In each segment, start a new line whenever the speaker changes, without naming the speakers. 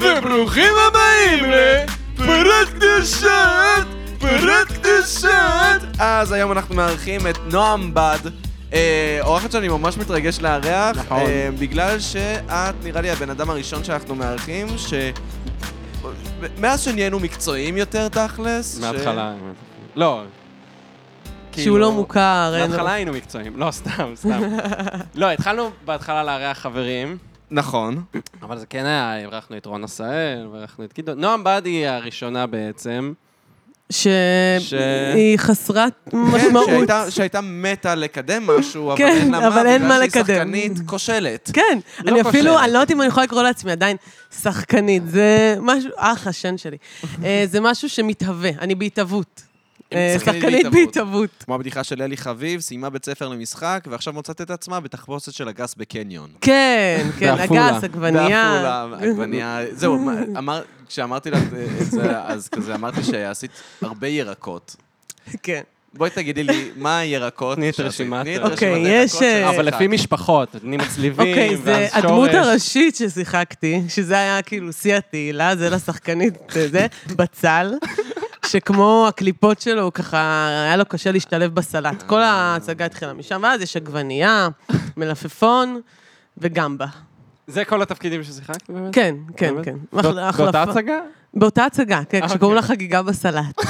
ברוכים הבאים לפרות קדושות, פרות קדושות. אז היום אנחנו מארחים את נועם בד, אה, אורחת שאני ממש מתרגש לארח,
נכון.
אה, בגלל שאת נראה לי הבן אדם הראשון שאנחנו מארחים, ש... מאז שנהיינו מקצועיים יותר תכלס. ש-
מההתחלה. לא. כאילו,
שהוא לא מוכר, אין...
בהתחלה היינו מקצועיים. לא, סתם, סתם. לא, התחלנו בהתחלה לארח חברים,
נכון.
אבל זה כן היה, אירחנו את רון עשהאל, אירחנו את גדעון. נועם בדי היא הראשונה בעצם.
אה,
ש-
שהיא חסרת
כן,
משמעות.
שהייתה- שהייתה מתה לקדם משהו, אבל
כן,
אין לה מה,
אבל אין
בגלל
מה
שהיא
לקדם.
שחקנית כושלת.
כן,
לא
אני אפילו,
כושלת.
אני לא יודעת אם אני יכולה לקרוא לעצמי עדיין שחקנית, זה משהו, אח, השן שלי. אה, זה משהו שמתהווה, אני בהתהוות.
אם
אה,
שחקנית
שחקנית
בהתהוות.
בהתהוות.
כמו הבדיחה של אלי חביב, סיימה בית ספר למשחק, ועכשיו מוצאת את עצמה בתחפושת של הגס בקניון.
כן, כן,
בעפולה.
הגס, עגבנייה.
בעפולה, עגבנייה, זהו, מה- אמר, כשאמרתי לך את זה, אז כזה אמרתי שעשית הרבה ירקות.
כן.
בואי תגידי לי, מה הירקות?
תני את
שעשית?
רשימת
תני את
הירקות.
רשימת
אוקיי,
הירקות
יש,
שלך.
אה,
אבל לפי משפחות, אני מצליבים,
אוקיי, זה
ואז שורש.
הדמות הראשית ששיחקתי, שזה היה כאילו שיא התהילה, זה לשחקנית אה, זה, בצל, שכמו הקליפות שלו, הוא ככה, היה לו קשה להשתלב בסלט. כל ההצגה התחילה משם, ואז יש עגבנייה, מלפפון וגמבה.
זה כל התפקידים ששיחקת באמת?
כן, כן,
באמת?
כן.
באות-
אחלה- החלפה.
באותה הצגה?
באותה הצגה, כן,
אה,
כשקוראים לה
אוקיי.
חגיגה בסלט.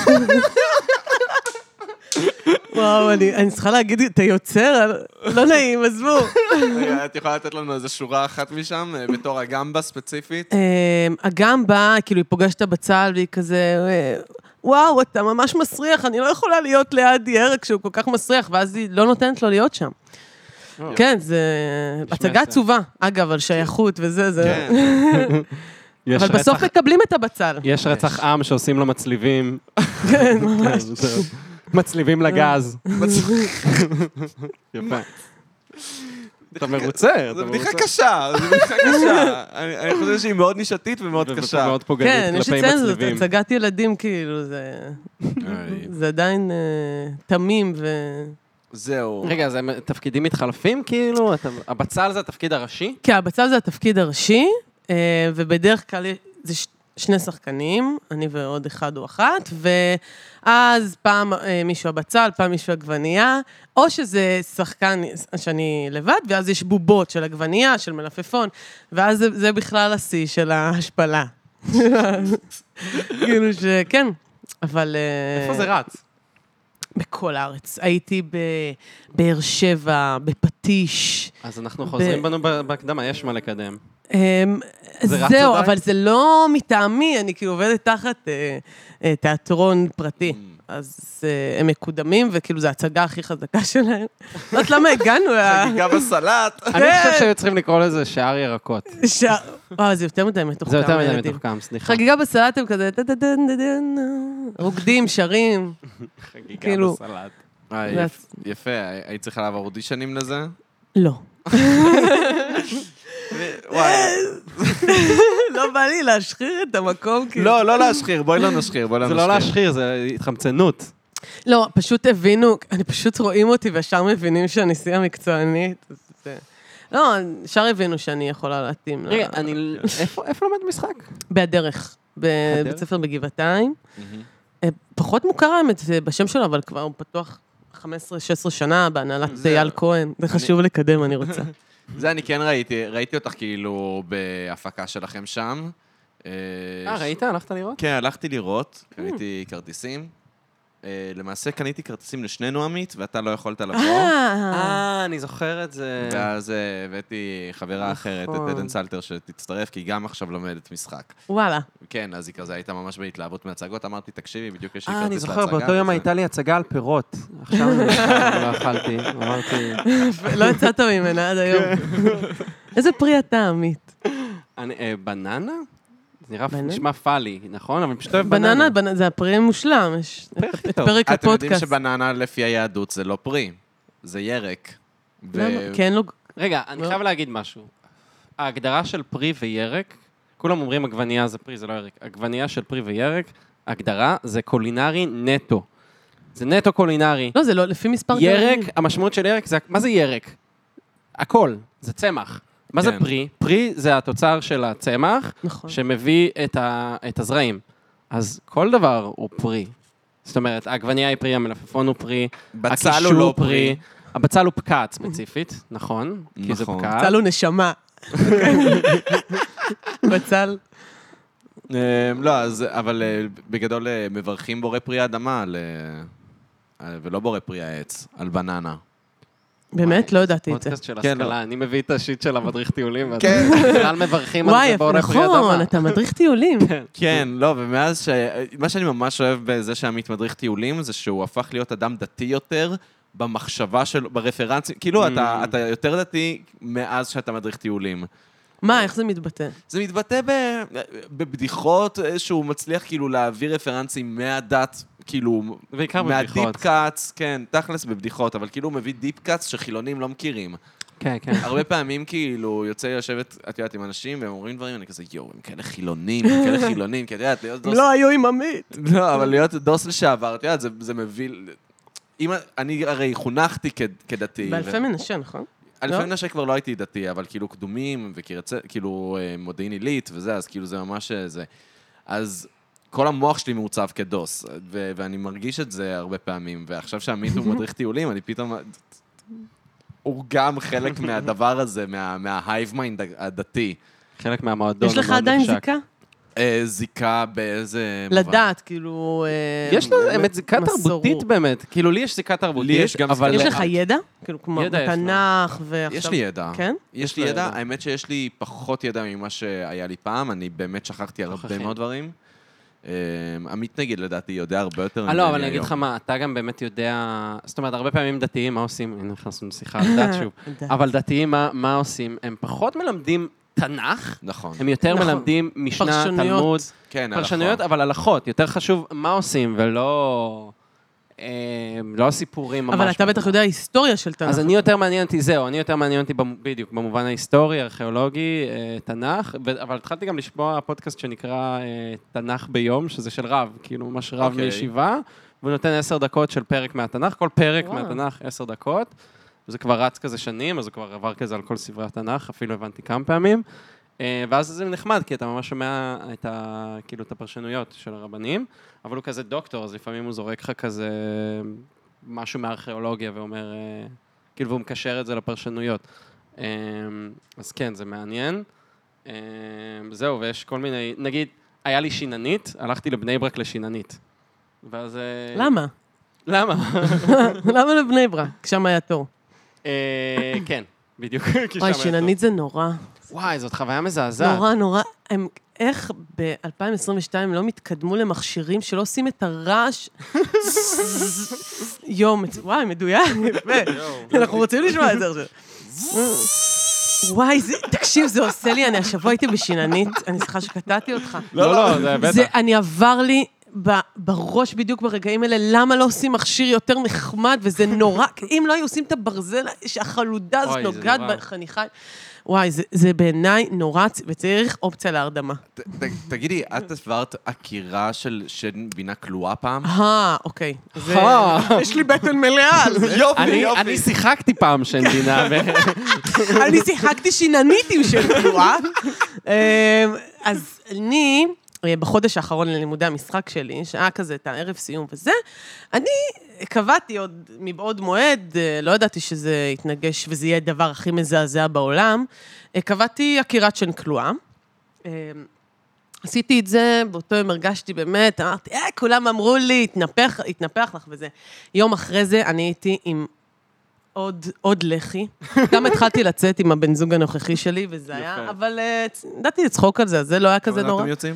וואו, אני אני צריכה להגיד, אתה יוצר, לא נעים, עזבו.
רגע, את יכולה לתת לנו איזה שורה אחת משם, אה, בתור הגמבה ספציפית?
אמ, הגמבה, כאילו, היא פוגשת את הבצל, והיא כזה, אה, וואו, אתה ממש מסריח, אני לא יכולה להיות ליד ירק שהוא כל כך מסריח, ואז היא לא נותנת לו להיות שם.
וואו.
כן, זה הצגה
מסר.
עצובה, אגב, על שייכות וזה, זה...
כן.
יש
אבל בסוף
רצח-
מקבלים את הבצל.
יש רצח עם שעושים לו מצליבים.
כן, ממש.
כן, זהו. מצליבים לגז.
אה.
יפה. אתה מרוצה, אתה
זו בדיחה
מרוצה.
קשה, זו בדיחה קשה. אני אני חושב שהיא מאוד נישתית ומאוד קשה.
מאוד פוגענית
כן, יש
כלפי
אצלנו, זאת
מצליבים.
הצגת ילדים, כאילו, זה- זה עדיין אה, תמים ו...
זהו.
רגע, אז הם- תפקידים מתחלפים כאילו? אתה- הבצל זה התפקיד הראשי?
כן, הבצל זה התפקיד הראשי, אה, ובדרך כלל זה ש- שני שחקנים, אני ועוד אחד או אחת, ואז פעם אה, מישהו הבצל, פעם מישהו עגבנייה, או שזה שחקן שאני לבד, ואז יש בובות של עגבנייה, של מלפפון, ואז זה, זה בכלל השיא של ההשפלה. כאילו שכן, אבל... אה,
איפה זה רץ?
בכל הארץ. הייתי בבאר שבע, בפטיש.
אז אנחנו חוזרים
ב-
בנו ב- בהקדמה, יש מה לקדם.
אמ,
זה רץ
זהו,
עדיין?
אבל זה לא מטעמי, אני כאילו עובדת תחת אה, אה, תיאטרון פרטי. אז אה, הם מקודמים, וכאילו זו ההצגה הכי חזקה שלהם. לא יודעת למה הגענו ל...
חגיגה בסלט.
אני חושב שהיו צריכים לקרוא לזה שער ירקות.
שה- וואו, זה יותר מדי מתוחכם.
זה יותר מדי
הילדים.
מתוחכם, סליחה.
חגיגה בסלט הם כזה, טה-טה-טן-טן-טן, רוקדים, שרים.
חגיגה
כאילו-
בסלט.
אה,
זה-
יפ- יפה, הי- היית צריכה לעבור אודישנים לזה?
לא.
וואי.
לא בא לי להשחיר את המקום, כאילו.
לא, לא להשחיר, בואי לא נשחיר, בואי לא
זה
נשחיר.
לא להשחיר, זה התחמצנות.
לא, פשוט הבינו, אני פשוט רואים אותי וישר מבינים שאני שיא המקצוענית. אז זה- לא, ישר הבינו שאני יכולה להתאים. ל-
רגע, אני... איפה- איפה למד משחק?
בהדרך,
בהדרך?
בבית ספר בגבעתיים.
מהמם.
אה, פחות מוכר האמת זה בשם שלו, אבל כבר הוא פתוח 15-16 שנה בהנהלת
זה-
אייל כהן. זה חשוב לקדם, אני רוצה.
זה אני כן ראיתי, ראיתי אותך כאילו בהפקה שלכם שם.
אה, ראית? הלכת לראות?
כן, הלכתי לראות, קניתי כרטיסים. אה, למעשה קניתי כרטיסים לשנינו עמית, ואתה לא יכולת לבוא.
אה,
אה, אני זוכר את זה.
ואז אה, הבאתי חברה אחרת, את
נכון.
עדן סלטר, שתצטרף, כי היא גם עכשיו לומדת משחק.
וואלה.
כן, אז היא כזה הייתה ממש בהתלהבות מהצגות, אמרתי, תקשיבי, בדיוק יש לי
אה,
כרטיס
אני
להצגה.
זוכר, באותו יום
וזה-
הייתה לי הצגה על פירות. עכשיו אני לא אכלתי, אמרתי...
לא יצאת ממנה עד היום. איזה פרי אתה, עמית.
אני- אה, בננה? זה נראה,
בננה?
נשמע פאלי, נכון? אבל אני פשוט אוהב בננה.
בננה, בנ- זה הפרי המושלם. יש
פרי הכי
את
טוב.
פרק
אתם יודעים
הפודקאסט.
שבננה לפי היהדות זה לא פרי, זה ירק. ו-
למה? כי אין לו...
רגע, אני
לא.
חייב להגיד משהו. ההגדרה של פרי וירק, כולם אומרים עגבנייה זה פרי, זה לא ירק. עגבנייה של פרי וירק, הגדרה זה קולינרי נטו. זה נטו קולינרי.
לא, זה לא, לפי מספר... גרעינים.
ירק, המשמעות של ירק זה... מה זה ירק? הכל. זה צמח. מה זה
כן.
פרי? פרי זה התוצר של הצמח,
נכון.
שמביא את, ה, את הזרעים. אז כל דבר הוא פרי. זאת אומרת, העגבנייה היא פרי, המלפפון הוא פרי,
בצל הוא
הקישור
לא פרי.
הבצל הוא פקעת ספציפית, נכון? כי זה
נכון.
פקעת.
בצל הוא נשמה. בצל.
אה, לא, אז, אבל אה, בגדול אה, מברכים בורא פרי האדמה על... אה, על- ולא בורא פרי העץ, על בננה.
באמת? לא ידעתי את זה.
פודקאסט של
כן,
השכלה,
לא.
אני מביא את השיט של המדריך טיולים, ואתם
כן.
בכלל מברכים על
וואי,
זה באורך פרי
נכון,
אדמה.
אתה מדריך טיולים.
כן, לא, ומאז ש... מה שאני ממש אוהב בזה שעמית מדריך טיולים, זה שהוא הפך להיות אדם דתי יותר במחשבה שלו, ברפרנסים. כאילו, אתה, אתה יותר דתי מאז שאתה מדריך טיולים.
מה, איך זה מתבטא?
זה מתבטא ב... בבדיחות אה, שהוא מצליח כאילו להעביר רפרנסים מהדת, כאילו...
בעיקר
מהדיפ
בבדיחות.
קאץ, כן, תכלס בבדיחות, אבל כאילו הוא מביא דיפ קאץ שחילונים לא מכירים.
כן, כן.
הרבה פעמים כאילו יוצא לי לשבת, את יודעת, עם אנשים, והם אומרים דברים, אני כזה, יואו, הם כאלה חילונים, הם כאלה חילונים, כי את יודעת, להיות
הם
דוס...
לא היו עם עמית.
לא, אבל להיות דוס לשעבר, את יודעת, זה- זה מביא... אם... אני הרי חונכתי כ- כדתי.
באלפי מנשה, נכון?
אלפי
לא?
מנשה כבר לא הייתי דתי, אבל כאילו קדומים, וקרצה, כאילו אה, מודיעין עילית וזה, אז כאילו זה ממש אה, זה. אז כל המוח שלי מעוצב כדוס, ו- ואני מרגיש את זה הרבה פעמים, ועכשיו שעמית הוא מדריך טיולים, אני פתאום... אה, הוא גם חלק מהדבר הזה, מה- מההייב מיינד הדתי.
חלק מהמועדון.
יש לך
המאוד
עדיין
נחשק.
זיקה?
אה, זיקה באיזה... מובן?
לדעת, כאילו... אה,
יש לו באמת זיקה
מסורות.
תרבותית באמת. כאילו, לי יש זיקה תרבותית,
יש גם
אבל... לא
זיקה
יש
אבל-
לך ידע? כאילו, כמו
ידע יש לו.
בתנ"ך ועכשיו...
יש לי ידע.
כן?
יש לי ידע. האמת שיש לי פחות ידע ממה שהיה לי פעם, אני באמת שכחתי הרבה
שוכחים.
מאוד דברים. אה, עמית נגיד, לדעתי, יודע הרבה יותר
אה,
ממני
לא, אבל אני
היום.
אגיד לך מה, אתה גם באמת יודע... זאת אומרת, הרבה פעמים דתיים, מה עושים? הנה, נכנסנו לשיחה על דת שוב.
דת.
אבל דתיים, מה- מה עושים? הם פחות מלמדים תנ"ך,
נכון.
הם יותר
נכון.
מלמדים משנה,
פרשנויות. נכון.
תלמוד.
כן,
פרשנויות, אבל הלכות. יותר חשוב מה עושים, ולא... אה, לא סיפורים ממש.
אבל אתה בטח יודע היסטוריה של תנ"ך.
אז אני יותר מעניין אותי, זהו, אני יותר מעניין אותי במ- בדיוק, במובן ההיסטורי, ארכיאולוגי, אה, תנ"ך, ו- אבל התחלתי גם לשמוע פודקאסט שנקרא אה, תנ"ך ביום, שזה של רב, כאילו ממש רב
אוקיי.
מישיבה, והוא נותן עשר דקות של פרק מהתנ"ך, כל פרק
וואו.
מהתנ"ך עשר דקות, וזה כבר רץ כזה שנים, אז הוא כבר עבר כזה על כל ספרי התנ"ך, אפילו הבנתי כמה פעמים, אה, ואז זה נחמד, כי אתה ממש שומע את, ה, כאילו, את הפרשנויות של הרבנים, אבל הוא כזה דוקטור, אז לפעמים הוא זורק לך כזה משהו מהארכיאולוגיה ואומר, אה, כאילו, והוא מקשר את זה לפרשנויות. אה, אז כן, זה מעניין. אה, זהו, ויש כל מיני, נגיד, היה לי שיננית, הלכתי לבני ברק לשיננית. ואז... אה,
למה?
למה?
למה לבני ברק? שם היה תור.
אה, כן, בדיוק. כי
וואי,
שם היה
שיננית זה נורא.
טוב. וואי, זאת חוויה מזעזעת.
נורא, נורא. הם- איך ב-2022 לא מתקדמו למכשירים שלא עושים את הרעש? יום, וואי, מדויק. יפה.
לא,
אנחנו רוצים לשמוע את זה עכשיו. וואי, זה- תקשיב, זה עושה לי, אני השבוע הייתי בשיננית, אני סליחה שקטעתי אותך.
לא, לא, זה בטח.
זה, אני עבר לי ב- בראש בדיוק ברגעים האלה, למה לא עושים מכשיר יותר נחמד, וזה נורא, אם לא היו עושים את הברזל שהחלודה הזאת
אוי, זה
נוגעת
נורא.
בחניכה. וואי, זה, זה בעיניי נורא, צ- וצריך אופציה להרדמה.
ת- ת- תגידי, את עברת עקירה של שן בינה כלואה פעם?
אה, אוקיי. זה-
אה.
יש לי בטן מלאה על זה.
אני- אני שיחקתי פעם שנדינה,
אני שיחקתי שיננית עם של תנועה. אמ, אז אני, אה, בחודש האחרון ללימודי המשחק שלי, שהיה כזה את הערב סיום וזה, אני קבעתי עוד מבעוד מועד, אה, לא ידעתי שזה יתנגש וזה יהיה הדבר הכי מזעזע בעולם, אה, קבעתי עקירת שן כלואה. אמ, עשיתי את זה, באותו יום הרגשתי באמת, אמרתי, אה, כולם אמרו לי, התנפח, התנפח לך וזה. יום אחרי זה אני הייתי עם עוד, עוד לחי. גם התחלתי לצאת עם הבן זוג הנוכחי שלי, וזה היה,
יפה.
אבל אה, צ- ידעתי לצחוק על זה, אז זה לא היה כזה נורא.
אתם יוצאים?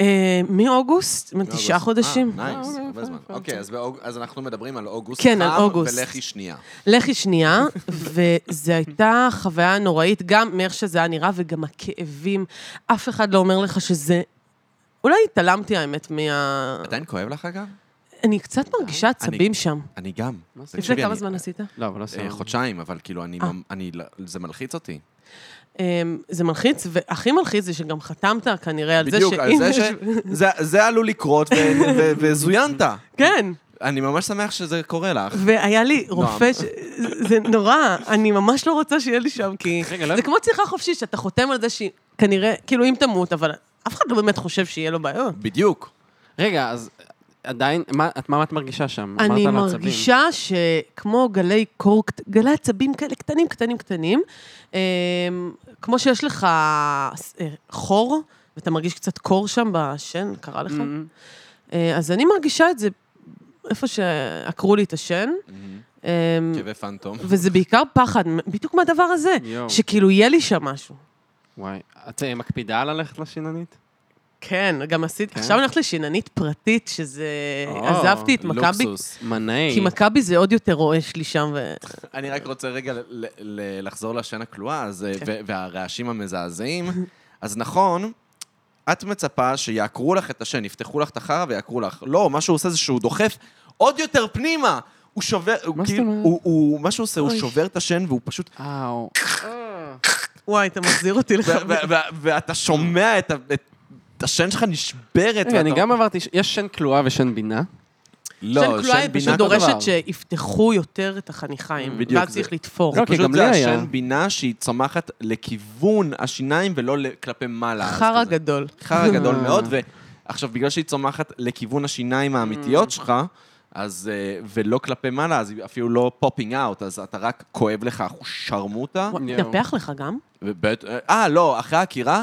אה, מאוגוסט, תשעה
מאוגוסט.
חודשים.
אה, נייס,
אה,
הרבה
יפה,
זמן.
יפה.
אוקיי, אז באוג- אז אנחנו מדברים על אוגוסט
כן, על
חם
אוגוסט.
ולחי שנייה.
לחי שנייה, וזו הייתה חוויה נוראית, גם מאיך שזה היה נראה וגם הכאבים. אף אחד לא אומר לך שזה... אולי התעלמתי, האמת, מה...
עדיין כואב לך אגב?
אני קצת מרגישה עצבים שם.
אני גם.
מה זה?
לפני
תקשיבי,
כמה
אני-
זמן עשית?
לא, אבל לא
אה,
סיימנו.
חודשיים, אבל כאילו, אני... ממ- אני לא- זה מלחיץ אותי.
אמ, זה מלחיץ, והכי מלחיץ זה שגם חתמת כנראה על זה
בדיוק, על
שאם
זה
יש-
ש... זה- זה עלול לקרות ו- ו- וזוינת.
כן.
אני ממש שמח שזה קורה לך.
והיה לי רופא, ש... זה נורא, אני ממש לא רוצה שיהיה לי שם, כי
רגע, לא-
זה כמו צריכה חופשית, שאתה חותם על זה שכנראה, כאילו אם תמות, אבל אף אחד לא באמת חושב שיהיה לו בעיות.
בדיוק.
רגע, אז עדיין, מה את, מה את מרגישה שם? אמרת
אני
על העצבים.
מרגישה שכמו גלי קור, גלי עצבים כאלה קטנים, קטנים, קטנים, אמ, כמו שיש לך אה, חור, ואתה מרגיש קצת קור שם בשן, קרה לך?
Mhm.
אה, אז אני מרגישה את זה איפה שעקרו לי את השן. אמ,
כן.
כאבי פנטום.
וזה בעיקר פחד, בדיוק מהדבר הזה,
יואו.
שכאילו יהיה לי שם משהו.
וואי, את אה, מקפידה ללכת לשיננית?
כן, גם עשית,
כן.
עכשיו אני הולכת לשיננית פרטית, שזה...
או,
עזבתי את מכבי,
לוקסוס.
מנעי.
כי מכבי זה עוד יותר רועש לי שם, ו...
אני רק רוצה רגע ל- ל- ל- לחזור לשן הכלואה אז, אה,
כן.
ו- והרעשים המזעזעים. אז נכון, את מצפה שיעקרו לך את השן, יפתחו לך את החרא ויעקרו לך. לא, מה שהוא עושה זה שהוא דוחף עוד יותר פנימה. הוא שובר, הוא
מה זאת
כאילו,
אומרת?
הוא- הוא, מה שהוא עושה, הוא
אוי.
שובר את השן והוא פשוט...
אאו.
וואי, אתה מחזיר אותי
ו-
לך.
ו- ו- ואתה שומע את ה- את השן שלך נשברת.
רגע, אני
ואתה-
גם עברתי, ש- יש שן כלואה ושן בינה.
לא,
כלואה
שן
היא
בינה
פשוט
דורש-
כזאת.
דבר.
דורשת שיפתחו יותר את החניכיים,
בדיוק,
ואז
זה-
צריך לתפור.
לא, כי
פשוט
גם
זה
לי היה.
השן בינה שהיא צמחת לכיוון השיניים ולא ל- כלפי מעלה. לא, אז
חרא
כזה.
גדול.
חרא גדול
אה.
מאוד, ועכשיו, בגלל שהיא צומחת לכיוון השיניים האמיתיות שלך, אז, אה, ולא כלפי מעלה, אז היא אפילו לא פופינג אאוט, אז אתה רק כואב לך שרמוטה.
וואי,
יואו.
התנפח לך גם?
ובית- אה, לא, אחרי העקירה,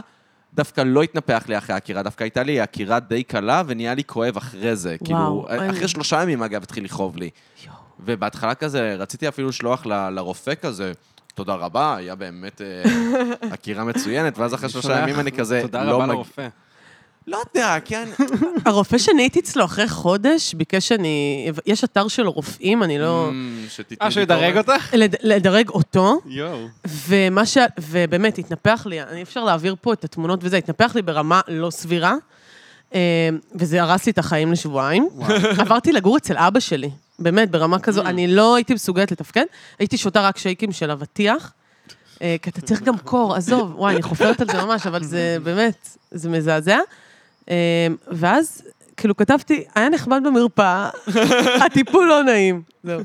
דווקא לא התנפח לי אחרי העקירה, דווקא הייתה לי עקירה די קלה, ונהיה לי כואב אחרי זה.
וואו,
כאילו,
אין לי.
אחרי שלושה ימים, אגב, התחיל לכאוב לי.
יואו.
ובהתחלה כזה, רציתי אפילו לשלוח ל- לרופא כזה, תודה רבה, היה באמת אה, עקירה מצוינת, ואז אחרי שלושה ימים אני כזה,
תודה
לא
רבה
מג-
לרופא.
לא יודע, כן,
הרופא שאני הייתי אצלו אחרי חודש, ביקש שאני... יש אתר של רופאים, אני לא...
Mm, שתיתני
אה, שהוא ידרג
ביקורת.
אותך?
לד- לדרג אותו,
יואו.
ומה ש... ובאמת, התנפח לי, אי אפשר להעביר פה את התמונות וזה, התנפח לי ברמה לא סבירה, אה, וזה הרס לי את החיים לשבועיים. עברתי לגור אצל אבא שלי, באמת, ברמה כזו,
Mm.
אני לא הייתי מסוגלת לתפקד, הייתי שותה רק שייקים של אבטיח, אה, כי אתה צריך גם קור, עזוב, וואי, אני חופרת על זה ממש, אבל זה
Mm.
באמת, זה מזעזע. אה, ואז, כאילו, כתבתי, היה נחמד במרפאה, הטיפול לא נעים. זהו.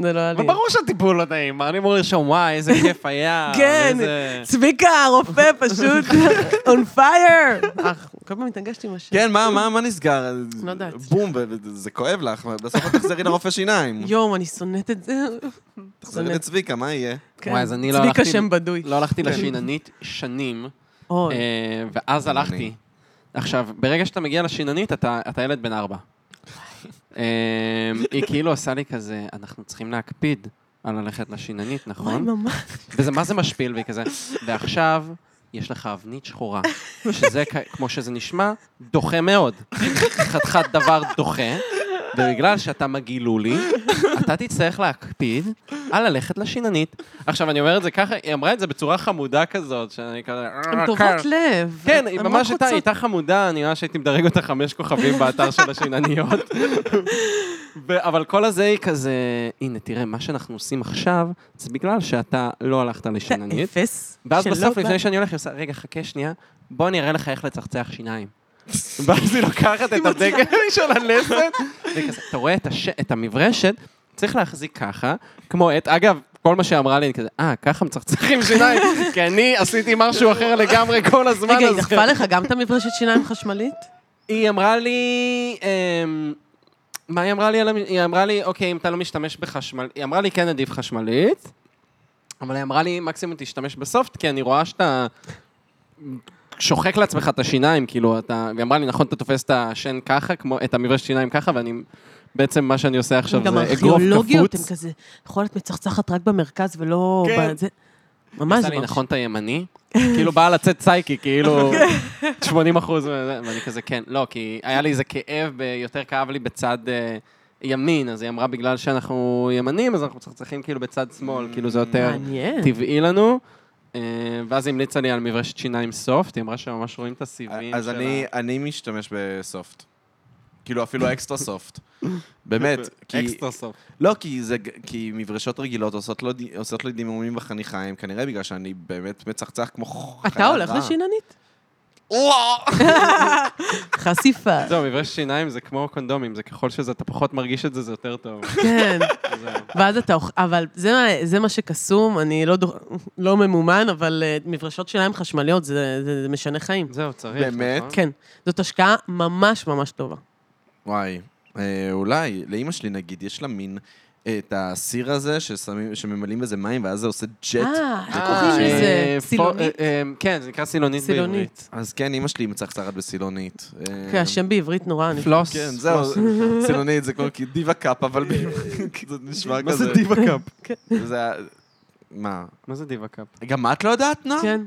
זה לא היה לי...
אבל ברור שהטיפול לא נעים, מה אני אמור לרשום, וואי, איזה כיף היה.
כן,
ואיזה-
צביקה, הרופא פשוט on fire. אך, כל פעם התנגשתי עם השם.
כן, מה, מה, מה נסגר?
לא יודעת.
בום, ו- ו- זה כואב לך, בסוף את תחזרי לרופא
כן.
שיניים.
יואו, אני שונאת את זה.
תחזרי
באמת.
לצביקה, מה יהיה?
כן.
וואי, אז אני לא
צביקה
הלכתי-
שם בדוי.
לא הלכתי לשיננית שנים,
אוי,
אה, ואז הלכתי.
אני.
עכשיו, ברגע שאתה מגיע לשיננית, אתה אתה ילד בן ארבע. אה, היא כאילו עושה לי כזה, אנחנו צריכים להקפיד על ללכת לשיננית,
וואי,
נכון?
ממש.
וזה מה זה משפיל, והיא כזה, ועכשיו יש לך אבנית שחורה, שזה, כ- כמו שזה נשמע, דוחה מאוד. חתיכת דבר דוחה, ובגלל שאתה מגילולי, אתה תצטרך להקפיד על ללכת לשיננית. עכשיו, אני אומר את זה ככה, היא אמרה את זה בצורה חמודה כזאת, שאני כזה... "אה,
הן טובות לב.
כן, היא
הן רק
ממש הייתה,
רוצות-
הייתה חמודה, אני ממש הייתי מדרג אותה חמש כוכבים באתר של השינניות. ו- אבל כל הזה היא כזה, הנה, תראה, מה שאנחנו עושים עכשיו, זה בגלל שאתה לא הלכת
אתה
לשיננית.
אפס.
ואז
שלא
בסוף,
בא-
לפני שאני הולך, היא עושה, רגע, חכה שנייה, בוא אני אראה לך איך לצחצח שיניים. ואז היא לוקחת את הדגל של הלסת, והיא כזה, אתה רואה את הש- את המברשת, צריך להחזיק ככה, כמו את, אגב, כל מה שאמרה לי, אני כזה, אה, ככה מצחצחים שיניים, כי אני עשיתי משהו אחר לגמרי כל הזמן
רגע, היא
הזה."
דחפה לך גם את המברשת שיניים חשמלית?
היא אמרה לי... אמ, מה היא אמרה לי? על המ- היא אמרה לי, אוקיי, אם אתה לא משתמש בחשמל... היא אמרה לי, כן עדיף חשמלית, אבל היא אמרה לי, מקסימום תשתמש בסופט, כי אני רואה שאתה שוחק לעצמך את השיניים, כאילו, אתה... והיא אמרה לי, נכון, אתה תופס את השן ככה, כמו את המברשת שיניים ככה, ואני... בעצם מה שאני עושה עכשיו
גם
זה אגרוף
ארכיאולוגיות, הן
קפוץ.
כזה, יכול להיות מצחצחת רק במרכז ולא...
כן.
בזה. ממש,
עשה לי
אה, ממש.
נכון את הימני, כאילו באה לצאת סייקי, כאילו 80 אחוז, ואני כזה כן, לא, כי היה לי איזה כאב, ב- יותר כאב לי בצד אה, ימין, אז היא אמרה בגלל שאנחנו ימנים, אז אנחנו מצחצחים כאילו בצד שמאל, כאילו זה יותר
מעניין.
טבעי לנו. אה, ואז היא המליצה לי על מברשת שיניים סופט, היא אמרה שממש רואים את הסיבים
אז
של
אני-
ה-
אני משתמש בסופט. כאילו, אפילו אקסטרה סופט. באמת, כי...
אקסטרה סופט.
לא, כי זה... ג- כי מברשות רגילות עושות לו ד- עושות לי דימומים בחניכיים, כנראה בגלל שאני באמת מצחצח כמו חיה
אה.
אתה הולך
רעה.
לשיננית?
לא!
חשיפה.
זהו, מברשת שיניים זה כמו קונדומים, זה ככל שאתה פחות מרגיש את זה, זה יותר טוב.
כן.
אז זהו.
ואז אתה אוכל, אבל זה, מה- זה מה שקסום, אני לא, דו- לא ממומן, אבל אה, מברשות שיניים חשמליות זה, זה, זה משנה חיים.
זהו, צריך.
באמת?
נכון?
כן, זאת השקעה ממש ממש טובה.
וואי, אה, אולי, לאימא שלי נגיד, יש לה מין אה, את הסיר הזה ששמים- שממלאים בזה מים ואז זה עושה ג'ט.
אה, איך
זה
קוראים
כזה-
לזה?
אה, פו-
סילונית?
אה, אה, כן, זה נקרא סילונית
סילונית.
בעברית.
אז כן, אימא שלי מצחצחת בסילונית. אה,
כן, השם בעברית נורא, אני...
פלוס.
כן, זהו,
פלוס.
סילונית זה כמו כי דיווה קאפ, אבל זה נשמע כזה.
מה זה דיווה קאפ?
כן.
זה ה- מה?
מה זה דיווה קאפ?
גם את לא יודעת, נועה?
כן.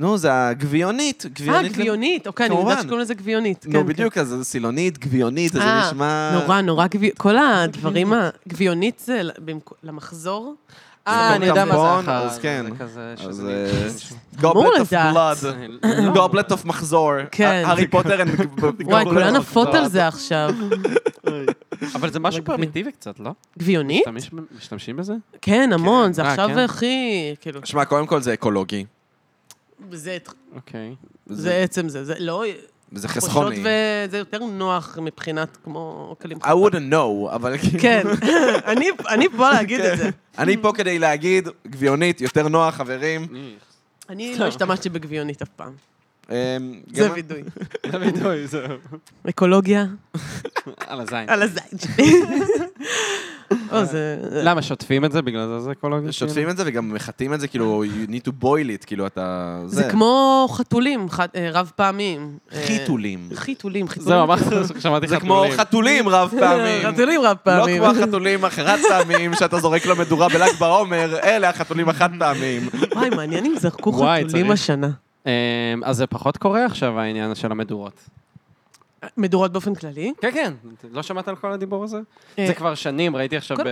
נו, זה הגביונית.
אה,
גביונית.
גביונית, אוקיי, אני יודעת
כמובן.
שקוראים לזה גביונית.
נו,
כן,
בדיוק, אז זה סילונית, גביונית, אז
אה,
זה נשמע...
כן. נורא, נורא גביונית, כל הדברים ה... גביונית זה ל- במק- למחזור?
אה, אני יודע מה זה
טמבון,
אחר,
אז
זה
כן.
אז אה,
אמור
גובלט אוף
לדעת. לא.
בלאד. גובלט אוף מחזור.
כן.
הארי פוטר and goblet
וואי,
of
כולן עפות על
blood.
זה עכשיו.
אבל זה משהו
מגביל.
פרימיטיבי קצת, לא?
גביונית?
כן,
משתמש ב- משתמשים בזה?
כן, המון, זה
אה,
עכשיו
כן.
הכי... כאילו,
שמע, קודם כל זה אקולוגי.
זה
אוקיי.
זה עצם זה, זה לא...
זה
חושות
חסכוני.
וזה יותר נוח מבחינת כמו כלים
I wouldn't know, אבל כאילו...
כן, אני- אני פה להגיד את זה.
אני פה כדי להגיד, גביונית, יותר נוח, חברים.
אני לא השתמשתי בגביונית אף פעם.
אמ,
זה
גם-
וידוי.
זה ביטוי, זהו.
אקולוגיה
על הזין.
על הזין שלי. או, זה...
למה, שוטפים את זה? בגלל זה זה אקולוגיה?
כן.
שוטפים את זה וגם מחטאים את זה, כאילו, you need to boil it, כאילו, אתה...
זה כמו חתולים, ח- אה, רב פעמים. אה,
חיתולים.
חיתולים, חיתולים.
זהו, אמרתי שמעתי
זה כמו
חתולים.
חתולים רב פעמים.
חתולים רב
לא
פעמים.
כמו החתולים החד פעמים, שאתה זורק לו מדורה בל"ג בעומר, אלה החתולים החד פעמים.
וואי, מעניין אם זרקו
וואי,
חתולים
צריך.
השנה.
אמ, אז זה פחות קורה עכשיו, העניין של המדורות.
מדורות באופן כללי.
כן, כן. לא שמעת על כל הדיבור הזה?
אה,
זה כבר שנים, ראיתי עכשיו
כל-
ב...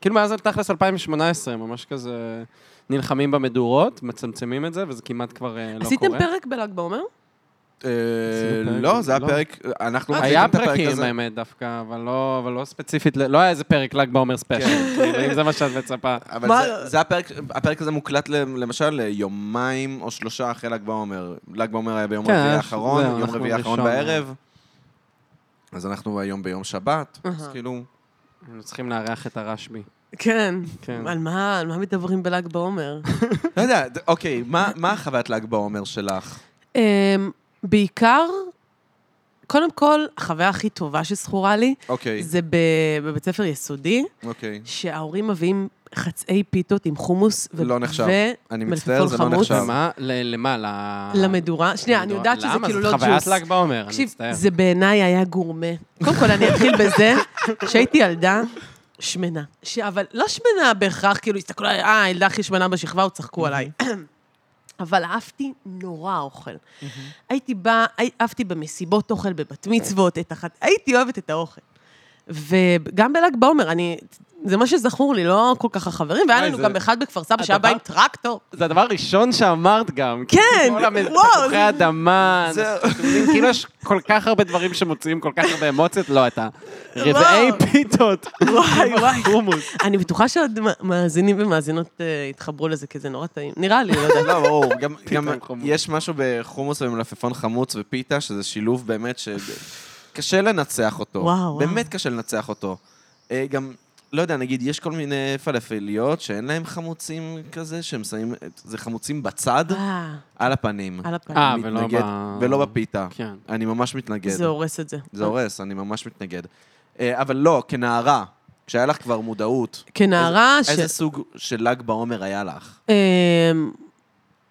כאילו מאז תכלס 2018, ממש כזה נלחמים במדורות, מצמצמים את זה, וזה כמעט כבר אה, לא קורה.
עשיתם פרק בל"ג בעומר?
אה,
עשינו פרק,
לא, זה היה
לא.
פרק, אנחנו
היה
מקליטים את הפרק
פרקים,
הזה.
האמת, דווקא, אבל לא, אבל לא ספציפית, לא היה איזה פרק ל"ג
כן,
בעומר ספיישל, כאילו, אם זה מה שאת מצפה.
אבל
מה-
זה- זה הפרק, הפרק הזה מוקלט ל- למשל יומיים או שלושה אחרי ל"ג בעומר. ל"ג בעומר היה ביום
כן,
רביעי
היה-
האחרון,
זהו,
יום
אנחנו
רביעי האחרון
ראשון.
בערב. אז אנחנו היום ביום שבת, אז
אהה.
כאילו...
אנחנו צריכים לארח את הרשב"י.
כן.
כן.
על מה, על מה מדברים בל"ג בעומר?
לא יודע, ד- אוקיי, מה מה חוויית ל"ג בעומר שלך?
אמ, בעיקר, קודם כל, החוויה הכי טובה שזכורה לי,
אוקיי,
זה ב- בבית ספר יסודי,
אוקיי.
שההורים מביאים חצאי פיתות עם חומוס. ו-
לא נחשב. אני מצטער,
מלפפון
זה לא
חמוץ.
נחשב.
למה? ל- למה? ל-
למדורה. שנייה, אני יודעת שזה
למה?
כאילו
זאת
לא ג'וס.
חוויית ל"ג בעומר, אני
תקשיב,
מצטער.
זה בעיניי היה גורמה. קודם כל, אני אתחיל בזה שהייתי ילדה שמנה. ש- אבל לא שמנה בהכרח, כאילו, הסתכלו עליי, אה, הילדה הכי שמנה בשכבה, וצחקו עליי. אבל אהבתי נורא אוכל. הייתי באה, הי- אהבתי במסיבות אוכל, בבת מצוות, את אחת, הייתי אוהבת את האוכל. וגם בל"ג בעומר, אני, זה מה שזכור לי, לא כל כך החברים, והיה
וואי,
לנו
זה-
גם אחד בכפר סבא שהיה בא עם טרקטור.
זה הדבר הראשון שאמרת גם.
כן,
כאילו, כל המ-
וואו,
תפוחי אדמה,
זה-
אתם יודעים, כאילו יש כל כך הרבה דברים שמוציאים כל כך הרבה אמוציות, לא אתה. רבעי
וואו.
פיתות.
וואי, וואי.
חומוס.
אני בטוחה שעוד מא- מאזינים ומאזינות אה, יתחברו לזה, כי זה נורא טעים. נראה
אה. כאילו,
לי, לא יודעת.
לא, ברור, גם- גם
חמוץ.
יש משהו בחומוס ומלפפון חמוץ ופיתה, שזה שילוב באמת ש... קשה לנצח אותו.
וואו, וואו.
באמת קשה לנצח אותו. אה, גם, לא יודע, נגיד, יש כל מיני פלאפליות שאין להם חמוצים כזה, שהם שמים... זה חמוצים בצד,
אה,
על הפנים.
על הפנים.
אה, ולא
מתנגד,
ב-
ולא בפיתה.
כן.
אני ממש מתנגד.
זה הורס את זה.
זה הורס, אני ממש מתנגד. אה, אבל לא, כנערה, כשהיה לך כבר מודעות,
כנערה ש...
איזה סוג של ל"ג בעומר היה לך?
אמ,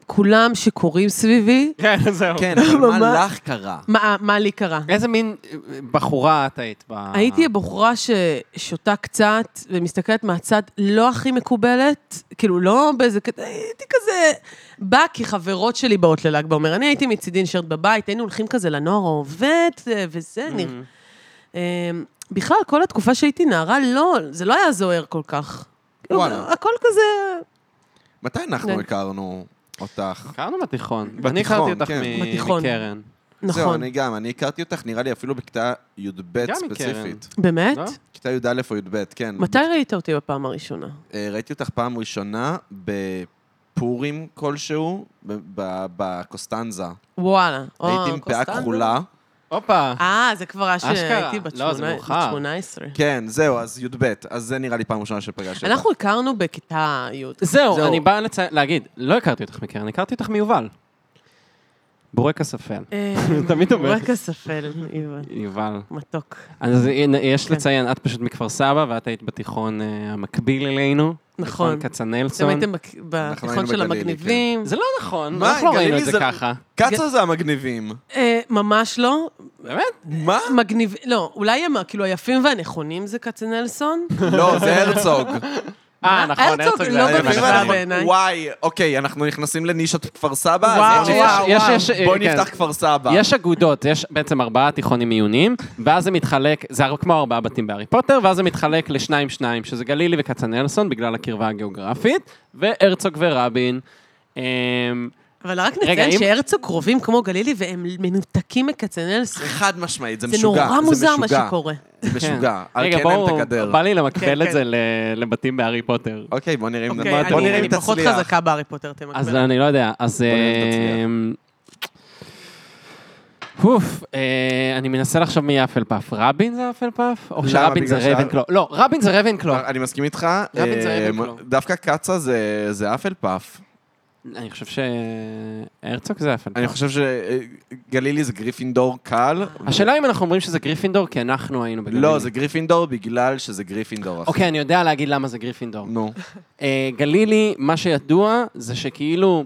כולם שקוראים סביבי,
כן, זהו.
כן, אבל
ממש.
מה לך קרה?
מה מה לי קרה?
כן.
איזה מין אה, בחורה את היית ב...
הייתי הבחורה ששותה קצת ומסתכלת מהצד לא הכי מקובלת, כאילו לא באיזה קטע, הייתי כזה... באה כי חברות שלי באות לל"ג בעומר. אני הייתי מצידי נשארת בבית, היינו הולכים כזה לנוער העובד אה, וזה,
Mm.
נראה. אמ, בכלל, כל התקופה שהייתי נערה, לא, זה לא היה זוהר כל כך.
וואלה.
הכל כזה...
מתי אנחנו
כן.
הכרנו אותך?
הכרנו בתיכון.
בתיכון,
אני הכרתי אותך
כן.
מ-
בתיכון.
מקרן.
זהו,
נכון.
אני גם, אני הכרתי אותך, נראה לי אפילו בכיתה י"ב
גם מקרן.
ספציפית.
באמת?
לא?
כיתה י"א או י"ב, כן.
מתי ראית אותי בפעם הראשונה?
אה, ראיתי אותך פעם ראשונה בפרו, פורים כלשהו, ב- ב- בקוסטנזה.
וואלה. או,
הייתי עם פאה
אה, קוסטנזה.
כחולה.
הופה.
אה, זה כבר היה
אשכרה.
שהייתי בת
לא, זה
שמונה- בת
מאוחר.
18.
כן, זהו, אז י"ב. אז זה נראה לי פעם ראשונה שפגשתי אותה.
אנחנו הכרנו בכיתה י'.
זהו,
זהו.
אני בא לצי- להגיד, לא הכרתי אותך מקרן, הכרתי אותך מיובל. בורק הספל.
אה,
תמיד אומר.
רק הספל, איוון.
יובל.
מתוק.
אז הנה, יש
כן.
לציין, את פשוט מכפר סבא, ואת היית בתיכון אה, המקביל אלינו.
נכון.
תיכון
אתם
כצנלסון.
הייתם בק- בתיכון
היינו
של
בגלילי,
המגניבים.
זה לא נכון,
מה,
אנחנו לא ראינו את
גלילי
זה
זה-
ככה.
קצר זה המגניבים.
אה, ממש לא.
באמת?
מה?
מגניב... לא, אולי הם כאילו היפים והנכונים זה כצנלסון?
לא, זה הרצוג.
אה,
מה?
נכון, הרצוג
הרצוג לא
זה היה
היפים
במשוואה
נכון.
והנכונים.
בעיניי.
וואי, אוקיי, אנחנו נכנסים לנישת כפר סבא,
וואו,
אז יש-
וואו,
יש-
וואו.
יש- יש-
בואו
כן.
נפתח כפר סבא.
יש אגודות, יש בעצם ארבעה תיכונים עיוניים, ואז זה מתחלק, זה הר- כמו ארבעה בתים בהארי פוטר, ואז זה מתחלק לשניים-שניים, שזה גלילי וכצנלסון, בגלל הקרבה הגיאוגרפית, והרצוג ורבין. אמ,
אבל רק
רגע,
נציין
אם-
שהרצוג קרובים כמו גלילי והם מנותקים מכצנלסון.
חד משמעית, זה
זה
משוגע.
נורא מוזר מה
משוגע.
שקורה.
זה משוגע.
כן.
על
רגע,
כן אין את
בואו,
הגדר.
בא לי למקבל
כן,
את זה
כן.
ל- לבתים בהארי פוטר.
אוקיי, בואו נראה אם
אוקיי,
בואו
אני-
נראה אם
אני פחות
תצליח.
חזקה בהארי פוטר, אתם
אז
מגבילים.
אני לא יודע, אז...
בוא נראה אם תצליח.
אמ, אוף, אה, אני מנסה לחשוב מי האפל פאף. רבין זה האפל פאף? או
למה?
שרבין זה
לא, בגלל שה- אה,
רייבנקלו? לא, רבין זה רייבנקלו.
אני מסכים איתך.
רבין זה
אה,
רייבנקלו.
דווקא קצה זה- זה אפל פאף.
אני חושב שהרצוג זה האפל
אני
פאף.
חושב שגלילי זה גריפינדור קל.
השאלה אם אנחנו אומרים שזה גריפינדור, כי אנחנו היינו בגלילי.
לא, זה גריפינדור בגלל שזה גריפינדור. אחי.
אוקיי, אני יודע להגיד למה זה גריפינדור.
נו.
אה, גלילי, מה שידוע זה שכאילו...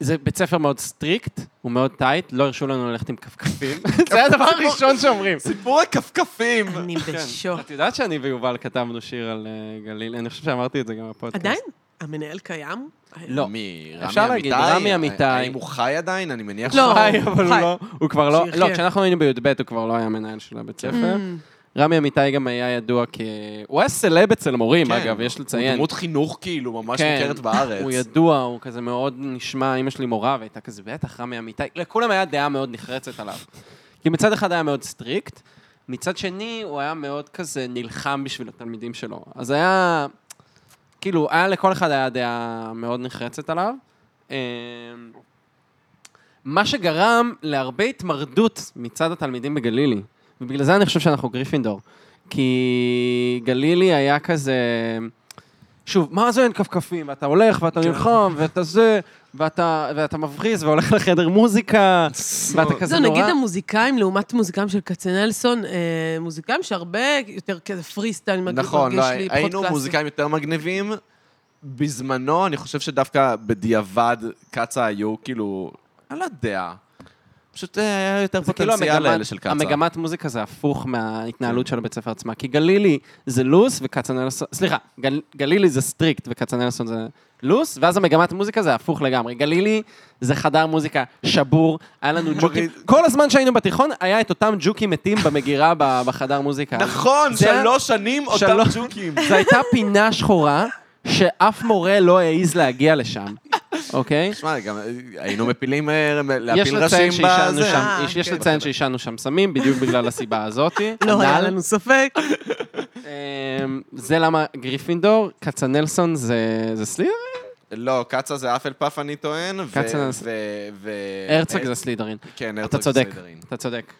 זה בית ספר מאוד סטריקט, הוא מאוד טייט, לא הרשו לנו ללכת עם כפכפים. זה הדבר הראשון שאומרים.
סיפור הכפכפים.
אני
כן.
בשוק.
אוקיי.
את יודעת שאני ויובל כתבנו שיר על אה, גליל, אני חושב שאמרתי את זה גם בפודקאסט.
עדיין? המנהל קיים?
לא.
מי,
אפשר
רמי
להגיד,
אמיתי? אה,
רמי אמיתי.
האם הוא חי עדיין? אני מניח
לא.
שהוא
הוא
חי.
חי, אבל הוא
חי.
לא, הוא כבר לא,
שיחיה.
לא, כשאנחנו היינו בי"ב הוא כבר לא היה מנהל של הבית ספר.
Mm.
רמי אמיתי גם היה ידוע כ... הוא היה סלב אצל מורים, אגב, יש
כן, הוא
לציין.
דמות חינוך כאילו, ממש
כן.
מוכרת בארץ.
הוא ידוע, הוא כזה מאוד נשמע, אימא שלי מורה, והייתה כזה, בטח, רמי אמיתי. לכולם היה דעה מאוד נחרצת עליו. כי מצד אחד היה מאוד סטריקט, מצד שני הוא היה מאוד כזה נלחם בשביל התלמידים שלו. אז היה, כאילו, היה לכל אחד היה דעה מאוד נחרצת עליו. אמ, מה שגרם להרבה התמרדות מצד התלמידים בגלילי, ובגלל זה אני חושב שאנחנו גריפינדור. כי גלילי היה כזה... שוב, מה זה אין כפכפים? ואתה הולך ואתה נלחם ואתה זה, ואתה, ואתה מבריז והולך לחדר מוזיקה, ואתה כזה
זהו,
נורא...
לא, נגיד המוזיקאים לעומת מוזיקאים של כצנלסון, אה, מוזיקאים שהרבה יותר כזה פרי סטייל, מרגיש
נכון, לא,
לי, פחות
היינו
קלאסי.
מוזיקאים יותר מגניבים. בזמנו, אני חושב שדווקא בדיעבד קצה היו כאילו, אני לא יודע. פשוט אה, היה יותר
זה כאילו
פוטנציאל
המגמת-
לאלה של קצה.
המגמת מוזיקה זה הפוך מההתנהלות של הבית ספר עצמה. כי גלילי זה לוס וכצנלסון, סליחה, גל, גלילי זה סטריקט וכצנלסון זה לוס, ואז המגמת מוזיקה זה הפוך לגמרי. גלילי זה חדר מוזיקה שבור, היה לנו ג'וקים. כל הזמן שהיינו בתיכון היה את אותם ג'וקים מתים במגירה ב- בחדר מוזיקה.
נכון,
זה-
שלוש שנים אותם
שלוש-
ג'וקים.
זו הייתה פינה שחורה שאף מורה לא העז להגיע לשם, אוקיי?
תשמע, גם אה, היינו מפילים, אה,
יש
להפיל
לציין
ראשים
שעישנו
בזה.
שם,
אה,
יש- יש
כן.
לציין שעישנו שם סמים, בדיוק בגלל הסיבה הזאתי.
לא היה
הנ"ל.
לנו ספק.
אמ, זה למה גריפינדור, כצנלסון זה זה סלידרין?
לא, קצה זה אפל פאף, אני טוען. ו-
קצה זה-
ו- ו-
הרצוג
אה,
זה סלידרין.
כן,
אתה
הרצוג זה
צודק,
סלידרין.
אתה צודק.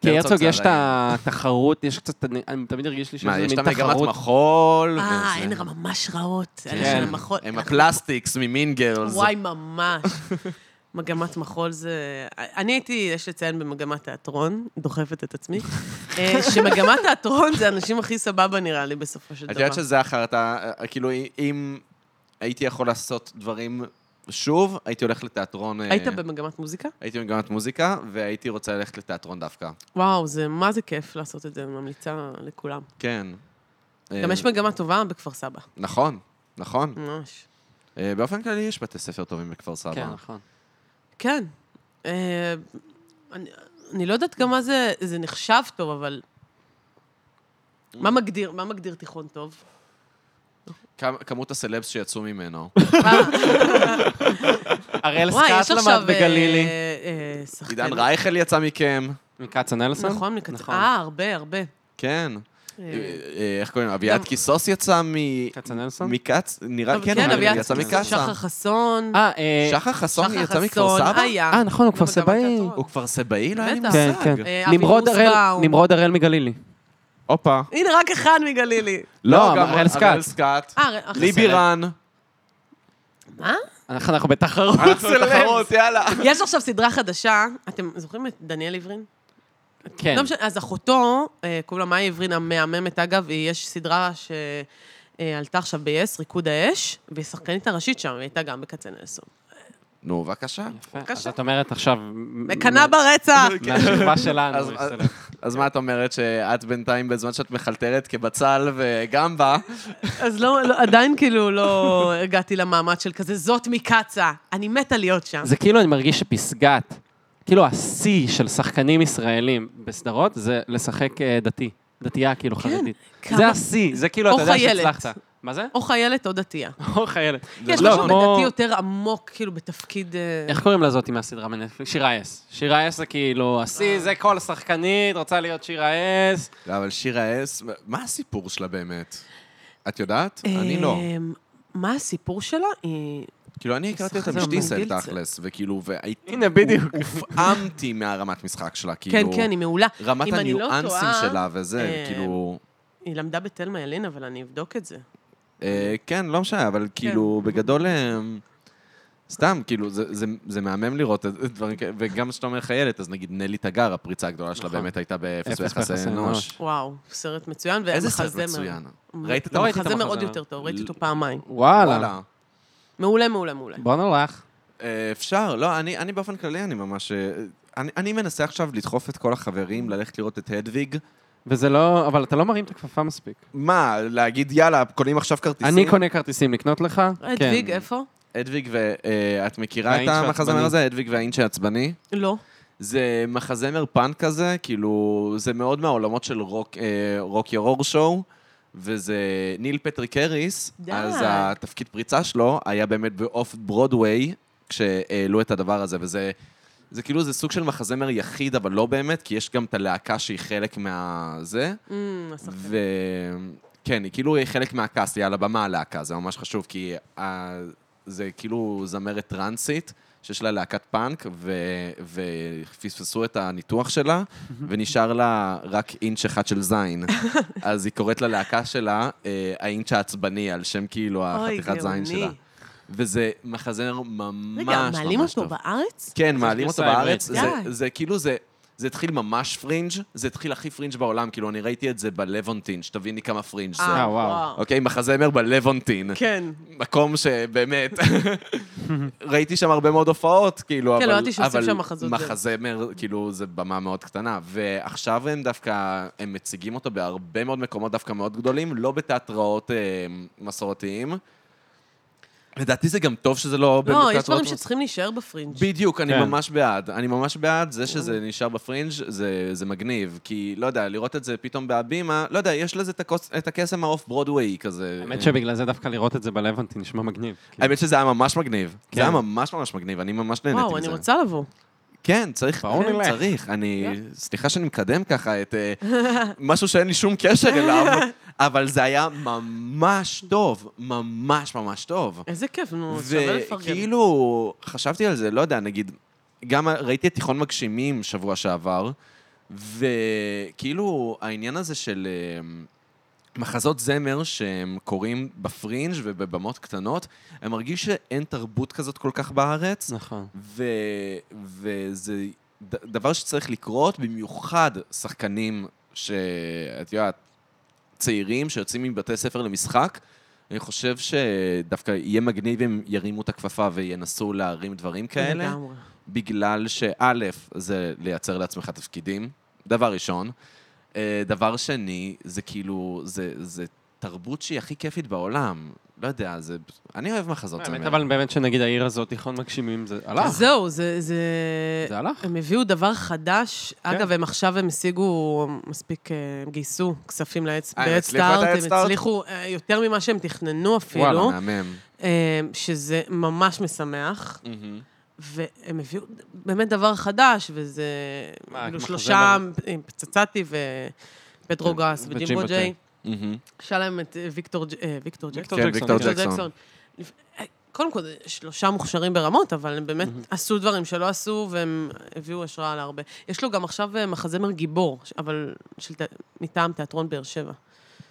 כי
הרצוג
הרצוג
זה
יש את התחרות, יש קצת, אני- אני תמיד הרגיש לי
מה,
שזה
יש
מין
את המגמת
תחרות.
מחול.
אה,
וזה.
הן גם ממש רעות. אלה
כן.
של המחול.
הם הפלסטיקס ממין גרלס.
וואי, ממש. מגמת מחול זה... אני הייתי, יש לציין במגמת תיאטרון, דוחפת את עצמי, אה, שמגמת תיאטרון זה האנשים הכי סבבה, נראה לי, בסופו של
את
דבר.
יודעת שזה החרטה, אה, כאילו, אם הייתי יכול לעשות דברים שוב, הייתי הולך לתיאטרון... אה,
היית במגמת מוזיקה?
הייתי במגמת מוזיקה, והייתי רוצה ללכת לתיאטרון דווקא.
וואו, זה מה זה כיף לעשות את זה, ממליצה לכולם.
כן.
גם
אה,
יש Mm. מגמה טובה בכפר סבא,
נכון, נכון.
ממש.
אה, באופן כללי יש בתי ספר טובים בכפר
כן,
סבא.
נכון.
כן. אה, אני- אני לא יודעת גם מה זה, זה נחשב טוב, אבל... מה מגדיר, מה מגדיר תיכון טוב?
כמ- כמות הסלבס שיצאו ממנו.
אה,
הראל
וואי, יש
סקאט
עכשיו...
למד
אה,
בגלילי.
אה, נכון, שחקנים.
עידן רייכל יצא מכם.
מכצנלסון?
נכון, מקצ... אה, הרבה, הרבה.
כן. אה, איך קוראים לו? אביעד קיסוס יצא מ...
כצנלסון?
מקץ? נראה,
טוב,
כן, אבל
אביעד
הוא יצא
קיסוס,
מקצה.
שחר חסון.
אה, אה,
שחר חסון
שחר
יצא מכפר
חסון
סבא?
היה.
אה, נכון, הוא כבר
במגמת
סבאי.
התיאטרון.
הוא כבר סבאי? לא היה לי
בטח.
מושג.
כן, כן.
אה, אבי
נמרוד הראל,
רוסבאום.
נמרוד הראל מגלילי.
הופה.
הנה, רק אחד מגלילי.
לא,
גם
אבל אראל סקעת.
אראל סקאט.
אה, הר-
לי בירן.
מה?
אנחנו אנחנו בתחרות.
אנחנו בתחרות, יאללה.
יש עכשיו סדרה חדשה, אתם זוכרים את דניאל עברין?
כן.
לא משנה, אז אחותו, אה, קוראים לה מאי עברין המהממת, אגב, היא- יש סדרה שעלתה עכשיו ב-yes, ריקוד האש, והיא שחקנית הראשית שם, היא הייתה גם בקצנלסון.
נו, בבקשה.
יפה. אז
בבקשה.
את אומרת עכשיו...
מקנאה ברצח!
אוקיי. מהשכבה שלנו.
אז-
בסדר.
אז מה את אומרת, שאת בינתיים, בזמן שאת מחלטרת כבצל וגמבה,
אז לא, לא, עדיין כאילו לא הגעתי למעמד של כזה, זאת מקצה, אני מתה להיות שם.
זה כאילו, אני מרגיש שפסגת, כאילו השיא של שחקנים ישראלים בסדרות, זה לשחק אה, דתי. דתייה, כאילו חרדית.
כן, כמה-
זה השיא, זה כאילו,
או
אתה יודע
חיילת.
שהצלחת. מה זה?
או חיילת או דתייה.
או חיילת.
יש
לא,
משהו
כמו-
בדתי יותר עמוק, כאילו, בתפקיד... אה,
איך קוראים לזאתי מהסדרה מנטפליקס? שירה אס. שירה אס זה כאילו
אה.
השיא, זה כל שחקנית, רוצה להיות שירה אס.
לא, אבל שירה אס, מה הסיפור שלה באמת? את יודעת? אני לא.
אמ, מה הסיפור שלה? היא...
כאילו, אני הכרתי אותה
זה
משטיסל
מגעיל, זה.
תכלס, וכאילו, והייתי...
הנה, בדיוק.
הופעמתי מהרמת משחק שלה,
כן,
כאילו...
כן, היא מעולה.
רמת
אם אני לא
הניואנסים
טועה,
שלה וזה,
אה,
כאילו...
היא למדה בתלמה ילין, אבל אני אבדוק את זה.
אה, כן, לא משנה, אבל כאילו, בגדול... אה, סתם, כאילו, זה- זה- זה מהמם לראות את- דברים כאלה, וגם כשאתה אומר חיילת, אז נגיד נלי תגר, הפריצה הגדולה שלה
נכון.
באמת הייתה באפס
אפס
ויחסי
ביחסי
אנוש.
אנוש.
וואו, סרט מצוין,
איזה סרט
והמחזמר.
מצוין. ראית את
לא ראיתי את
המחזמר עוד
המחזמר.
יותר טוב, ראיתי
ל-
אותו פעמיים.
וואלה.
מעולה, מעולה, מעולה.
כן.
בוא נולך.
אה, אפשר, לא, אני, אני באופן כללי, אני ממש... אה, אני, אני מנסה עכשיו לדחוף את כל החברים, ללכת לראות את הדוויג.
וזה לא, אבל אתה לא מרים את הכפפה מספיק.
מה, להגיד, יאללה, קונים עכשיו כרטיסים?
אני קונה כרטיסים לקנות לך. כן.
הדוויג, איפה?
הדוויג, ואת מכירה את
והאינץ'
המחזמר
העצבני.
הזה? הדוויג והאינץ' העצבני?
לא.
זה מחזמר פאנק כזה, כאילו, זה מאוד מהעולמות של רוק, אה, רוק ירור שואו, וזה ניל פטריק הריס,
די.
אז התפקיד פריצה שלו היה באמת באוף ברודוויי, כשהעלו את הדבר הזה, וזה... זה כאילו, זה סוג של מחזמר יחיד, אבל לא באמת, כי יש גם את הלהקה שהיא חלק מהזה,
Mm, השחקן.
ו... כן, היא כאילו חלק מהקאסט, היא על הבמה הלהקה, זה ממש חשוב, כי ה... זה כאילו זמרת טרנסית, שיש לה להקת פאנק, ו... ופספסו את הניתוח שלה, ונשאר לה רק אינץ' אחד של זין. אז היא קוראת ללהקה שלה אה, האינץ' העצבני, על שם כאילו
אוי,
החתיכת זין
גאוני.
שלה. וזה מחזמר ממש ממש
רגע,
טוב.
מעלים אותו בארץ?
כן, מעלים אותו
גרסה
בארץ.
עברית.
זה-
די.
זה כאילו, זה... זה התחיל ממש פרינג', זה התחיל הכי פרינג' בעולם, כאילו, אני ראיתי את זה בלוונטין, שתביני כמה פרינג' זה.
אה, וואו.
אוקיי, מחזמר בלוונטין.
כן.
מקום שבאמת, ראיתי שם הרבה מאוד הופעות, כאילו,
כן,
אבל...
לא ידעתי שעושים
אבל
שם מחזות זמר.
מחזמר, כאילו, זה במה מאוד קטנה. ועכשיו הם דווקא, הם מציגים אותו בהרבה מאוד מקומות דווקא מאוד גדולים, לא בתיאטראות אה, מסורתיים. לדעתי זה גם טוב שזה לא
לא,
בתיאטראות
יש דברים
מסורתיים.
שצריכים להישאר בפרינג'.
בדיוק, אני
כן.
ממש בעד. אני ממש בעד
כן.
זה שזה נשאר בפרינג', זה, זה מגניב. כי, לא יודע, לראות את זה פתאום בהבימה, לא יודע, יש לזה את, הקוס, את הקסם האוף ברודווי כזה.
כן.
האמת שבגלל זה דווקא לראות את זה בלוונטי נשמע מגניב.
האמת שזה היה ממש מגניב.
כן.
זה היה ממש ממש מגניב, אני ממש נהניתי מזה.
וואו, אני רוצה לבוא.
כן, צריך,
בואו
כן,
נלך.
צריך. אני, סליחה שאני מקדם ככה את אה, משהו שאין לי שום קשר אליו, אבל זה היה ממש טוב, ממש ממש טוב.
איזה כיף, נו, שווה כאילו, לא לפרגן.
וכאילו, חשבתי על זה, לא יודע, נגיד, גם ראיתי את תיכון מגשימים שבוע שעבר, וכאילו, העניין הזה של אמ, מחזות זמר שהם קוראים בפרינג' ובבמות קטנות, אני מרגיש שאין תרבות כזאת כל כך בארץ,
נכון.
ו, וזה ד- דבר שצריך לקרות, במיוחד שחקנים שאת יודעת, צעירים שיוצאים מבתי ספר למשחק. אני חושב שדווקא יהיה מגניב אם ירימו את הכפפה וינסו להרים דברים כאלה,
לגמרי.
בגלל שא', זה לייצר לעצמך תפקידים, דבר ראשון. אה, דבר שני, זה כאילו, זה, זה תרבות שהיא הכי כיפית בעולם. לא יודע, זה... אני אוהב מחזות.
האמת,
זמר.
אבל באמת שנגיד העיר הזאת, תיכון מגשימים, זה הלך.
זהו, זה... זה-
זה הלך.
הם הביאו דבר חדש.
כן.
אגב, הם עכשיו הם השיגו מספיק, אה, הם גייסו כספים ל-Head
אה, הם הצליחו את
Start,
ה-Head
הם
Start?
הצליחו אה, יותר ממה שהם תכננו
וואלה,
אפילו,
כאילו-
מהמם.
אה, שזה ממש משמח. והם הביאו באמת דבר חדש, וזה...
מה,
כאילו
מחזמר?
שלושה פצצתי
כן,
פטרוגס
וג'ימבו
וג'ימבו ג'יי.
ג'יי.
מהמם.
היה להם את אה, ויקטור ג'- אה, ויקטור ג'ק.
ויקטור
כן,
ג'קסון,
ויקטור
כן.
ג'קסון.
לפ- אה, קודם כל, שלושה מוכשרים ברמות, אבל הם באמת עשו דברים שלא עשו, והם הביאו השראה להרבה. יש לו גם עכשיו אה, מחזמר גיבור, ש- אבל של ת- מטעם תיאטרון באר שבע.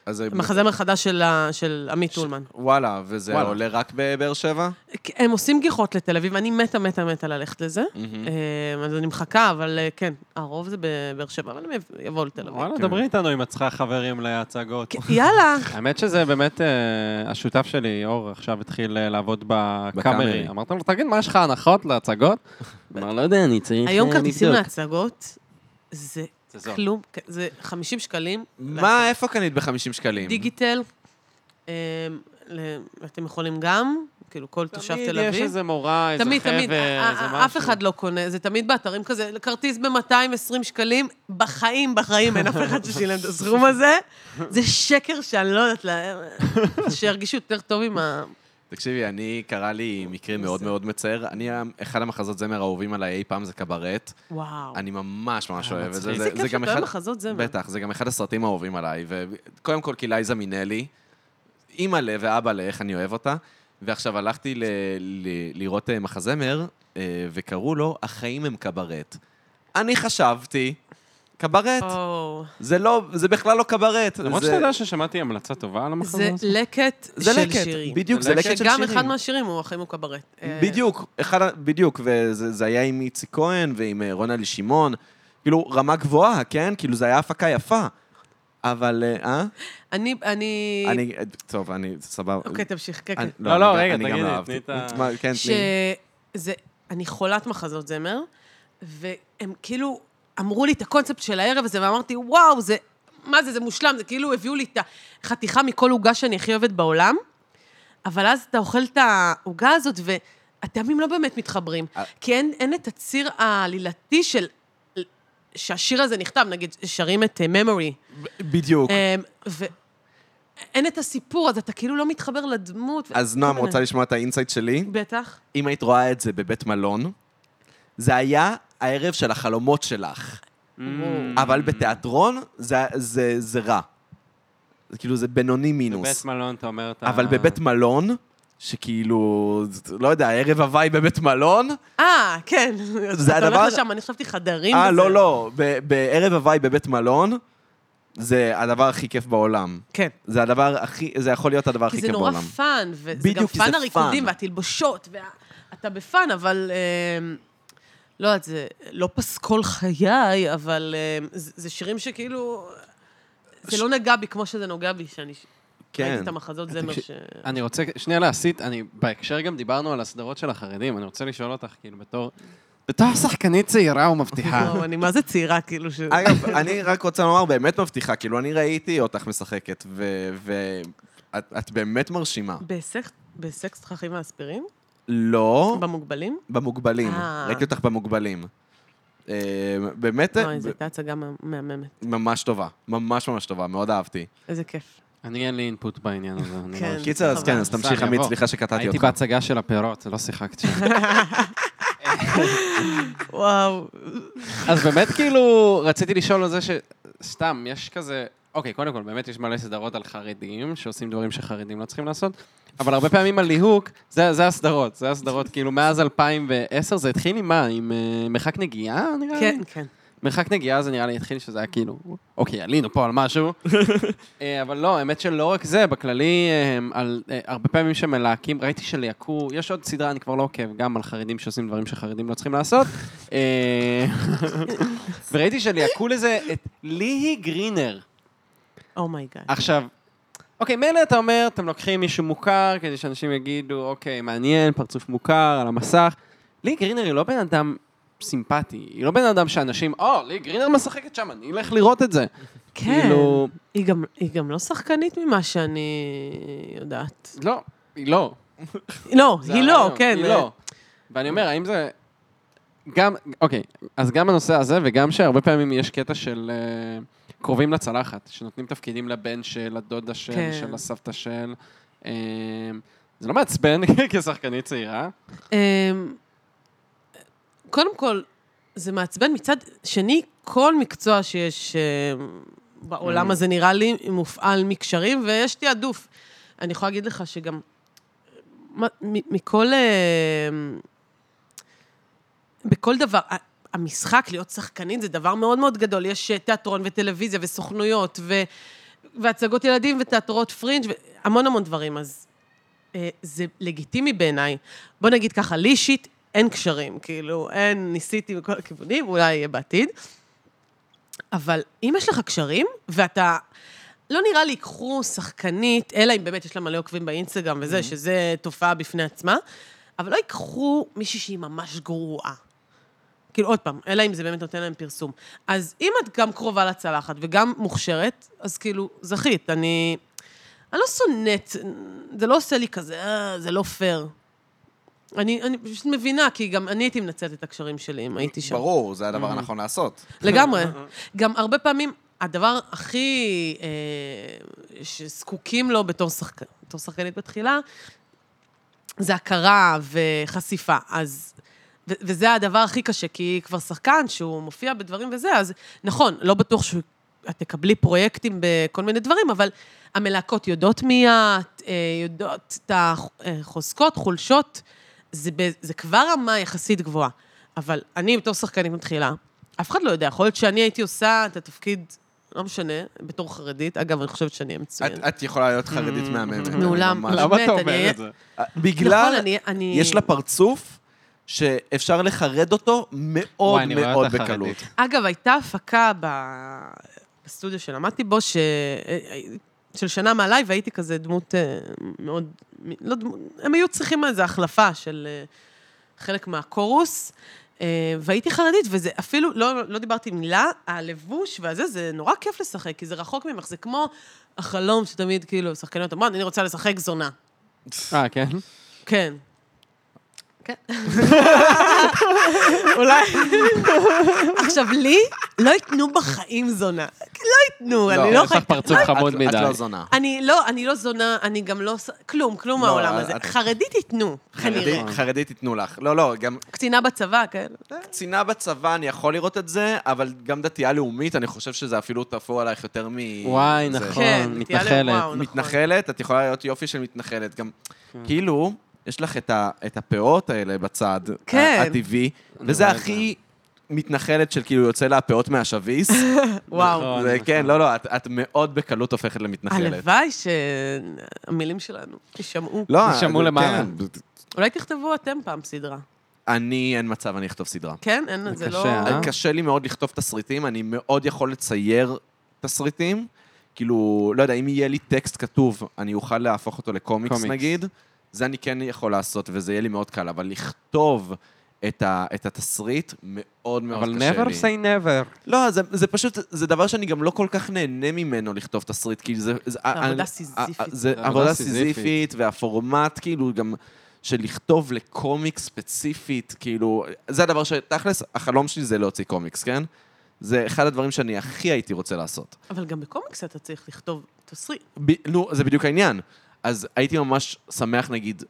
אז זה-
מחזמר חדש של ה- של עמית טולמן.
וואלה, וזה
וואלה.
עולה רק בבאר שבע?
הם עושים גיחות לתל אביב, אני מתה, מתה, מתה ללכת לזה.
מהמם.
אה, אז אני מחכה, אבל אה, כן, הרוב זה בבאר שבע, אבל הם יב- יבואו לתל אביב.
וואלה,
כן.
דברי איתנו אם את צריכה חברים להצגות.
לא כן, יאללה.
האמת שזה באמת, אה, השותף שלי, אור, עכשיו התחיל אה, לעבוד
בקאמרי.
בקאמרי. אמרתם לו, תגיד, מה יש לך הנחות להצגות? אמר, לא יודע, אני צריך...
היום
אה,
כרטיסים
לבדוק."
להצגות, זה
זה זול.
כלום, כ- זה 50 שקלים.
מה, איפה קנית ב-50 שקלים?
דיגיטל. אמ, ל- אתם יכולים גם, כאילו כל תושב תל
תמיד יש
אביב.
איזה מורה, איזה חבר,
תמיד, תמיד, א-
איזה
א-
משהו.
אף אחד לא קונה, זה תמיד באתרים כזה, כרטיס ב-220 שקלים, בחיים, בחיים אין אף אחד ששילם את הסכום הזה. זה שקר שאני לא יודעת, לה- שירגישו יותר טוב עם ה...
תקשיבי, אני, קרה לי מקרה מאוד מאוד מצער. אני, אחד המחזות זמר האהובים עליי אי פעם זה קברט.
וואו.
אני ממש ממש
אה,
אוהב את זה.
מצחיק.
זה-
איזה
זה
כיף
גם
שאתה
אחד-
אוהב מחזות זמר.
בטח, זה גם אחד הסרטים האהובים עליי, וקודם כל כי לייזה מינלי, אימא'לה ואבא'לה, איך אני אוהב אותה. ועכשיו הלכתי ל- ל- לראות אה, מחזמר, אה, וקראו לו "החיים הם קברט". אני חשבתי, קברט,
או,
זה לא, זה בכלל לא קברט.
למרות
זה-
שאתה יודע ששמעתי המלצה טובה על המחזור
זה לא-
הזה.
לקט
זה
של
לקט,
שירים.
בדיוק, זה
זה
לקט של
לקט.
שירים.
שגם אחד מהשירים הוא אחים הוא קברט. אה,
בדיוק, אחד, ה- בדיוק, וזה זה היה עם איציק כהן ועם אה, רונלד שמעון, כאילו, רמה גבוהה, כן? כאילו, זה היה הפקה יפה. אבל, אה, אה?
אני, אני...
אני, אה, טוב, אני, סבבה.
אה, אוקיי, תמשיך, כן, כן.
אני-
לא, לא,
אני גם-
רגע,
אני גם
תגידי,
אהבתי.
תני את ה-
תשמע, כן, תני.
שזה, אני חולת מחזות זמר, והם כאילו אמרו לי את הקונספט של הערב הזה, ואמרתי, וואו, זה, מה זה, זה מושלם, זה כאילו הביאו לי את החתיכה מכל עוגה שאני הכי אוהבת בעולם, אבל אז אתה אוכל את העוגה הזאת, והטעמים לא באמת מתחברים,
אה.
כי אין, אין את הציר העלילתי של... שהשיר הזה נכתב, נגיד, שרים את אה,
אוקיי.
memory, אה,
בדיוק.
ואין את הסיפור, אז אתה כאילו לא מתחבר לדמות.
אז נועם
כל מיני.
רוצה לשמוע את האינסייט שלי.
בטח.
אם היית רואה את זה בבית מלון, זה היה הערב של החלומות שלך.
Mm.
Mm.
אבל בתיאטרון זה- זה זה רע. זה כאילו, זה בינוני מינוס.
בבית מלון, אתה אומר, אתה...
אה.
אבל בבית מלון, שכאילו, לא יודע, ערב הוואי בבית מלון,
אה, כן.
זה
אתה
הדבר-
הולך לשם, אני חשבתי חדרים.
אה,
וזה.
לא, לא, ב- בערב הוואי בבית מלון, זה הדבר הכי כיף בעולם.
כן.
זה הדבר הכי, זה יכול להיות הדבר הכי
כי זה
כיף
נורא
בעולם.
פאן, וזה גם
בדיוק, כי
פאן
זה
הריקודים
פאן.
והתלבושות, ואתה בפאן, אבל... אמ, לא יודעת, זה לא פסקול חיי, אבל אמ, זה זה שירים שכאילו... זה לא נגע בי כמו שזה נוגע בי, שאני ש- ראיתי
כן.
את המחזות זמר
תקשיב-
ש...
אני רוצה שנייה להסיט, אני, בהקשר גם דיברנו על הסדרות של החרדים, אני רוצה לשאול אותך, כאילו, בתור... בתור שחקנית צעירה ומבטיחה.
וואו, אני מה זה צעירה, כאילו ש...
אגב, אני רק רוצה לומר, באמת מבטיחה, כאילו, אני ראיתי אותך משחקת, ואת באמת מרשימה.
בסקס- בסקס תככים ואספירים?
לא
במוגבלים?
במוגבלים,
אה.
ראיתי אותך במוגבלים. אה, באמת
אוי, זו הייתה הצגה מה- מהממת.
ממש טובה, ממש ממש טובה, מאוד אהבתי.
איזה כיף. אני
אני, אין לי אינפוט בעניין הזה. אני
כן.
לא-
קיצר, אז כן, אז
סע,
תמשיך,
אני
עמית,
אבוא.
סליחה שקטעתי
הייתי
אותך.
בהצגה של הפירות, לא שיחקתי.
וואו.
אז באמת, כאילו, רציתי לשאול על זה ש... סתם, יש כזה... אוקיי, קודם כל, באמת יש מלא סדרות על חרדים, שעושים דברים שחרדים לא צריכים לעשות, אבל הרבה פעמים הליהוק, זה, זה הסדרות, זה הסדרות, כאילו, מאז 2010, זה התחיל עם מה? עם אה, מרחק נגיעה, נראה לי?
אה.
כן, כן.
מרחק נגיעה זה נראה לי התחיל שזה היה כאילו, אוקיי, עלינו פה על משהו. אה, אבל לא, האמת שלא רק זה, בכללי, אה, הם על, אה, הרבה פעמים שמלהקים, ראיתי שליהקו, יש עוד סדרה, אני כבר לא עוקב, גם על חרדים שעושים דברים שחרדים לא צריכים לעשות. אה, וראיתי שליהקו לזה את ליהי גרינר.
אומייגאד.
עכשיו, אוקיי, מילא אתה אומר, אתם לוקחים מישהו מוכר, כדי שאנשים יגידו, אוקיי, מעניין, פרצוף מוכר, על המסך. לי גרינר היא לא בן אדם סימפטי, היא לא בן אדם שאנשים, או, לי גרינר משחקת שם, אני אלך לראות את זה.
כן.
כאילו,
היא גם, היא גם לא שחקנית ממה שאני יודעת.
לא, היא לא.
לא,
זה
היא לא,
הרעיון,
כן.
היא לא. ואני אומר, האם זה... גם, אוקיי, אז גם הנושא הזה, וגם שהרבה פעמים יש קטע של אה, קרובים לצלחת, שנותנים תפקידים לבן של, לדודה של,
כן.
של הסבתא של. אה, זה לא מעצבן כשחקנית צעירה.
אמ, קודם כל, זה מעצבן. מצד שני, כל מקצוע שיש אמ, בעולם הזה, נראה לי, מופעל מקשרים, ויש תעדוף. אני יכולה להגיד לך שגם מה- מ- מכל... אה, בכל דבר, ה- המשחק, להיות שחקנית, זה דבר מאוד מאוד גדול. יש אה, תיאטרון וטלוויזיה וסוכנויות ו... והצגות ילדים ותיאטרות פרינג' והמון המון דברים, אז אה, זה לגיטימי בעיניי. בוא נגיד ככה, לי אישית אין קשרים, כאילו, אין, ניסיתי מכל הכיוונים, אולי יהיה בעתיד. אבל אם יש לך קשרים, ואתה... לא נראה לי ייקחו שחקנית, אלא אם באמת יש לה מלא עוקבים באינסטגרם וזה, mm-hmm. שזה תופעה בפני עצמה, אבל לא ייקחו מישהי שהיא ממש גרועה. כאילו, עוד פעם, אלא אם זה באמת נותן להם פרסום. אז אם את גם קרובה לצלחת וגם מוכשרת, אז כאילו, זכית. אני... אני לא שונאת, זה לא עושה לי כזה, "אה, זה לא פייר. אני, אני פשוט מבינה, כי גם אני הייתי מנצלת את הקשרים שלי אם הייתי שם.
ברור, זה
Mm.
הדבר הנכון לעשות.
לגמרי. גם הרבה פעמים, הדבר הכי אה, שזקוקים לו בתור, שחק... בתור שחקנית בתחילה, זה הכרה וחשיפה. אז... ו- וזה הדבר הכי קשה, כי כבר שחקן שהוא מופיע בדברים וזה, אז נכון, לא בטוח שאת תקבלי פרויקטים בכל מיני דברים, אבל המלהקות יודעות מי את, אה, יודעות את החוזקות, חולשות, זה, ב- זה כבר רמה יחסית גבוהה. אבל אני בתור שחקנית מתחילה, אף אחד לא יודע, יכול להיות שאני הייתי עושה את התפקיד, לא משנה, בתור חרדית, אגב, אני חושבת שאני אהיה מצוינת.
את- את יכולה להיות חרדית מהממת. אני
מעולם,
ממש- אה,
למה
באמת,
אתה
אני-
אומר את זה?
נכון,
בגלל,
Mm. אני... אני...
יש לה פרצוף שאפשר לחרד אותו מאוד
וואי, אני רואה
מאוד
אותך
בקלות.
חרדית.
אגב, הייתה הפקה ב... בסטודיו שלמדתי בו, ש... של שנה מעליי, והייתי כזה דמות אה, מאוד... לא דמות... הם היו צריכים איזו החלפה של אה, חלק מהקורוס, אה, והייתי חרדית, וזה אפילו, לא, לא דיברתי מילה, הלבוש והזה, זה נורא כיף לשחק, כי זה רחוק ממך, זה כמו החלום שתמיד, כאילו, שחקניות אומרות, אני רוצה לשחק זונה.
אה, כן?
כן. כן. אולי... עכשיו, לי לא ייתנו בחיים זונה. לא ייתנו, אני לא
יש לך
חייבת...
פרצוף חמוד
את-
מדי.
את לא זונה.
אני לא, אני לא זונה, אני גם לא... ס- כלום, כלום
לא,
העולם
את-
הזה.
את-
חרדית ייתנו, כנראה.
חרדית- חרדית ייתנו לך. לא, לא, גם
קצינה בצבא, כן.
קצינה בצבא, אני יכול לראות את זה, אבל גם דתייה לאומית, אני חושב שזה אפילו תפור עלייך יותר מ...
וואי,
זה-
נכון,
כן,
מתנחלת.
תהיה להם, וואו, נכון.
מתנחלת, את יכולה להיות יופי של מתנחלת. גם,
כן.
כאילו, יש לך את ה- את הפאות האלה בצד,
כן.
ה- הטבעי, וזה
רואה את
הכי מתנחלת של כאילו יוצא לה הפאות מהשביס.
וואו.
נכון.
זה כן, לא, לא, את- את מאוד בקלות הופכת למתנחלת.
הלוואי שהמילים שלנו יישמעו.
לא,
תשמעו
כן,
למעלה.
אולי תכתבו אתם פעם סדרה.
אני, אין מצב, אני אכתוב סדרה.
כן? אין, זה לא...
קשה, אה?
קשה לי מאוד לכתוב תסריטים, אני מאוד יכול לצייר תסריטים. כאילו, לא יודע, אם יהיה לי טקסט כתוב, אני אוכל להפוך אותו לקומיקס
קומיקס.
נגיד, זה אני כן יכול לעשות, וזה יהיה לי מאוד קל, אבל לכתוב את, ה, את התסריט, מאוד מאוד
אבל
קשה
never
לי.
say never.
לא, זה, זה פשוט, זה דבר שאני גם לא כל כך נהנה ממנו לכתוב תסריט, כי זה... זה
עבודה
אני-
סיזיפית.
א- א- זה
עבודה
עבודה
סיזיפית.
סיזיפית, והפורמט, כאילו, גם של לכתוב לקומיק ספציפית, כאילו, זה הדבר ש... תכלס, החלום שלי זה להוציא קומיקס, כן? זה אחד הדברים שאני הכי הייתי רוצה לעשות.
אבל גם בקומיקס אתה צריך לכתוב תסריט.
ב... נו, זה בדיוק העניין. אז הייתי ממש שמח, נגיד,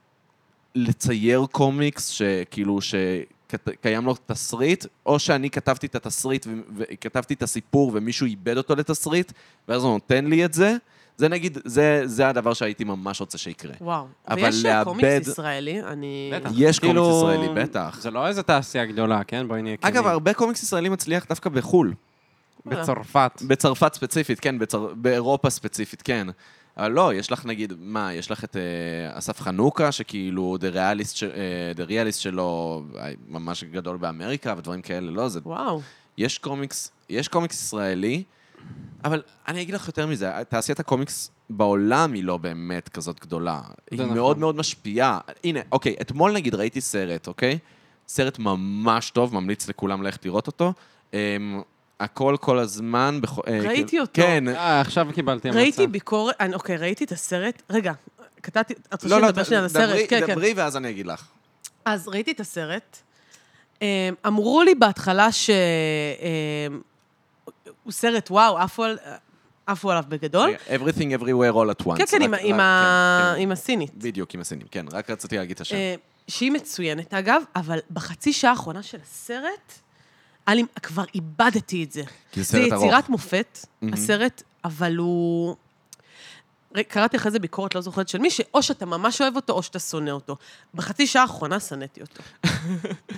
לצייר קומיקס, שכאילו, שקיים לו תסריט, או שאני כתבתי את התסריט ו- וכתבתי את הסיפור ומישהו איבד אותו לתסריט, ואז הוא נותן לי את זה. זה נגיד, זה, זה הדבר שהייתי ממש רוצה שיקרה.
וואו.
אבל
ויש אה,
לאבד-
קומיקס ישראלי, אני...
בטח.
יש
כאילו,
קומיקס ישראלי, בטח.
זה לא איזה תעשייה גדולה, כן? בואי נהיה כנים.
אגב, הרבה קומיקס ישראלי מצליח דווקא בחו"ל.
בצרפת.
בצרפת ספציפית, כן, בצר... באירופה ספציפית, כן. אבל לא, יש לך נגיד, מה, יש לך את אה, אסף חנוכה, שכאילו, דה ריאליסט, ש... אה, דה ריאליסט שלו אה, ממש גדול באמריקה ודברים כאלה, לא, זה...
וואו.
כן,
יש קומיקס, יש קומיקס ישראלי, אבל אני אגיד לך יותר מזה, תעשיית הקומיקס בעולם היא לא באמת כזאת גדולה. היא
נכון.
מאוד מאוד משפיעה. הנה, אוקיי, אתמול נגיד ראיתי סרט, אוקיי? סרט ממש טוב, ממליץ לכולם ללכת לראות אותו. אמ, הכל כל הזמן... בכ- אה,
ראיתי
כאילו-
אותו.
כן.
אה, עכשיו קיבלתי המלצה.
ראיתי ביקורת, אני- אוקיי, ראיתי את הסרט, רגע, קטעתי, את רוצה
לא, לא,
שנדבר שנייה על
דברי-
הסרט, כן, כן.
דברי ואז אני אגיד לך.
אז ראיתי את הסרט, אמ, אמרו לי בהתחלה ש... אמ, הוא סרט וואו, עפו על- עפו עליו בגדול.
אוקיי, Everything Everywhere All at Once.
אוקיי. כן, כן,
רק- רק-
עם ה- עם ה-
כן, כן.
עם הסינית.
בדיוק, עם הסינים, כן, רק רציתי להגיד את השם.
אה, שהיא מצוינת, אגב, אבל בחצי שעה האחרונה של הסרט, היה לי- כבר איבדתי את זה.
כי זה
זה
סרט ארוך.
יצירת מופת,
מהמם.
הסרט, אבל הוא... ר- קראתי אחרי זה ביקורת, לא זוכרת של מי, שאו שאתה ממש אוהב אותו, או שאתה שונא אותו. בחצי שעה האחרונה שנאתי אותו.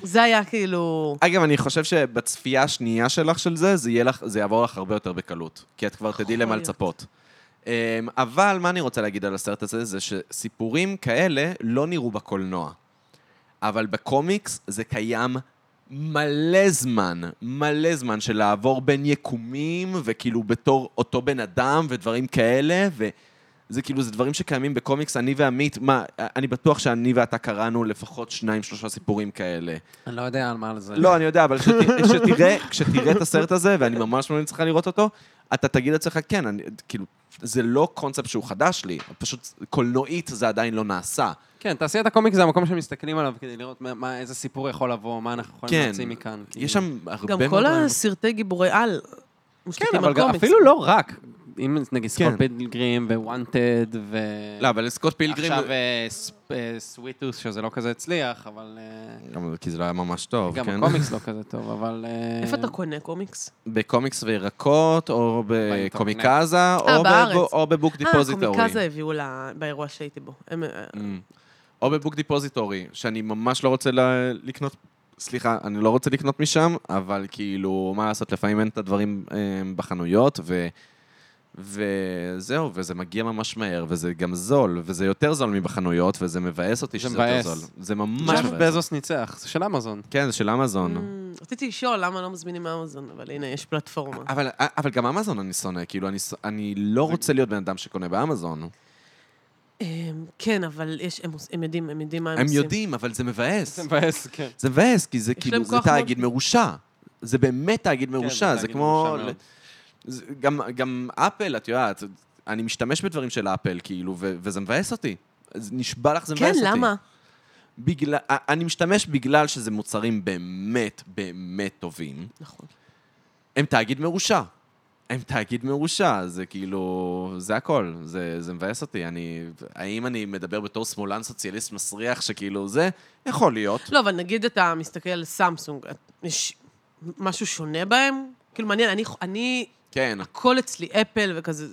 זה היה כאילו...
אגב, אני חושב שבצפייה השנייה שלך של זה, זה, יהיה לך, זה יעבור לך הרבה יותר בקלות. כי את כבר תדעי
יכול
למה
להיות.
לצפות. אמ, אבל מה אני רוצה להגיד על הסרט הזה, זה שסיפורים כאלה לא נראו בקולנוע. אבל בקומיקס זה קיים מלא זמן, מלא זמן של לעבור בין יקומים, וכאילו בתור אותו בן אדם ודברים כאלה, ו... זה כאילו, זה דברים שקיימים בקומיקס, אני ועמית, מה, אני בטוח שאני ואתה קראנו לפחות שניים, שלושה סיפורים כאלה.
אני לא יודע על מה זה.
לא, אני יודע, אבל כשת- כשתראה, כשתראה את הסרט הזה, ואני ממש ממליץ לך לראות אותו, אתה תגיד לעצמך, כן, אני, כאילו, זה לא קונספט שהוא חדש לי, פשוט קולנועית זה עדיין לא נעשה.
כן, תעשיית הקומיקס זה המקום שמסתכלים עליו כדי לראות מה- מה- איזה סיפור יכול לבוא, מה אנחנו יכולים
כן.
להוציא מכאן. כאילו.
יש שם הרבה
גם
מאוד
כל
רעיונות.
הסרטי גיבורי על
כן,
מושתתים
אבל
על
גם-
קומיקס.
אפילו לא רק. אם נגיד
כן.
סקוט פילגרים ווונטד ו...
לא, אבל סקוט פילגרים...
עכשיו אה, ס- אה, סוויטוס, שזה לא כזה הצליח, אבל... אה,
גם- כי זה לא היה ממש טוב,
גם
כן?
הקומיקס לא כזה טוב, אבל... אה,
איפה אתה קונה קומיקס?
בקומיקס וירקות, או בקומיקזה, או
אה, בארץ.
בגו- או בבוק
אה,
דיפוזיטורי.
קומיקזה הביאו לה- באירוע שהייתי בו. הם, אה,
או בבוק דיפוזיטורי, שאני ממש לא רוצה ל- לקנות, סליחה, אני לא רוצה לקנות משם, אבל כאילו, מה לעשות, לפעמים אין את הדברים אה, בחנויות, ו... וזהו, וזה מגיע ממש מהר, וזה גם זול, וזה יותר זול מבחנויות, וזה מבאס אותי
זה
שזה יותר
מבאס.
זול. זה ממש
ג'ף
מבאס.
בזוס ניצח, זה של אמזון.
כן, זה של
Mm.
אמזון.
אמ, רציתי לשאול למה לא מזמינים מאמזון, אבל הנה, יש פלטפורמה.
אבל, אבל גם אמזון אני שונא, כאילו, אני, ש- אני לא רוצה להיות בן אדם שקונה באמזון.
אמ, כן, אבל יש- הם עוש- הם יודעים, הם יודעים מה הם
הם
עושים.
יודעים, אבל זה מבאס.
זה מבאס, כן.
זה מבאס, כי זה
יש
כאילו,
להם
זה
כוח מאוד-
תאגיד מרושע. זה באמת תאגיד מרושע, זה
כן, תאגיד
כמו...
מרושע מאוד.
זה- גם- גם אפל, את יודעת, אני משתמש בדברים של אפל, כאילו, ו- וזה מבאס אותי. אז נשבע לך, זה
כן,
מבאס אותי.
למה?
בגלל- אני משתמש בגלל שזה מוצרים באמת, באמת טובים.
נכון.
הם תאגיד מרושע. הם תאגיד מרושע, זה כאילו, זה הכל, זה, זה מבאס אותי. אני, האם אני מדבר בתור שמאלן סוציאליסט מסריח שכאילו זה? יכול להיות.
לא, אבל נגיד אתה מסתכל על סמסונג, את- יש משהו שונה בהם? כאילו, מעניין, אני- אני,
כן.
הכל אצלי אפל וכזה,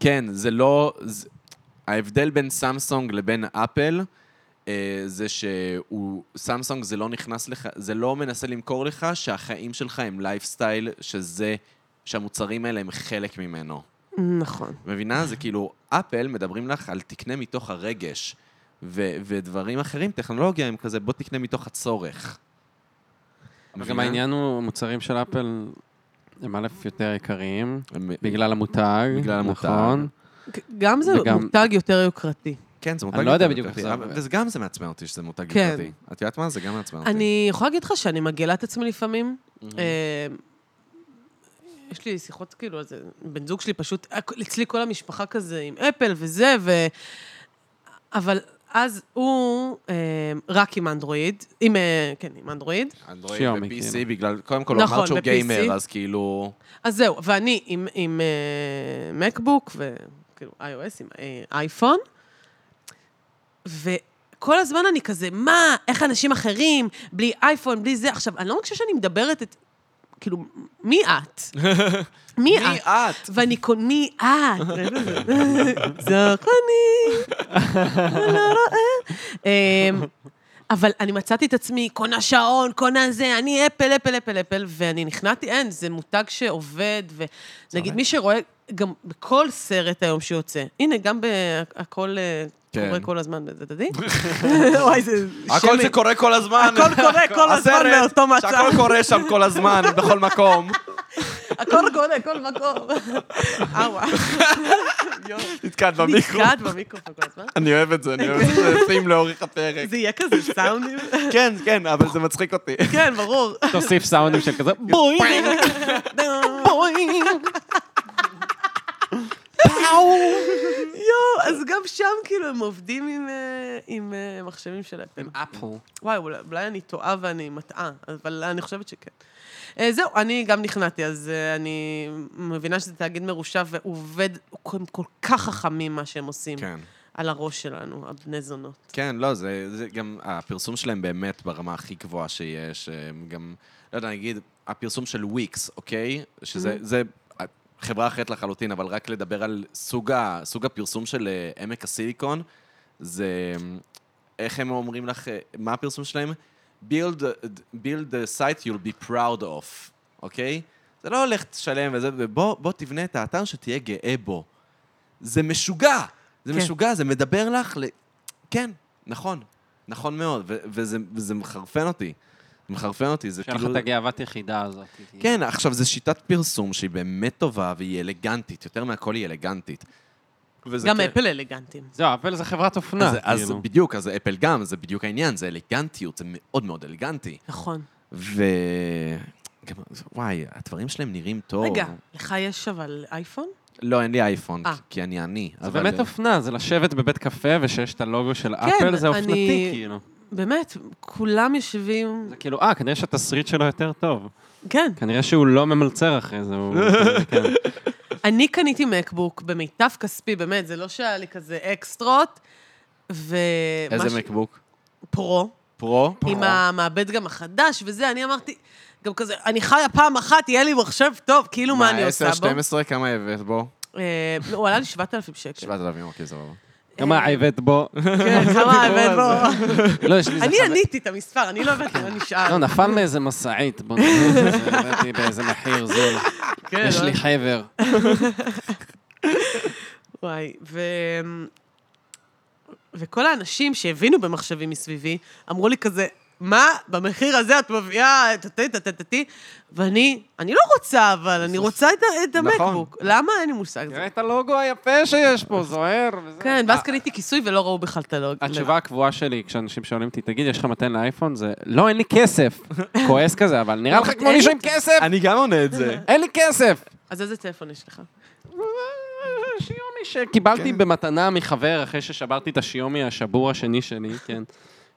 כן, זה לא... זה... ההבדל בין סמסונג לבין אפל, אה, זה שהוא... סמסונג זה לא נכנס לך, זה לא מנסה למכור לך שהחיים שלך הם לייפסטייל, שזה... שהמוצרים האלה הם חלק ממנו.
נכון.
מבינה? זה כאילו, אפל מדברים לך על תקנה מתוך הרגש, ו- ודברים אחרים, טכנולוגיה הם כזה, בוא תקנה מתוך הצורך.
גם
מבינה?
העניין הוא, המוצרים של אפל הם א' יותר יקרים,
הם-
בגלל המותג,
בגלל המותג.
נכון.
גם זה
וגם-
מותג יותר יוקרתי.
כן, זה מותג
אני לא יודע
יותר
בדיוק איך
יוקרתי,
זה
אבל-
עובד.
וזה גם זה מעצבן אותי שזה מותג
כן.
יוקרתי. את יודעת מה? זה גם מעצבן אותי.
אני יכולה להגיד לך שאני מגעילה את עצמי לפעמים.
מהמם.
אה, יש לי שיחות כאילו, אז בן זוג שלי פשוט, אצלי כל המשפחה כזה עם אפל וזה, ו... אבל אז הוא אה, רק עם אנדרואיד, עם, אה, כן, עם אנדרואיד.
אנדרואיד
שיומי,
ו-PC,
כאילו.
בגלל, קודם כל, הוא
נכון,
אמר שהוא
ב-PC.
גיימר, אז כאילו...
אז זהו, ואני עם, עם אה, מקבוק וכאילו iOS, עם אה, אייפון, וכל הזמן אני כזה, מה, איך אנשים אחרים, בלי אייפון, בלי זה. עכשיו, אני לא מרגישה שאני מדברת את... כאילו, מי את? מי את?
את?
ואני קונה, מי את? זוכני, לא רואה. אמ, אבל אני מצאתי את עצמי, קונה שעון, קונה זה, אני אפל, אפל, אפל, אפל, ואני נכנעתי, אין, זה מותג שעובד, ונגיד, מי שרואה, גם בכל סרט היום שיוצא, הנה, גם בהכל אה,
כן.
קורה כל הזמן, זה דדי? וואי, זה...
הכל
שמי.
זה קורה כל הזמן.
הכל קורה כל הזמן
הסרט,
מאותו מצב.
שהכל קורה שם כל הזמן, בכל מקום.
הכל קורה, כל מקום. אאווה. יואו.
נתקעת במיקרו.
נתקעת במיקרופון כל הזמן.
אני אוהב את זה, אני אוהב את זה, שים לאורך הפרק.
זה יהיה כזה סאונדים.
כן, כן, אבל זה מצחיק אותי.
כן, ברור.
תוסיף סאונדים של כזה, בואי!
בוינג. יואו, אז גם שם כאילו הם עובדים עם, אה, עם אה, מחשבים של אפל.
אפל.
וואי, אולי- אולי אני טועה ואני מטעה, אבל אני חושבת שכן. אה, זהו, אני גם נכנעתי, אז אה, אני מבינה שזה תאגיד מרושע ועובד, הם כל כך חכמים מה שהם עושים
כן.
על הראש שלנו, הבני זונות.
כן, לא, זה, זה גם, הפרסום שלהם באמת ברמה הכי גבוהה שיש. הם גם, לא יודע, נגיד, הפרסום של וויקס, אוקיי? שזה
Mm-hmm.
זה אה, חברה אחרת לחלוטין, אבל רק לדבר על סוג, ה, סוג הפרסום של אה, עמק הסיליקון, זה איך הם אומרים לך, אה, מה הפרסום שלהם? build, build a site you'll be proud of, אוקיי? זה לא הולך תשלם וזה, ובוא בוא תבנה את האתר שתהיה גאה בו. זה משוגע! זה
כן.
כן. משוגע, זה מדבר לך ל... כן, נכון, נכון מאוד, ו- וזה, וזה מחרפן אותי. זה מחרפן אותי, זה
שיהיה לך
כאילו...
את הגאוות יחידה הזאת.
כן, עכשיו, זו שיטת פרסום שהיא באמת טובה והיא אלגנטית, יותר מהכל היא אלגנטית. וזה
גם
כן- אה,
אפל אלגנטים.
זהו, אפל זה חברת אופנה.
אז, אז
כאילו.
בדיוק, אז אפל גם, זה בדיוק העניין, זה אלגנטיות, זה מאוד מאוד אלגנטי.
נכון.
ו... גם, וואי, הדברים שלהם נראים טוב.
רגע, לך יש אבל אייפון?
לא, אין לי אייפון,
אה.
כי אני עני.
זה
אבל,
באמת
אה,
אופנה, זה לשבת בבית קפה ושיש את הלוגו של אפל, זה
אני-
אופנתי, כאילו.
באמת, כולם יושבים...
זה כאילו, אה, כנראה שהתסריט שלו יותר טוב.
כן.
כנראה שהוא לא ממלצר אחרי זה, הוא... כן.
אני קניתי מקבוק במיטב כספי, באמת, זה לא שהיה לי כזה אקסטרות. ומה
איזה מקבוק?
פרו,
פרו?
עם המעבד גם החדש וזה, אני אמרתי, גם כזה, אני חיה פעם אחת, יהיה לי מחשב טוב, כאילו מה אני עושה בו.
10-12, כמה הבאת בו?
אה, הוא עלה לי 7,000 שקל.
7,000, אוקיי, סבבה.
גם העיוות בו.
כן, כמה העבד בו.
לא, יש לי... זה
אני
חבר-
עניתי את המספר, אני לא הבנתי מה נשאר.
לא, נפל מאיזה משאית, בוא נראה את זה, הבאתי באיזה מחיר זול.
כן,
יש
לא-
לי חבר.
וואי, ו... וכל האנשים שהבינו במחשבים מסביבי, אמרו לי כזה, מה, במחיר הזה את מביאה טטי טטי טטי, ואני, אני לא רוצה, אבל אני רוצה את, ה- את
נכון.
המקבוק. למה? אין לי מושג.
תראה את הלוגו היפה שיש פה, זוהר. וזה.
כן, ואז קניתי כיסוי ולא ראו בכלל את הלוג.
התשובה הקבועה שלי, כשאנשים שואלים אותי, תגיד, יש לך מתן לאייפון? זה, לא, אין לי כסף. כועס כזה, אבל נראה לך כמו
אין
מישהו
לי
עם כסף?
אני גם עונה את זה.
אין לי כסף!
לא. אז איזה טלפון יש לך?
שיומי שקיבלתי
כן.
במתנה מחבר אחרי ששברתי את השיומי השבור השני שלי, כן.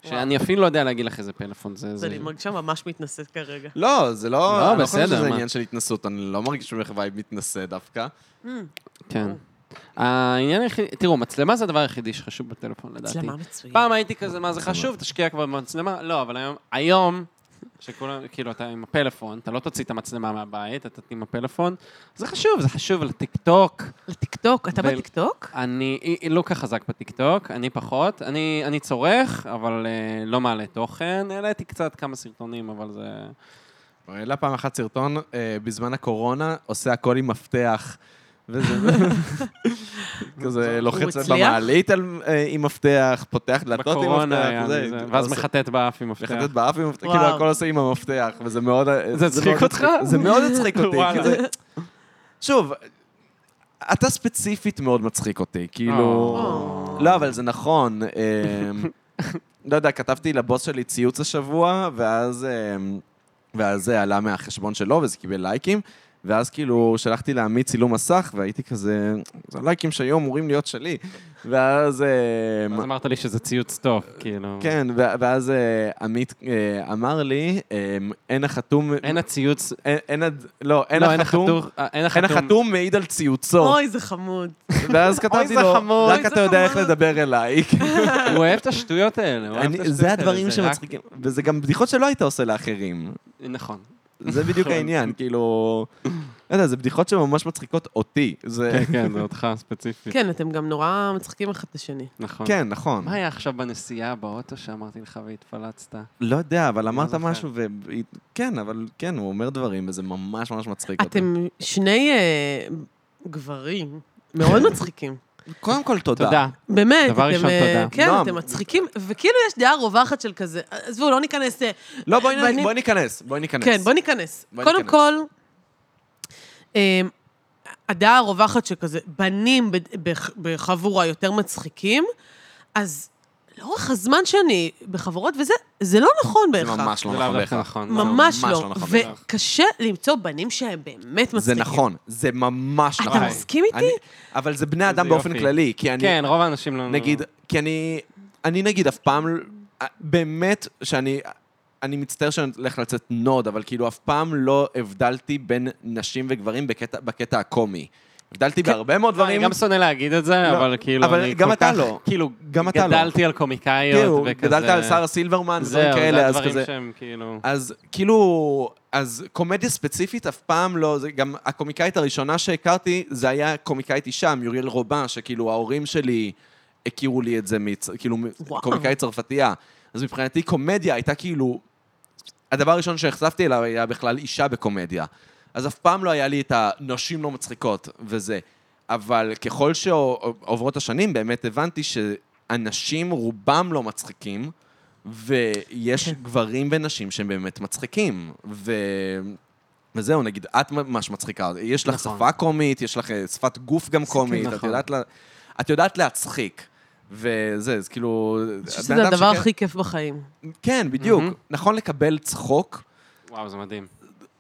שאני אפילו לא יודע להגיד לך איזה פלאפון זה.
אז
זה-
אני מרגישה ממש מתנשאת כרגע.
לא, זה לא...
לא,
אני לא חושב
בסדר,
שזה
מה?
עניין של התנסות, אני לא מרגיש שמחווה היא מתנשא דווקא.
כן. העניין היחיד, תראו, מצלמה זה הדבר היחידי שחשוב בטלפון, לדעתי.
מצלמה מצוין.
פעם הייתי כזה, מה זה חשוב, תשקיע כבר במצלמה. לא, אבל היום, היום, שכולם, כאילו, אתה עם הפלאפון, אתה לא תוציא את המצלמה מהבית, אתה עם הפלאפון. זה חשוב, זה חשוב לטיקטוק.
לטיקטוק, אתה
בל-
בטיקטוק?
אני היא- היא לא ככה חזק בטיקטוק, אני פחות. אני, אני צורך, אבל אה, לא מעלה תוכן. העליתי קצת כמה סרטונים, אבל זה...
העלה פעם אחת סרטון, אה, בזמן הקורונה, עושה הכל עם מפתח. וזה... כזה לוחץ
הצליח?
במעלית על- אה, עם מפתח, פותח דלתות עם
בקורונה
מפתח,
היה
וזה,
מזה,
כאילו,
ואז
עושה-
מחטט באף עם מפתח.
מחטט באף עם מפתח,
וואו.
כאילו הכל עושה עם המפתח, וזה מאוד...
זה הצחיק
מאוד
אותך?
זה מאוד הצחיק אותי,
וואלה.
כי זה... שוב, אתה ספציפית מאוד מצחיק אותי, כאילו...
או.
אה.
לא, אבל זה נכון. אמ, לא יודע, כתבתי לבוס שלי ציוץ השבוע, ואז... אמ, ואז זה עלה מהחשבון שלו, וזה קיבל לייקים, ואז כאילו שלחתי לעמית צילום מסך, והייתי כזה, זה לייקים שהיו אמורים להיות שלי. ואז... אמ,
אז אמרת לי שזה ציוץ טוב, כאילו.
כן, ו- ואז אה, עמית אה, אמר לי, אה, אין החתום...
אין הציוץ...
אין- אין הד... לא, אין
לא, אין
החתום...
החתום- אה, אין
אין
החתום...
החתום מעיד על
לא.
ציוצו.
אוי, זה חמוד.
ואז כתבתי
זה
לו,
חמוד.
רק
אוי,
אתה
זה
יודע איך
חמוד."
לדבר אליי.
הוא אוהב את השטויות האלה, הוא אוהב את
אני-
השטויות
זה
האלה,
הדברים
רק-
שמצחיקים. וזה גם בדיחות שלא היית עושה לאחרים.
נכון.
זה בדיוק
נכון.
העניין, כאילו... לא יודע, זה בדיחות שממש מצחיקות אותי. זה...
כן, כן, זה אותך ספציפית.
כן, אתם גם נורא מצחיקים אחד את השני.
נכון.
כן, נכון.
מה היה עכשיו בנסיעה באוטו שאמרתי לך והתפלצת?
לא יודע, אבל אמרת
זוכר.
משהו ו... כן, אבל כן, הוא אומר דברים, וזה ממש ממש מצחיק אותי.
אתם שני אה, גברים מאוד מצחיקים.
קודם כל, תודה.
תודה.
באמת,
דבר
אתם,
ראשון,
אה,
תודה.
כן,
נועם.
אתם מצחיקים, וכאילו יש דעה רווחת של כזה, עזבו, לא ניכנס, אה,
לא, בואי נ-
ואני-
בואי ניכנס, בואי ניכנס.
כן, בוא ניכנס.
בוא
קודם
ניכנס.
כל, אה, הדעה הרווחת שכזה, בנים ב- בח- בחבורה יותר מצחיקים, אז לאורך הזמן שאני בחבורות וזה, זה לא נכון
זה
בהכרח.
ממש לא
זה
נכון
לאו
לך.
דווקא נכון.
ממש
זה ממש
לא.
לא נכון בהכרח.
וקשה למצוא בנים שהם באמת מצחיקים.
זה נכון, זה ממש
אתה
נכון.
מסכים איתי?
אני- אבל זה בני אדם
יופי.
באופן כללי, כי אני,
כן, רוב האנשים לא...
נגיד, כי אני, אני נגיד אף פעם, ל- באמת שאני, אני מצטער שאני הולך לצאת נוד, אבל כאילו אף פעם לא הבדלתי בין נשים וגברים בקטע, בקטע הקומי. הבדלתי בהרבה מאוד דברים.
כן. אני אה, גם שונא להגיד את זה,
לא,
אבל כאילו,
אבל
אני
גם
כל
אתה
כך,
לא.
כאילו,
גם אתה לא.
גדלתי על קומיקאיות
כאילו,
וכזה.
גדלת על שרה סילברמן, דברים כאלה, אז
זהו, זה הדברים
כזה...
שהם כאילו...
אז כאילו, אז קומדיה ספציפית אף פעם לא, זה גם הקומיקאית הראשונה שהכרתי, זה היה קומיקאית אישה, מיוריאל רובן, שכאילו ההורים שלי הכירו לי את זה, מצ... כאילו,
וואו.
וואו. קומיקאית צרפתייה. אז מבחינתי קומדיה הייתה כאילו, הדבר הראשון שנחשפתי אליו היה בכלל אישה בקומדיה. אז אף פעם לא היה לי את הנשים לא מצחיקות וזה. אבל ככל שעוברות השנים, באמת הבנתי שאנשים רובם לא מצחיקים, ויש
כן.
גברים ונשים שהם באמת מצחיקים. ו... וזהו, נגיד, את ממש מצחיקה. יש לך
נכון.
שפה קומית, יש לך אה, שפת גוף גם
כן,
קומית, את
נכון.
יודעת, לה... את יודעת להצחיק. וזה, זה כאילו...
אני חושבת
הבן
שזה
אדם
הדבר
שכן-
הכי כיף בחיים.
כן, בדיוק.
מהמם.
נכון לקבל צחוק,
וואו, זה מדהים.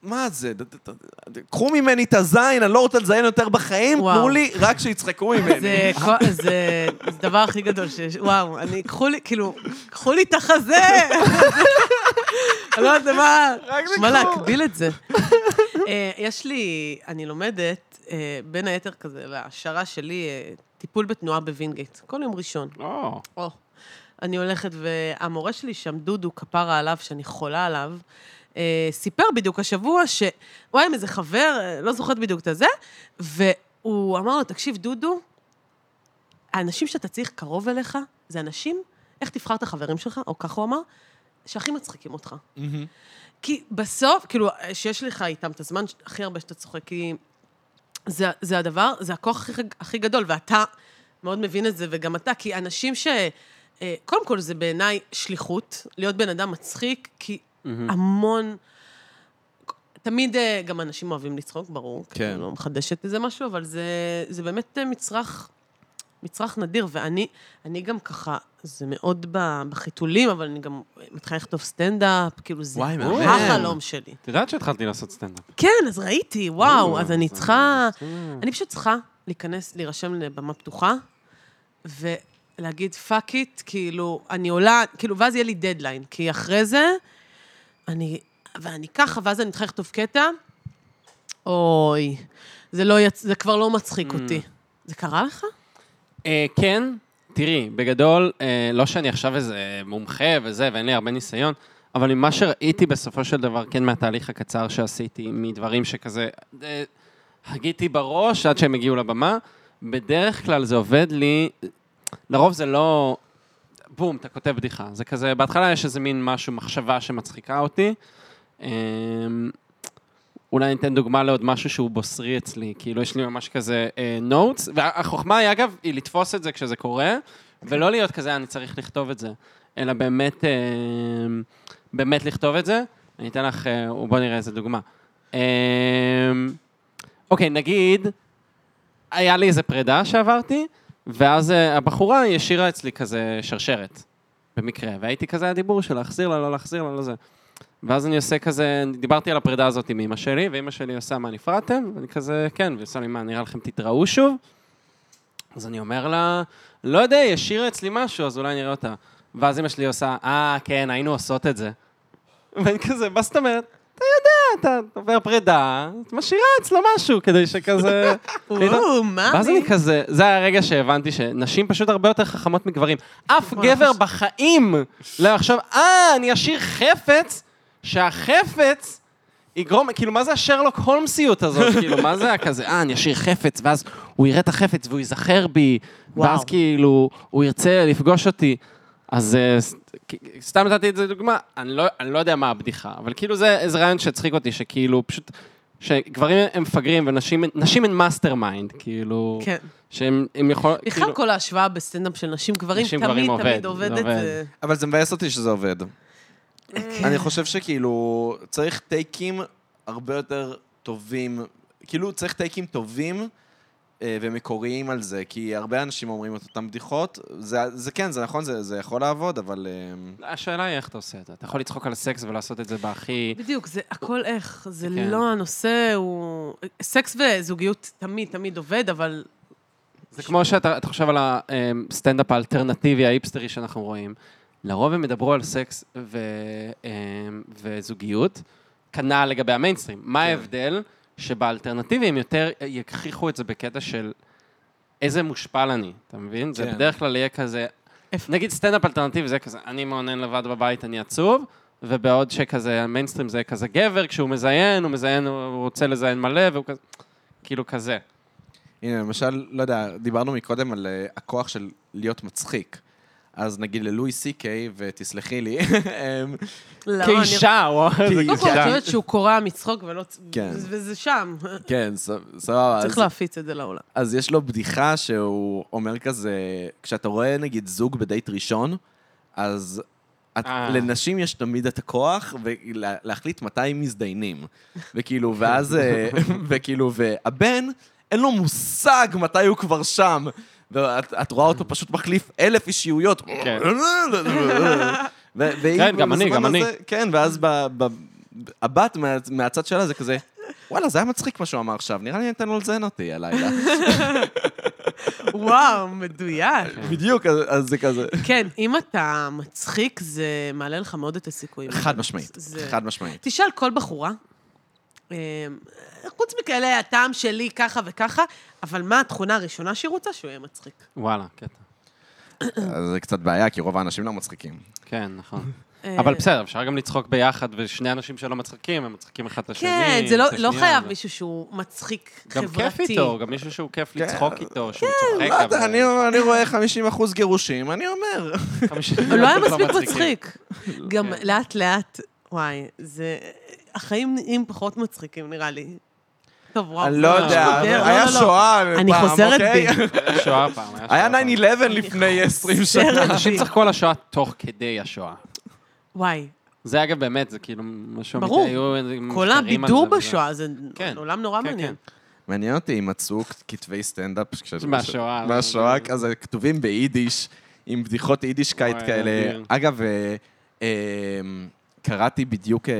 מה זה? ד- ד- ד- קחו ממני את הזין, אני לא רוצה לזיין יותר בחיים,
וואו.
תנו לי רק שיצחקו ממני.
זה כל- זה זה הדבר הכי גדול שיש. וואו, אני, קחו לי, כאילו, קחו לי את החזה. אני לא יודעת מה, מה להקביל את זה. אה, יש לי, אני לומדת, אה, בין היתר כזה, להעשרה שלי, אה, טיפול בתנועה בווינגייט. כל יום ראשון.
או,
או. אני הולכת, והמורה שלי שם, דודו, כפרה עליו, שאני חולה עליו, אה, סיפר בדיוק השבוע ש... הוא היה עם איזה חבר, אה, לא זוכרת בדיוק את הזה, והוא אמר לו, תקשיב, דודו, האנשים שאתה צריך קרוב אליך, זה אנשים, איך תבחר את החברים שלך, או כך הוא אמר, שהכי מצחיקים אותך.
מהמם.
כי בסוף, כאילו, שיש לך איתם את הזמן הכי הרבה שאתה צוחק, כי זה, זה הדבר, זה הכוח הכי, הכי גדול, ואתה מאוד מבין את זה, וגם אתה, כי אנשים ש... אה, קודם כל, זה בעיניי שליחות, להיות בן אדם מצחיק, כי המון... תמיד אה, גם אנשים אוהבים לצחוק, ברור,
כן.
כן. אני לא מחדשת איזה משהו, אבל זה, זה באמת אה, מצרך, מצרך נדיר, ואני אני גם ככה, זה מאוד ב- בחיתולים, אבל אני גם מתחילה לכתוב סטנדאפ, כאילו זה
וואי, מהמם.
החלום שלי.
את יודעת שהתחלתי לעשות סטנדאפ.
כן, אז ראיתי, וואו, אז אני
זה-
צריכה...
זה-
אני פשוט צריכה להיכנס, להירשם לבמה פתוחה, ולהגיד פאק איט, כאילו, אני עולה, כאילו, ואז יהיה לי דדליין, כי אחרי זה, אני, ואני ככה, ואז אני צריכה לכתוב קטע, אוי, זה, לא יצ... זה כבר לא
Mm.
מצחיק אותי. זה קרה לך?
אה, כן, תראי, בגדול, אה, לא שאני עכשיו איזה מומחה וזה, ואין לי הרבה ניסיון, אבל ממה שראיתי בסופו של דבר, כן, מהתהליך הקצר שעשיתי, מדברים שכזה, אה, הגיתי בראש עד שהם הגיעו לבמה, בדרך כלל זה עובד לי, לרוב זה לא... בום, אתה כותב בדיחה. זה כזה, בהתחלה יש איזה מין משהו, מחשבה שמצחיקה אותי. אה, אולי אני אתן דוגמה לעוד משהו שהוא בוסרי אצלי, כאילו יש לי ממש כזה נוטס, והחוכמה היא אגב, היא לתפוס את זה כשזה קורה, ולא להיות כזה, אני צריך לכתוב את זה, אלא באמת, אה, באמת לכתוב את זה. אני אתן לך, אה, בוא נראה איזה דוגמה. אה, אוקיי, נגיד, היה לי איזה פרידה שעברתי, ואז אה, הבחורה היא השאירה אצלי כזה שרשרת, במקרה, והייתי כזה הדיבור של להחזיר לה, לא להחזיר לה, לא זה. ואז אני עושה כזה, דיברתי על הפרידה הזאת עם אימא שלי, ואימא שלי עושה מה נפרדתם, ואני כזה, כן, והיא עושה לי מה, נראה לכם תתראו שוב? אז אני אומר לה, לא יודע, היא השאירה אצלי משהו, אז אולי נראה אותה. ואז אימא שלי עושה, אה, כן, היינו עושות את זה. ואני כזה, מה זאת אומרת? אתה יודע, אתה עובר פרידה, את משאירה אצלה משהו, כדי שכזה...
וואו, מה
ואז
אני?
אני כזה, זה היה הרגע שהבנתי שנשים פשוט הרבה יותר חכמות מגברים. אף גבר בחיים לא יחשוב, אה, אני אשאיר חפץ, שהחפץ יגרום, כאילו, מה זה השרלוק הולמסיות הזאת? כאילו, מה זה הכזה, אה, אני אשאיר חפץ, ואז הוא יראה את החפץ והוא ייזכר בי,
וואו.
ואז כאילו, הוא ירצה לפגוש אותי. אז אה, ס- כ- סתם נתתי את זה דוגמה, אני לא, אני לא יודע מה הבדיחה, אבל כאילו זה איזה רעיון שהצחיק אותי, שכאילו פשוט, שגברים הם מפגרים ונשים נשים הן מאסטר מיינד, כאילו,
כן.
שהם הם יכול,
בכלל כל ההשוואה בסטנדאפ של נשים גברים,
כאילו- נשים,
תמיד
גברים
תמיד
עובד,
עובדת.
עובד.
זה-
אבל זה מבאס אותי שזה עובד. אני חושב שכאילו, צריך טייקים הרבה יותר טובים, כאילו צריך טייקים טובים אה, ומקוריים על זה, כי הרבה אנשים אומרים את אותן בדיחות, זה זה כן, זה נכון, זה זה יכול לעבוד, אבל... אה,
השאלה היא איך אתה עושה את זה, אתה יכול לצחוק על סקס ולעשות את זה בהכי...
בדיוק, זה הכל איך, זה
כן.
לא הנושא, הוא... סקס וזוגיות תמיד תמיד עובד, אבל
זה כמו שאתה אתה חושב על הסטנדאפ האלטרנטיבי, ההיפסטרי שאנחנו רואים. לרוב הם ידברו על סקס ו, אמ, וזוגיות, כנ"ל לגבי המיינסטרים. מה ההבדל? שבאלטרנטיבים יותר יכריחו את זה בקטע של איזה מושפל אני, אתה מבין? זה
כן.
בדרך כלל יהיה כזה, נגיד סטנדאפ אלטרנטיבי זה כזה, אני מעונן לבד בבית, אני עצוב, ובעוד שכזה המיינסטרים זה כזה גבר, כשהוא מזיין, הוא מזיין, הוא רוצה לזיין מלא, והוא כזה, כאילו כזה.
הנה, למשל, לא יודע, דיברנו מקודם על אה, הכוח של להיות מצחיק. אז נגיד ללואי סי קיי, ותסלחי לי, אמ,
לא, אני-
כאישה, הוא...
קודם כל, את יודעת שהוא קורע מצחוק ולא... צ-
כן.
וזה שם.
כן, ס- סבבה. אז-
צריך להפיץ את זה לעולם.
אז יש לו בדיחה שהוא אומר כזה, כשאתה רואה נגיד זוג בדייט ראשון, אז את,
אה.
לנשים יש תמיד את הכוח ולה- להחליט מתי הם מזדיינים. וכאילו, ואז, אה, וכאילו, והבן, אין לו מושג מתי הוא כבר שם. ואת את רואה אותו פשוט מחליף אלף אישיויות.
כן.
ו- והיא
כן, גם אני,
בזמן
גם אני.
הזה- כן, ואז ב- ב- הבת מה- מהצד שלה זה כזה, וואלה, זה היה מצחיק מה שהוא אמר עכשיו, נראה לי ניתן לו לזיין אותי הלילה.
וואו,
כן.
מדויק.
בדיוק, אז אז זה כזה.
כן, אם אתה מצחיק, זה מעלה לך מאוד את הסיכויים.
חד משמעית,
זה-
חד משמעית.
תשאל כל בחורה, אמ, חוץ מכאלה, הטעם שלי ככה וככה, אבל מה התכונה הראשונה שהיא רוצה? שהוא יהיה מצחיק.
וואלה, קטע.
אז זה קצת בעיה, כי רוב האנשים לא מצחיקים.
כן, נכון.
אה,
אבל בסדר, אפשר גם לצחוק ביחד, ושני אנשים שלא מצחיקים, הם מצחיקים אחד את השני.
כן, זה לא-
את
לא
השנייה,
חייב
ו-
מישהו שהוא מצחיק
גם
חברתי.
כיף איתו, גם מישהו שהוא כיף
כן,
לצחוק איתו, שהוא צוחק.
לא יודע,
אבל-
אני- אני רואה 50% גירושים, אני אומר.
חמישה-
הוא לא היה
אנחנו
מספיק
מצחיקים.
מצחיק. גם
כן.
לאט-לאט, וואי, זה... החיים נהיים פחות מצחיקים, נראה לי. טוב, וואו.
אני לא יודע,
משהו גדר,
היה
לא, לא, לא.
שואה פעם,
אני חוזרת
אוקיי?
בי.
שואה פעם. היה
היה 9-11
שואה
לפני 20 שנה.
פעם. אנשים צחקו על השואה תוך כדי השואה.
וואי,
זה אגב באמת, זה כאילו משהו...
ברור.
אמיתי, היו איזה
כל
מחקרים על
הבידור
זה וזה.
בשואה, זה
כן.
עולם לא נורא
כן,
מעניין.
מעניין אותי אם מצאו כתבי סטנדאפ. כש-
מהשואה. לא
מהשואה, אז כתובים ביידיש, עם בדיחות יידישקייט
וואי,
כאלה.
אדיר.
אגב, אה, אה, קראתי בדיוק אה,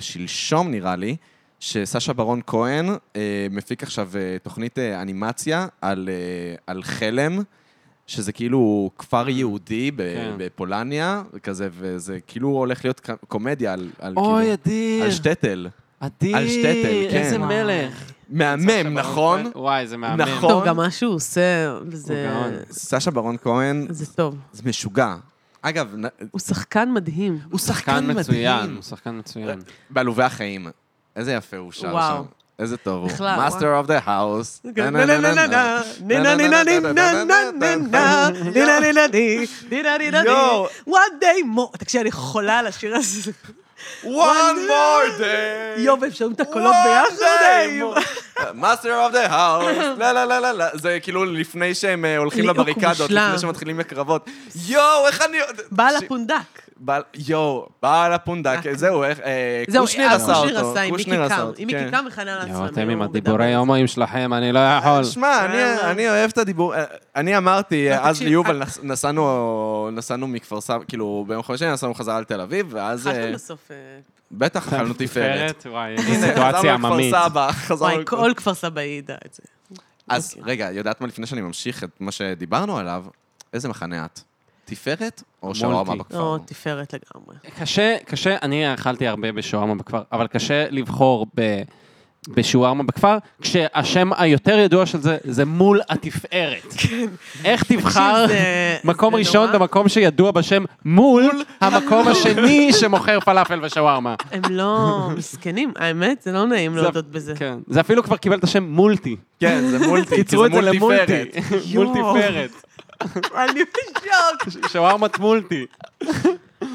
שלשום, נראה לי, שסשה ברון כהן אה, מפיק עכשיו אה, תוכנית אה, אנימציה על, אה, על חלם. שזה כאילו כפר יהודי ב-
אה, כן.
בפולניה, וכזה, וזה כאילו הולך להיות ק- קומדיה על, על,
אוי,
כאילו,
אדיר.
על שטטל.
אדיר.
על שטטל, כן.
איזה
וואו.
מלך.
מהמם, נכון?
וואי, זה מהמם.
נכון.
טוב, גם מה שהוא עושה, זה...
גאון.
סשה ברון כהן
זה טוב.
זה משוגע. אגב, נ-
הוא שחקן מדהים.
הוא שחקן
שחקן מצוין,
מדהים.
הוא שחקן מצוין.
בעלובי החיים. איזה יפה הוא שר
וואו.
שם. איזה טוב הוא.
בכלל,
מאסטר אוף דה האוס.
אוקיי.
יואו.
One day more. תקשיב, אני חולה על השיר הזה.
One more day.
יואו, והם שומעים את הקולות ביחד. אה,
מאסטר אוף דה האוס. לא, לא, לא, לא, לא. זה כאילו לפני שהם אה, הולכים
ליהוק
לבריקדות,
מושלם.
לפני שמתחילים לקרבות. יואו, איך אני...
בעל
ש-
הפונדק.
בעל- יואו, בעל הפונדק. זהו, איך... אה,
זהו,
קושניר
אה,
עשה
קושניר
אותו,
עשה עם מיקי
קושניר עשה
קם.
אותו,
עם
כן.
מיקי קם וחנה על
יואו,
עצמם.
אתם עם
הוא
הדיבורי
מדבר.
הומואים שלכם, אני לא יכול.
שמע, אני,
וואלה.
אני אוהב את הדיבור. אה, אני אמרתי,
לא,
אז
אה, תקשיב,
ליובל
את-
נס- נסענו, נסענו מכפר סבא, כאילו, ביום חמישי נסענו חזרה לתל אביב, ואז... אה,
אכלתם בסוף... אה,
בטח אכלנו תפארת.
וואי,
הנה,
איזה
חזרנו
סיטואציה
לכפר
עממית.
סבא, חזרנו...
וואי,
לכפר-
כל כפר סבא ידע את זה.
אז
אוקיי.
רגע, יודעת מה, לפני שאני ממשיך את מה שדיברנו עליו, איזה מחנה את? תפארת או
מולטי.
שווארמה בכפר?
או, לא, תפארת לגמרי.
קשה, קשה, אני אכלתי הרבה בשווארמה בכפר, אבל קשה לבחור ב... בשווארמה בכפר, כשהשם היותר ידוע של זה, זה מול התפארת. כן. איך תבחר
תקשיב, זה-
מקום
זה
ראשון
נורא.
במקום שידוע בשם מול המקום השני שמוכר פלאפל ושווארמה?
הם לא מסכנים, האמת, זה לא נעים להודות בזה.
כן. זה אפילו כבר קיבל את השם מולטי.
כן, זה מולטי, כי זה
קיצרו את זה
מול
למולטי.
תפארת.
מול
יואו.
תפארת.
אני בשוק.
שווארמת מולטי.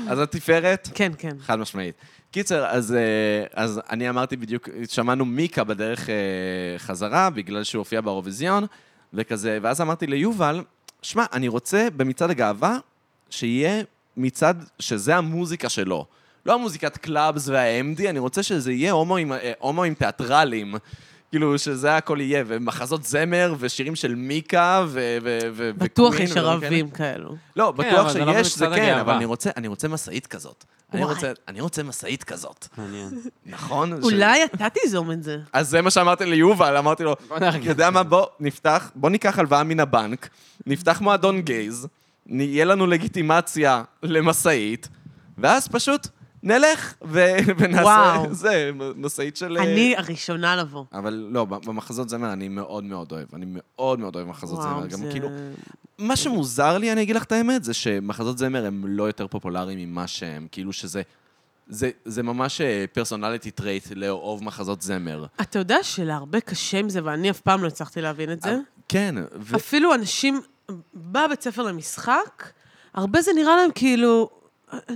אז התפארת,
כן, כן.
חד משמעית. קיצר, אז, אה, אז אני אמרתי בדיוק, שמענו מיקה בדרך אה, חזרה, בגלל שהוא הופיע באירוויזיון, וכזה, ואז אמרתי ליובל, שמע, אני רוצה במצעד הגאווה, שיהיה מצעד שזה המוזיקה שלו. לא המוזיקת קלאבס וה-MD, אני רוצה שזה יהיה הומואים, אה, הומואים תיאטרליים. כאילו, שזה הכל יהיה, ומחזות זמר, ושירים של מיקה, ו... ו, ו
בטוח
וקווין
יש
ודברים כאלה.
ערבים כאלו.
לא,
כן,
בטוח
אבל זה לא
שיש, זה
במצעד
כן, אבל
הגאווה.
אני רוצה- אני רוצה משאית כזאת. אני
וואי.
רוצה- אני רוצה משאית כזאת.
מעניין.
נכון? ש-
אולי אתה תיזום את זה.
אז זה מה שאמרתי ליובל, אמרתי לו,
בוא נארגן.
יודע מה, בוא נפתח, בוא ניקח הלוואה מן הבנק, נפתח מועדון גייז, נ- יהיה לנו לגיטימציה למשאית, ואז פשוט נלך ו- ונעשה
וואו.
זה, משאית של... אה,
אני הראשונה לבוא.
אבל לא, במחזות זמר אני מאוד מאוד אוהב. אני מאוד מאוד אוהב מחזות זמר.
וואו,
גם
זה-
כאילו, מה שמוזר לי, אני אגיד לך את האמת, זה שמחזות זמר הם לא יותר פופולריים ממה שהם, כאילו שזה... זה, זה ממש פרסונליטי טרייט לאהוב מחזות זמר.
אתה יודע שלהרבה קשה עם זה, ואני אף פעם לא הצלחתי להבין את זה.
כן, ו...
אפילו אנשים בבית ספר למשחק, הרבה זה נראה להם כאילו...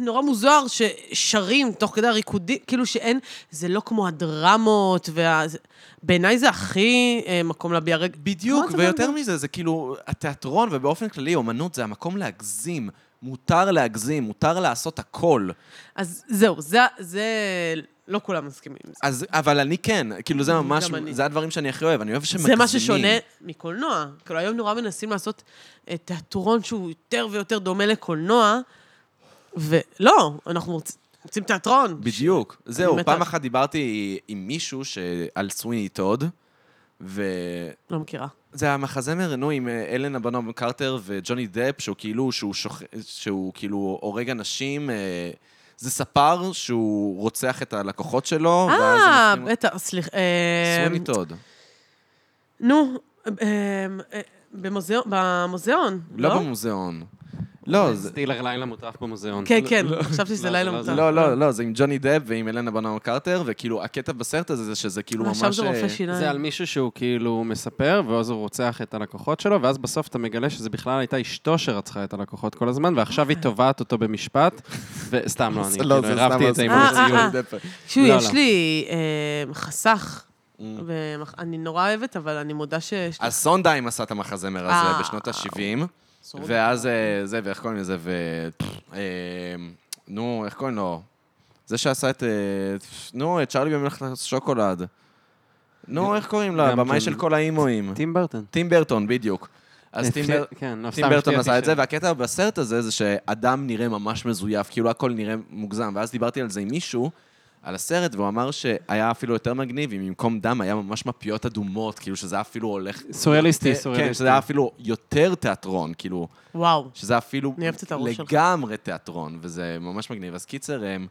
נורא מוזר ששרים תוך כדי הריקודים, כאילו שאין, זה לא כמו הדרמות, וה... זה- בעיניי זה הכי אה, מקום להביע רגע.
בדיוק,
מה אתה
ויותר
מדבר?
מזה, זה כאילו, התיאטרון ובאופן כללי, אומנות זה המקום להגזים. מותר להגזים, מותר לעשות הכל.
אז זהו, זה, זה... לא כולם מסכימים עם זה.
אז, אבל אני כן, כאילו זה ממש,
גם אני.
זה הדברים שאני הכי אוהב, אני אוהב שמגזימים.
זה מה ששונה מקולנוע. כאילו, היום נורא מנסים לעשות אה, תיאטרון שהוא יותר ויותר דומה לקולנוע, ולא, אנחנו רוצ- רוצים תיאטרון.
בדיוק. זהו,
מתה.
פעם אחת דיברתי עם מישהו ש- על סוויני טוד, ו...
לא מכירה.
זה המחזמר, נו, עם אה, אלנה בנום קרטר וג'וני דפ, שהוא כאילו, שהוא, שוח... שהוא כאילו הורג אנשים, אה, זה ספר שהוא רוצח את הלקוחות שלו, ואז
אה,
הם הופכים-
בטח, סליחה. אה,
סוויני טוד.
נו, אה, אה, במוזיאון, במוזיאון,
לא במוזיאון. לא,
אה,
זה...
סטילר לילה מוטרף במוזיאון.
כן, כן,
לא,
חשבתי שזה
לא,
לילה
זה לא
מותר.
זה.
לא, לא, לא, זה עם ג'וני דב ועם אלנה בנום קרטר, וכאילו, הקטע בסרט הזה זה שזה כאילו
אה,
ממש...
שם זה
אה,
רופא שיניים.
לא. זה על מישהו שהוא כאילו מספר, ואז הוא רוצח את הלקוחות שלו, ואז בסוף אתה מגלה שזה בכלל הייתה אשתו שרצחה את הלקוחות כל הזמן, ועכשיו היא תובעת אותו במשפט, וסתם לא, אני
לא,
כאילו
זה סתם
הרבתי את
עושה-
זה עם
אה, אה,
המציאות.
אה.
ג'וני דפ.
תשמעו,
לא,
יש
לא.
לי אה, חסך,
Mm.
במח- אני נורא אוהבת, אבל אני מודה שיש לי
אז סונדהיים עשה את המחזמר הזה
אה.
בשנות ה-70.
חסרות.
ואז אה, זה, ואיך קוראים לזה, ו... אה, נו, איך קוראים לו? זה שעשה את... אה, נו, את צ'ארלי במלאכת השוקולד. נו, איך קוראים לו?
גם
הבמאי
כן.
של כל האימואים.
טים ברטון.
טים ברטון, בדיוק. אז טים בר-
כן, לא, סתם
טים ברטון
הפתיע
עשה
אותי
את
ש-
זה, והקטע בסרט הזה זה שאדם נראה ממש מזויף, כאילו הכל נראה מוגזם. ואז דיברתי על זה עם מישהו, על הסרט, והוא אמר שהיה אפילו יותר מגניב, אם במקום דם היה ממש מפיות אדומות, כאילו שזה היה אפילו הולך...
סוריאליסטי,
כן,
סוריאליסטי.
שזה היה אפילו יותר תיאטרון, כאילו...
וואו.
שזה אפילו
אני אוהבת את הראש שלך.
לגמרי תיאטרון, וזה ממש מגניב. אז קיצר, אמ,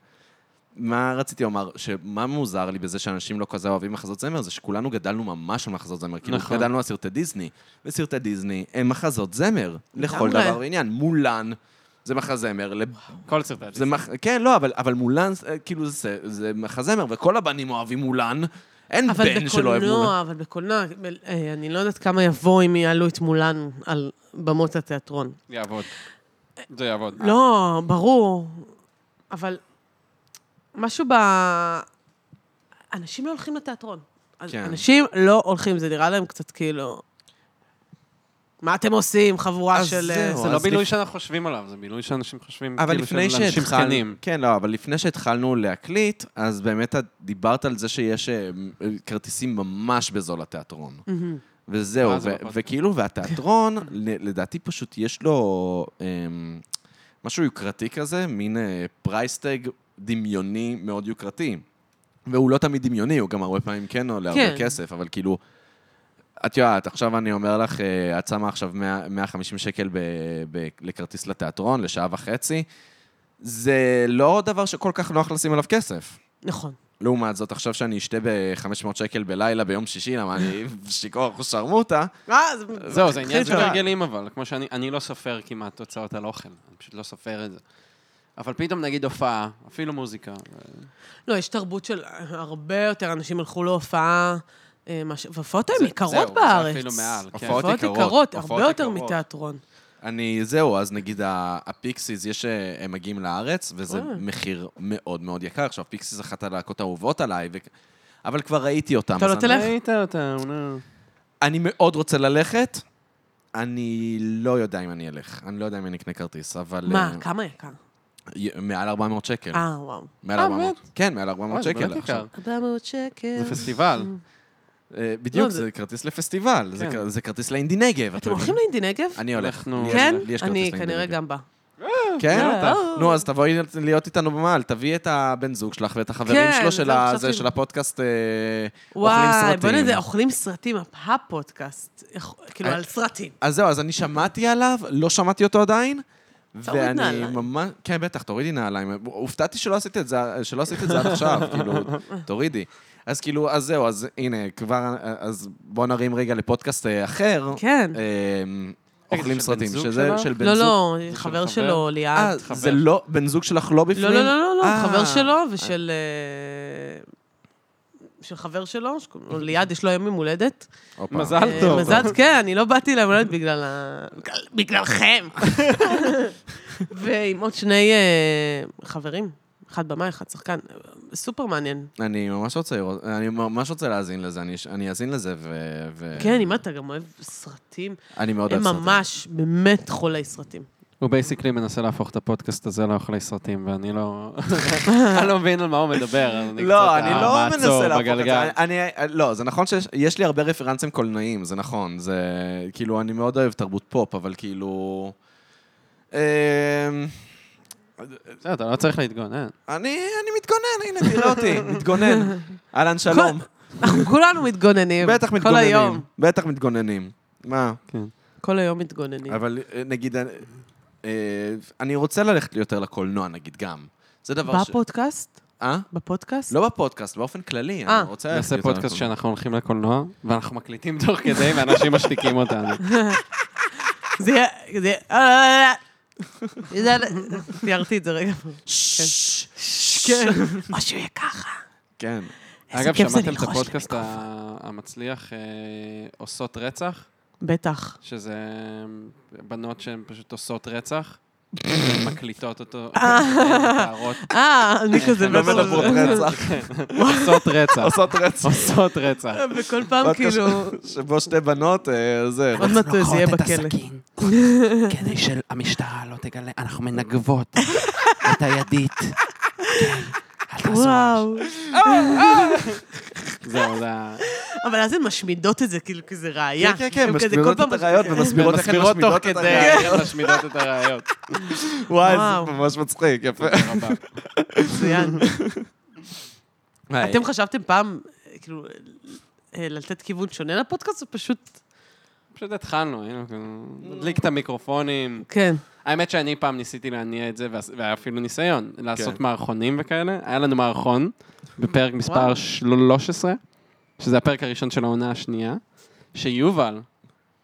מה רציתי לומר, שמה מוזר לי בזה שאנשים לא כזה אוהבים מחזות זמר, זה שכולנו גדלנו ממש על מחזות זמר. כאילו,
נכון.
גדלנו על סרטי דיסני, וסרטי דיסני הם מחזות זמר, לכל
לגמרי.
דבר ועניין. מולן זה מחזמר, לב-
כל סרטי
זה
הדיסני.
מח... כן, לא, אבל, אבל מולן, אה, כאילו, זה, זה מחזמר, וכל הבנים אוהבים מולן. אין
אבל
בן שלא אוהב מולן.
בקולנוע, אבל בקולנוע, ב- אה, אני לא יודעת כמה יבוא אם יעלו את מולן על במות התיאטרון.
יעבוד. זה יעבוד.
אה, לא, ברור, אבל משהו ב... אנשים לא הולכים לתיאטרון.
כן.
כן. אנשים לא הולכים, זה נראה להם קצת כאילו... מה אתם עושים, חבורה
אז
של... אה,
זהו,
זה לא
אז
בילוי
לפ-
שאנחנו חושבים עליו, זה בילוי שאנשים חושבים,
אבל
כאילו, של
לפני
אנשים
שהתחלנו...
זקנים.
כן, לא, אבל לפני שהתחלנו להקליט, אז באמת את דיברת על זה שיש אה, כרטיסים ממש בזול לתיאטרון.
מהמם.
וזהו,
אה, זה
ו-
בפודקאסט.
וכאילו, והתיאטרון, ל- לדעתי פשוט יש לו אמ, משהו יוקרתי כזה, מין פרייסטג דמיוני מאוד יוקרתי. והוא לא תמיד דמיוני, הוא גם הרבה פעמים כן עולה הרבה
כן.
כסף, אבל כאילו... את יודעת, עכשיו אני אומר לך, אה, את שמה עכשיו 100, 150 שקל ב, ב, לכרטיס לתיאטרון, לשעה וחצי. זה לא דבר שכל כך נוח לשים עליו כסף.
נכון.
לעומת זאת, עכשיו שאני אשתה ב-500 שקל בלילה ביום שישי, למה אני שיכור שרמוטה,
אה, זה...
זהו, זה עניין
הכי
של
טוב.
הרגלים, אבל כמו שאני אני לא סופר כמעט הוצאות על אוכל, אני פשוט לא סופר את זה. אבל פתאום נגיד הופעה, אפילו מוזיקה.
לא, יש תרבות של הרבה יותר אנשים הלכו להופעה, אה, מש- והופעות הן יקרות
זהו, זה
בארץ.
אפילו מעל, כן.
הופעות
הופעות
יקרות,
יקרות,
הופעות
הרבה יותר
יקרות.
מתיאטרון.
אני, זהו, אז נגיד ה- הפיקסיס, יש, אה, הם מגיעים לארץ, וזה
אה.
מחיר מאוד מאוד יקר. עכשיו, פיקסיס אחת הלהקות האהובות עליי, ו... אבל כבר ראיתי אותם.
אתה
אז
לא
אני-
תלך?
ראית אותה, נו.
אני מאוד רוצה ללכת, אני לא יודע אם אני אלך. אני לא יודע אם אני אקנה כרטיס, אבל...
מה,
אה,
כמה יקר?
י- מעל 400 שקל.
אה, וואו.
מעל
אה,
400. כן, מעל 400
וואי, זה
שקל.
באמת
עכשיו.
יקר.
400 שקל.
זה פסטיבל.
אה,
לא,
בדיוק,
זה-
זה כרטיס לפסטיבל, זה
כן.
כר- זה כרטיס לאינדי נגב.
אתם הולכים לאינדי נגב?
אני הולך.
אנחנו-
לי יש-
כן?
לי יש כרטיס
אני
לאינדי
כנראה
נגב.
גם באה.
כן?
לא.
אה,
נו, אז תבואי להיות איתנו במעל, תביאי את הבן זוג שלך ואת החברים
כן,
שלו של
זהו,
ה-
חשבתי-
זה, של הפודקאסט אה, אוכלים
וואי, בוא
סרטים.
נדע, אוכלים סרטים, הפודקאסט, איך- כאילו
אה,
על סרטים.
אז זהו, אז אני שמעתי עליו, לא שמעתי אותו עדיין,
תוריד
ואני
נעליים.
ממש... כן, בטח, תורידי נעליים. הופתעתי שלא עשית את זה, שלא עשית את זה עד עכשיו, כאילו, תורידי. אז כאילו, אז זהו, אז הנה, כבר... אז בוא נרים רגע לפודקאסט אה, אחר.
כן.
אמ,
רגע,
אוכלים
של בן
סרטים,
זוג
שזה
שלך?
של בן
לא,
זוג.
לא,
של
חבר
חבר?
שלו,
אה,
ליעד.
זה לא, בן זוג שלך לא בפנים?
לא, לא, לא, לא, לא,
אה.
חבר שלו ושל... אה, של חבר שלו, שקוראים לו ליעד יש לו היום יום הולדת.
הופה.
מזל
אה,
טוב.
מזל, כן, אני לא באתי ליום הולדת בגלל ה... בגלל- בגללכם. ועם עוד שני אה, חברים, אחד במאי, אחד שחקן. סופר מעניין.
אני ממש רוצה לראות, אני ממש רוצה להאזין לזה, אני, אני אאזין לזה ו... ו...
כן, אם אתה גם אוהב סרטים,
אני מאוד
הם
אוהב סרטים.
ממש, באמת חולי סרטים.
הוא בייסיקלי מנסה להפוך את הפודקאסט הזה לאוכלי סרטים, ואני לא... אני לא מבין על מה הוא מדבר. אז
לא,
קצת,
אני
אה,
לא
מעצור
מנסה להפוך את
בגלגל.
זה. אני, אני- לא, זה נכון שיש יש לי הרבה רפרנסים קולנועיים, זה נכון. זה כאילו, אני מאוד אוהב תרבות פופ, אבל כאילו... אמ,
בסדר, אתה לא צריך להתגונן.
אני, אני מתגונן, הנה, תראה אותי, מתגונן. אהלן, שלום.
אנחנו כולנו מתגוננים.
בטח
כל
מתגוננים.
היום.
בטח מתגוננים. מה?
כל היום מתגוננים.
אבל אה, נגיד, אה, אה, אני רוצה ללכת יותר לקולנוע, נגיד, גם. זה דבר ש...
בפודקאסט?
אה?
בפודקאסט?
לא בפודקאסט, באופן כלי.
אה.
אני רוצה ללכת
נעשה
יותר
פודקאסט
לקולנוע.
שאנחנו הולכים לקולנוע, ואנחנו מקליטים תוך כדי, ואנשים משתיקים אותנו.
זה יהיה... אה, זה יהיה... זה- אה. תיארתי את זה רגע.
ששש.
כן. או שהוא יהיה ככה.
כן.
איזה
אגב,
כיף זה
שמעתם את
ללחוש
הפודקאסט
למיקרופון.
ה- המצליח, אה, עושות רצח?
בטח.
שזה אה, בנות שהן פשוט עושות רצח, מקליטות אותו, כן, מתארות,
אה, אני כזה... כן.
לא
בטח.
מדברות רצח,
עושות רצח,
עושות רצח.
עושות רצח.
וכל פעם
פודקאסט
כאילו...
שבו שתי בנות, אה, זה.
עוד מעט
לא
זה יהיה בכלא.
כדי שהמשטרה לא תגלה, אנחנו מנגבות את הידית. כן,
וואו.
זהו, זה ה...
אבל אז הן משמידות את זה, כאילו, כי זה ראייה.
כן, כן, כן,
הם כזה כל
משמידות
פעם-
את הראיות ומסבירות איך הן
מסבירות תוך
משמידות את
כדי,
הראיות.
משמידות את הראיות.
וואי,
וואו.
זה ממש מצחיק, יפה.
תודה רבה.
מצוין. אתם חשבתם פעם, אה, כאילו, אה, לתת כיוון שונה לפודקאסט, או פשוט...
פשוט התחלנו, היינו כאילו, נדליק את המיקרופונים.
כן.
האמת שאני פעם ניסיתי להניע את זה, ועש- והיה אפילו ניסיון, לעשות
כן.
מערכונים וכאלה. היה לנו מערכון בפרק מספר
וואו.
13, שזה הפרק הראשון של העונה השנייה, שיובל,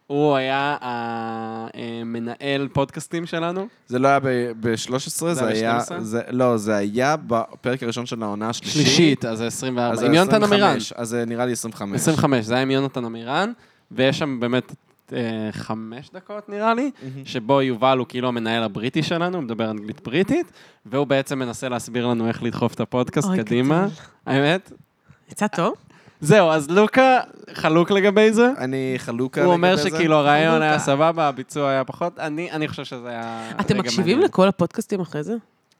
הוא היה המנהל פודקאסטים שלנו.
זה לא היה ב-13,
זה
זה
היה
היה...
ב-
זה- לא, זה היה בפרק הראשון של העונה השלישית.
שלישית, אז זה 24,
אז זה
עם יונתן
25,
עמירן.
אז זה נראה לי 25.
25, זה היה עם יונתן עמירן, ויש שם באמת אה, חמש דקות נראה לי,
מהמם.
שבו יובל הוא כאילו המנהל הבריטי שלנו, הוא מדבר אנגלית בריטית, והוא בעצם מנסה להסביר לנו איך לדחוף את הפודקאסט
אוי,
קדימה.
גדול.
האמת?
יצא טוב?
אה,
זהו, אז לוקה חלוק לגבי זה.
אני חלוק
הוא אומר
לגבי זה.
שכאילו הרעיון
חלוקה.
היה סבבה, הביצוע היה פחות, אני אני חושב שזה היה...
אתם
רגע
מקשיבים
מעניין.
לכל הפודקאסטים אחרי זה?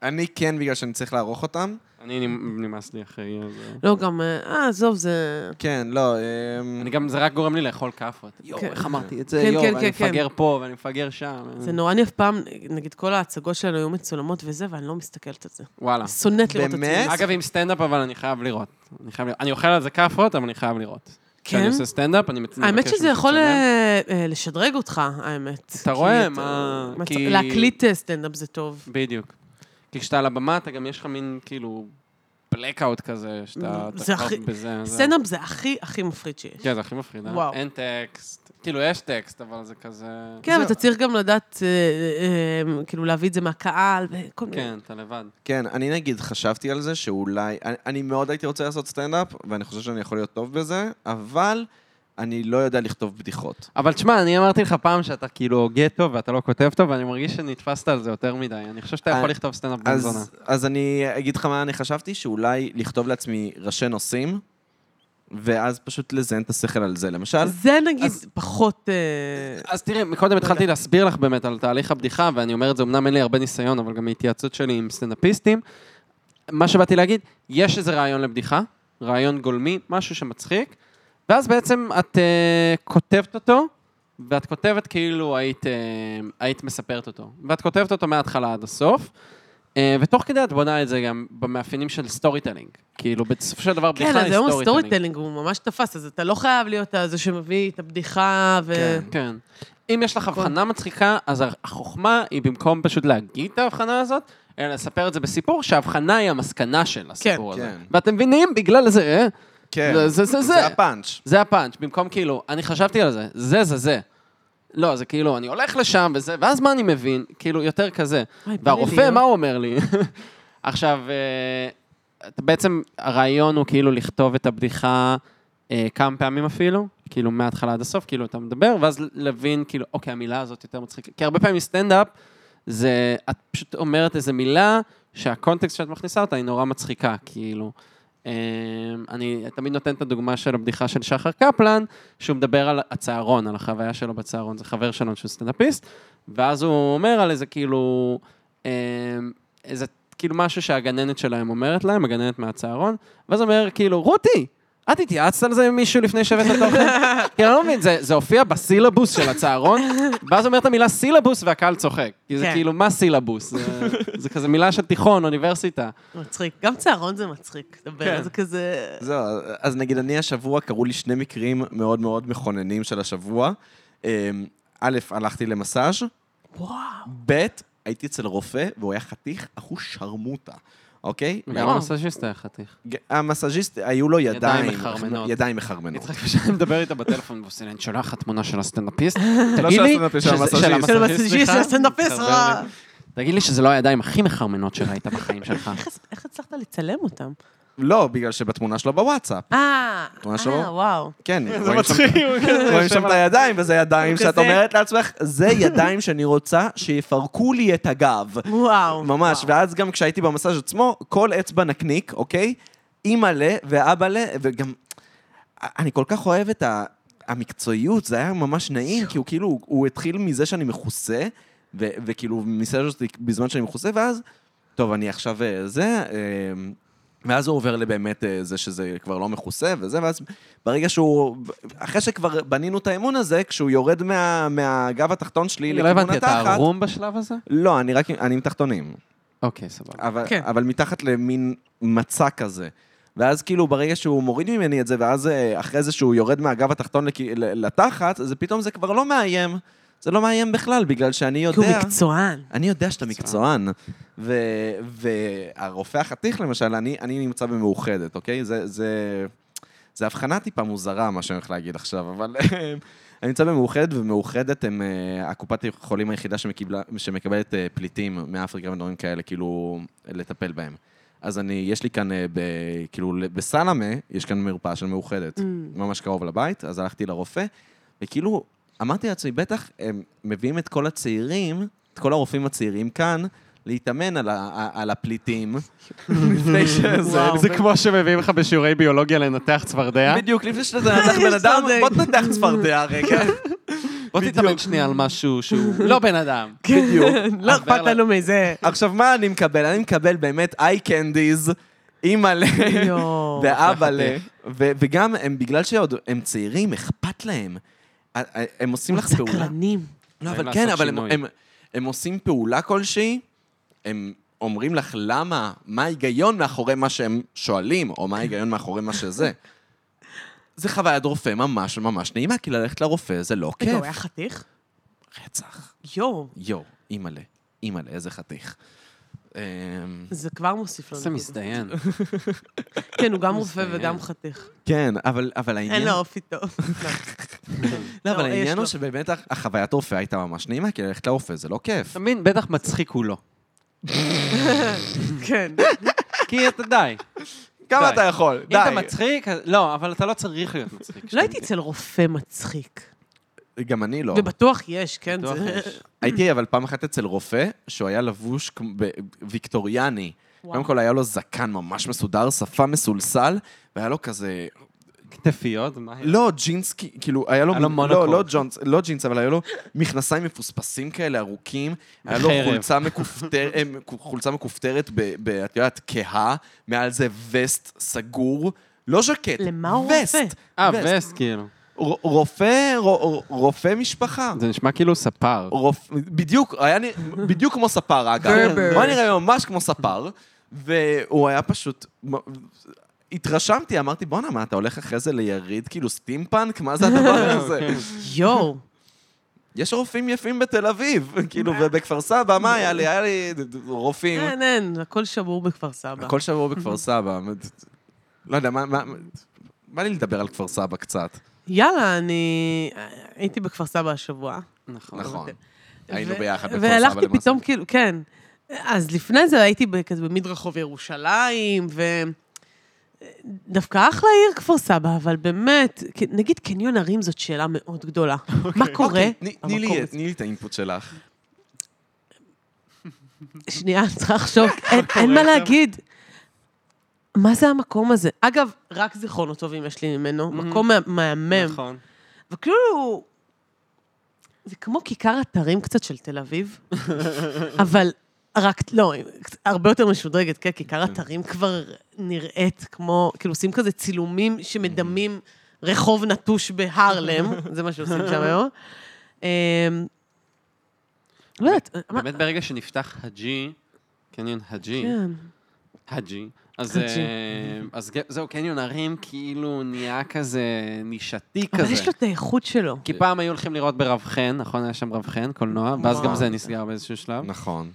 אני כן, בגלל שאני צריך לערוך אותם.
אני נמאס לי אחרי זה.
לא, גם... אה, אה, עזוב, זה...
כן, לא, אמ,
אני גם, זה רק גורם לי לאכול כאפות. יואו,
כן.
איך אמרתי את זה,
כן,
יואו,
כן,
ואני
כן, כן.
מפגר פה, ואני מפגר שם.
אה.
זה נורא, אני אף פעם, נגיד, כל ההצגות שלנו היו מצולמות וזה, ואני לא מסתכלת על זה.
וואלה.
שונאת לראות את עצמי.
אה. באמת?
אגב, עם סטנדאפ, אבל אני חייב לראות. אני חייב לראות. אני אוכל על זה כאפות, אבל אני חייב לראות. כשאני
כן?
עושה סטנדאפ, אני מצ- מבקש...
האמת שזה
מישהו
יכול
שיצלם.
אה, אה, לשדרג אותך, האמת. כי
רואה,
אתה-
מה-
מצ-
כי-
להקליט אה, סטנדאפ זה טוב.
בדיוק. כי כשאתה על הבמה, אתה גם יש לך מין, כאילו, blackout כזה, שאתה...
זה
אתה כבר
הכי-
בזה, זה-
סטנדאפ זה הכי הכי מפחיד שיש.
כן, זה הכי מפחיד, אה?
וואו.
אין טקסט. כאילו, יש טקסט, אבל זה כזה...
כן, אבל אתה צריך גם לדעת, אה, אה, כאילו, להביא את זה מהקהל וכל מיני.
כן, אתה לבד.
כן, אני נגיד חשבתי על זה שאולי... אני, אני מאוד הייתי רוצה לעשות סטנדאפ, ואני חושב שאני יכול להיות טוב בזה, אבל אני לא יודע לכתוב בדיחות.
אבל תשמע, אני אמרתי לך פעם שאתה כאילו הוגה טוב ואתה לא כותב טוב, ואני מרגיש שנתפסת על זה יותר מדי. אני חושב שאתה
אה,
יכול לכתוב סטנדאפ בן זונה.
אז, אז אני אגיד לך מה אני חשבתי, שאולי לכתוב לעצמי ראשי נושאים, ואז פשוט לזיין את השכל על זה, למשל.
זה נגיד
אז-
פחות... אה,
אז תראי, מקודם התחלתי להסביר לך באמת על תהליך הבדיחה, ואני אומר את זה, אמנם אין לי הרבה ניסיון, אבל גם מהתייעצות שלי עם סטנדאפיסטים. מה שבאתי להגיד, יש איזה רעיון לבדיחה, רעיון גולמי, משהו שמצחיק, ואז בעצם את uh, כותבת אותו, ואת כותבת כאילו היית, uh, היית מספרת אותו. ואת כותבת אותו מההתחלה עד הסוף, uh, ותוך כדי את בונה את זה גם במאפיינים של סטורי טלינג. כאילו, בסופו של דבר,
כן,
בדיחה
אז
היא
היום
סטורי
הסטורי
טלינג.
טלינג הוא ממש תפס, אז אתה לא חייב להיות זה שמביא את הבדיחה ו...
כן.
כן. אם יש לך הבחנה מצחיקה, אז החוכמה היא במקום פשוט להגיד את ההבחנה הזאת, אלא לספר את זה בסיפור, שההבחנה היא המסקנה של הסיפור
כן.
הזה.
כן.
ואתם מבינים? בגלל זה, אה?
כן.
זה- זה- זה-
זה
זה.
הפאנץ'.
זה הפאנץ', במקום כאילו, אני חשבתי על זה, זה זה זה. לא, זה כאילו, אני הולך לשם וזה, ואז מה אני מבין? כאילו, יותר כזה.
אוי, בא לי
והרופא,
להיות.
מה הוא אומר לי? עכשיו, אה, אתה- בעצם הרעיון הוא כאילו לכתוב את הבדיחה אה, כמה פעמים אפילו, כאילו מההתחלה עד הסוף, כאילו אתה מדבר, ואז להבין, כאילו, אוקיי, המילה הזאת יותר מצחיקה. כי הרבה פעמים סטנדאפ, זה, את פשוט אומרת איזו מילה, שהקונטקסט שאת מכניסה אותה היא נורא מצחיקה, כאילו. אה, אני תמיד נותן את הדוגמה של הבדיחה של שחר קפלן, שהוא מדבר על הצהרון, על החוויה שלו בצהרון, זה חבר שלנו שהוא סטנדאפיסט, ואז הוא אומר על איזה כאילו, אה, איזה כאילו משהו שהגננת שלהם אומרת להם, הגננת מהצהרון, ואז הוא אומר כאילו, רותי! את התייעצת על זה עם מישהו לפני שהבאת את האוכל? כי אני לא מבין, זה, זה הופיע בסילבוס של הצהרון, ואז אומר את המילה סילבוס והקהל צוחק. כי זה
כן.
כאילו, מה סילבוס? זה, זה כזה מילה של תיכון, אוניברסיטה.
מצחיק. גם צהרון זה מצחיק,
כן.
דבר, זה כזה...
זהו, אז נגיד אני השבוע, קרו לי שני מקרים מאוד מאוד מכוננים של השבוע. אמ, א', הלכתי למסאז',
וואו.
ב', הייתי אצל רופא, והוא היה חתיך אחוש שרמוטה, אוקיי?
גם
וואו.
המסאז'יסט היה חתיך.
ג- המסאז'יסט, היו לו ידיים...
מחרמנות.
ידיים מחרמנות.
יצחק שאני מדבר איתה בטלפון, והוא עושה לי, אני שולח לך תמונה של הסטנדאפיסט,
של
תגיד לי,
הסטנדאפיסט, של
שזה-
המסאז'יסט.
לא של
של המסאז'יסט,
סליחה.
של הסטנדאפיסט,
מתחבר
רע.
לי. תגיד לי שזה לא הידיים הכי מחרמנות שראית בחיים שלך.
איך- איך הצלחת לצלם אותם?
לא, בגלל שבתמונה שלו בוואטסאפ.
אה,
תמונה שלו?
אה, וואו.
כן, רואים שם- רואים שם את הידיים, וזה ידיים
הוא
שאת
כזה.
אומרת לעצמך, זה ידיים שאני רוצה שיפרקו לי את הגב.
וואו.
אה.
ממש,
וואו.
ואז גם כשהייתי במסאז' עצמו, כל אצבע נקניק, אוקיי? אימא'לה ואבא'לה, וגם... אני כל כך אוהב את ה... המקצועיות, זה היה ממש נעים, כי הוא כאילו, הוא התחיל מזה שאני מכוסה, ו- וכאילו, מסאז' אותי בזמן שאני מכוסה, ואז, טוב, אני עכשיו אה, זה, אה, ואז הוא עובר לבאמת אה, זה שזה כבר לא מכוסה וזה, ואז ברגע שהוא, אחרי שכבר בנינו את האמון הזה, כשהוא יורד מה, מהגב התחתון שלי
לא
לכיוון התחת...
הבנתי, אתה ערום בשלב הזה?
לא, אני רק, עם- אני עם תחתונים.
אוקיי, סבבה.
אבל, כן.
כן.
אבל מתחת למין מצע כזה. ואז כאילו ברגע שהוא מוריד ממני את זה, ואז אה, אחרי זה שהוא יורד מהגב התחתון לכ... ל- לתחת, אז פתאום זה כבר לא מאיים. זה לא מאיים בכלל, בגלל שאני
כי הוא
יודע...
מקצוען.
אני יודע שאתה מקצוען. ו... והרופא החתיך למשל, אני, אני נמצא במאוחדת, אוקיי? זה... זה... זה הבחנה טיפה מוזרה, מה שאני הולך להגיד עכשיו, אבל אה, אני נמצא במאוחדת, ומאוחדת הם אה, הקופת החולים היחידה שמקיבלה, שמקבלת אה, פליטים מאפריקה ודברים כאלה, כאילו, לטפל בהם. אז אני, יש לי כאן, אה, ב, כאילו, ל- בסלמה, יש כאן מרפאה של מאוחדת,
Mm.
ממש קרוב לבית, אז הלכתי לרופא, וכאילו, אמרתי לעצמי, בטח הם מביאים את כל הצעירים, את כל הרופאים הצעירים כאן, להתאמן על, ה, על הפליטים, לפני שזה,
וואו.
זה כמו שמביאים לך בשיעורי ביולוגיה לנתח צפרדע.
בדיוק, לפני שאתה תנתח בן אדם,
צודק.
בוא תנתח צפרדע רגע.
בוא תתאמן שנייה על משהו שהוא לא בן אדם.
בדיוק.
לא
עבר
אכפת
ל-
לנו מזה.
עכשיו, מה אני מקבל? אני מקבל באמת איי קנדיז, אימא'לה,
יואו.
ואבא'לה, ו- וגם הם, בגלל שעוד הם צעירים, אכפת להם. א- א- הם עושים לך פעולה.
סקרנים.
לא,
באים
אבל
לעשות
כן, אבל הם-
שינוי.
הם- הם עושים פעולה כלשהי, הם אומרים לך למה, מה ההיגיון מאחורי מה שהם שואלים, או מה ההיגיון מאחורי מה שזה. זה חוויית רופא ממש ממש נעימה, כי ללכת לרופא זה לא
רגע,
כיף.
הוא היה חתיך?
רצח.
יואו.
יואו, אימא'לה, אימא'לה, איזה חתיך. אמ,
זה כבר מוסיף לנו.
איזה
נקודה.
מזדיין.
כן, הוא גם רופא
מזדיין.
וגם חתיך.
כן, אבל אבל העניין...
אין לו אופי טוב. לא.
לא, אבל
לא, יש
העניין הוא
לו.
שבאמת הח- החוויית רופא הייתה ממש נעימה, כי ללכת לרופא זה לא כיף.
אתה מבין? בטח מצחיק הוא לא.
כן.
כי אתה די.
כמה
די.
אתה יכול?
אם אתה מצחיק, אז- לא, אבל אתה לא צריך להיות מצחיק.
לא הייתי אצל רופא מצחיק.
גם אני לא.
ובטוח יש, כן?
בטוח
זה-
יש.
הייתי אבל פעם אחת אצל רופא, שהוא היה לבוש כמו- ב- ויקטוריאני.
וואו.
קודם כל היה לו זקן ממש מסודר, שפה מסולסל, והיה לו כזה...
כתפיות? מה היה?
לא, ג'ינס, כי- כאילו, היה לו...
היה לו
מין-
מונוקול.
לא, לא ג'ונס- לא ג'ינס, אבל היה לו מכנסיים מפוספסים כאלה, ארוכים. היה לו
וחרב.
חולצה מכופתר- אה, חולצה מכופתרת, ב- ב- את יודעת, כהה, מעל זה וסט סגור. לא ז'קט,
למה הוא
וסט.
רופא?
אה,
וסט.
וסט, כאילו.
ר- רופא, ר- רופא משפחה.
זה נשמע כאילו ספר.
רופ... בדיוק, היה נ... בדיוק כמו ספר, אגב.
גרבר.
הוא היה נראה ממש כמו ספר, והוא היה פשוט... התרשמתי, אמרתי, בואנה, מה, אתה הולך אחרי זה ליריד כאילו סטימפאנק? מה זה הדבר הזה?
כן.
יואו.
יש רופאים יפים בתל אביב, כאילו, ובכפר סבא, מה היה לי? היה לי רופאים.
אין, אין, הכל שמור בכפר סבא.
הכל שבוע בכפר סבא. לא יודע, מה... מה- בא לי לדבר על כפר סבא קצת.
יאללה, אני הייתי בכפר סבא השבוע.
נכון.
נכון.
אוקיי.
היינו
ו-
ביחד בכפר סבא
והלכתי
למעשה.
פתאום, כאילו, כן. אז לפני זה הייתי ב- כזה במדרחוב ירושלים, ו... דווקא אחלה עיר כפר סבא, אבל באמת, כ- נגיד קניון ערים זאת שאלה מאוד גדולה. מה קורה?
אוקיי, תני- תני
המקום
לי-
הזה?
תני לי את האינפוט שלך.
שנייה, אני צריכה לחשוב, אין- אין
קורה
מה
שם?
להגיד. מה זה המקום הזה? אגב, רק זיכרונות טובים יש לי ממנו, מקום מה- מהמם.
נכון.
וכאילו, זה כמו כיכר אתרים קצת של תל אביב, אבל רק, לא, הרבה יותר משודרגת, כן, כיכר אתרים כבר נראית כמו, כאילו עושים כזה צילומים שמדמים רחוב נטוש בהרלם, זה מה שעושים שם היום. אמ, לא יודעת, מה-
באמת ברגע שנפתח הג'י, קניון הג'י,
כן.
הג'י, אז,
הג'י.
אה, אז ג- זהו, קניון הרים כאילו נהיה כזה נישתי
אבל
כזה.
יש לו את האיכות שלו.
כי פעם היו הולכים לראות ברב חן, נכון? היה שם רב חן, קולנוע, ואז
וואו.
גם זה נסגר באיזשהו שלב.
נכון.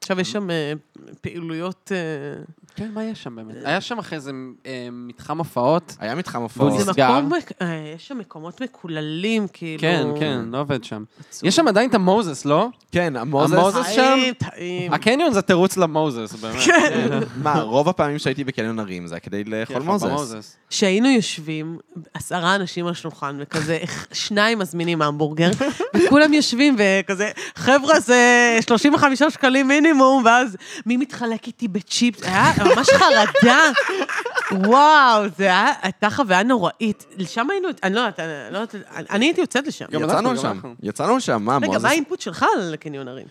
עכשיו יש שם אה, פעילויות... אה,
כן, מה יש שם באמת? היה שם אחרי זה אה, מתחם הופעות.
היה מתחם
והוא
הופעות.
זה
נסגר.
מקום, אה, יש שם מקומות מקוללים, כאילו...
כן, כן, לא עובד שם.
עצוב.
יש שם עדיין את המוזס, לא?
כן, המוזס.
המוזס-
טעים,
שם.
טעים.
הקניון זה תירוץ למוזס, באמת. כן,
מה, רוב הפעמים שהייתי בקניון הרים זה היה כדי לאכול
נכון,
מוזס.
במוזס.
שהיינו יושבים, עשרה אנשים על שולחן, וכזה, איך- שניים מזמינים המבורגר, וכולם יושבים וכזה, חבר'ה, זה 35 שקלים מינימום, ואז מי מתחלק איתי בצ'יפס? היה ממש חרדה. וואו, זו הייתה חוויה נוראית. לשם היינו, אני לא יודעת, אני לא יודעת, אני- אני הייתי יוצאת לשם.
גם אנחנו,
יצאנו
גם
שם,
אנחנו.
יצאנו שם, מה,
רגע, מה
מוזס?
האינפוט שלך על קניון ערים?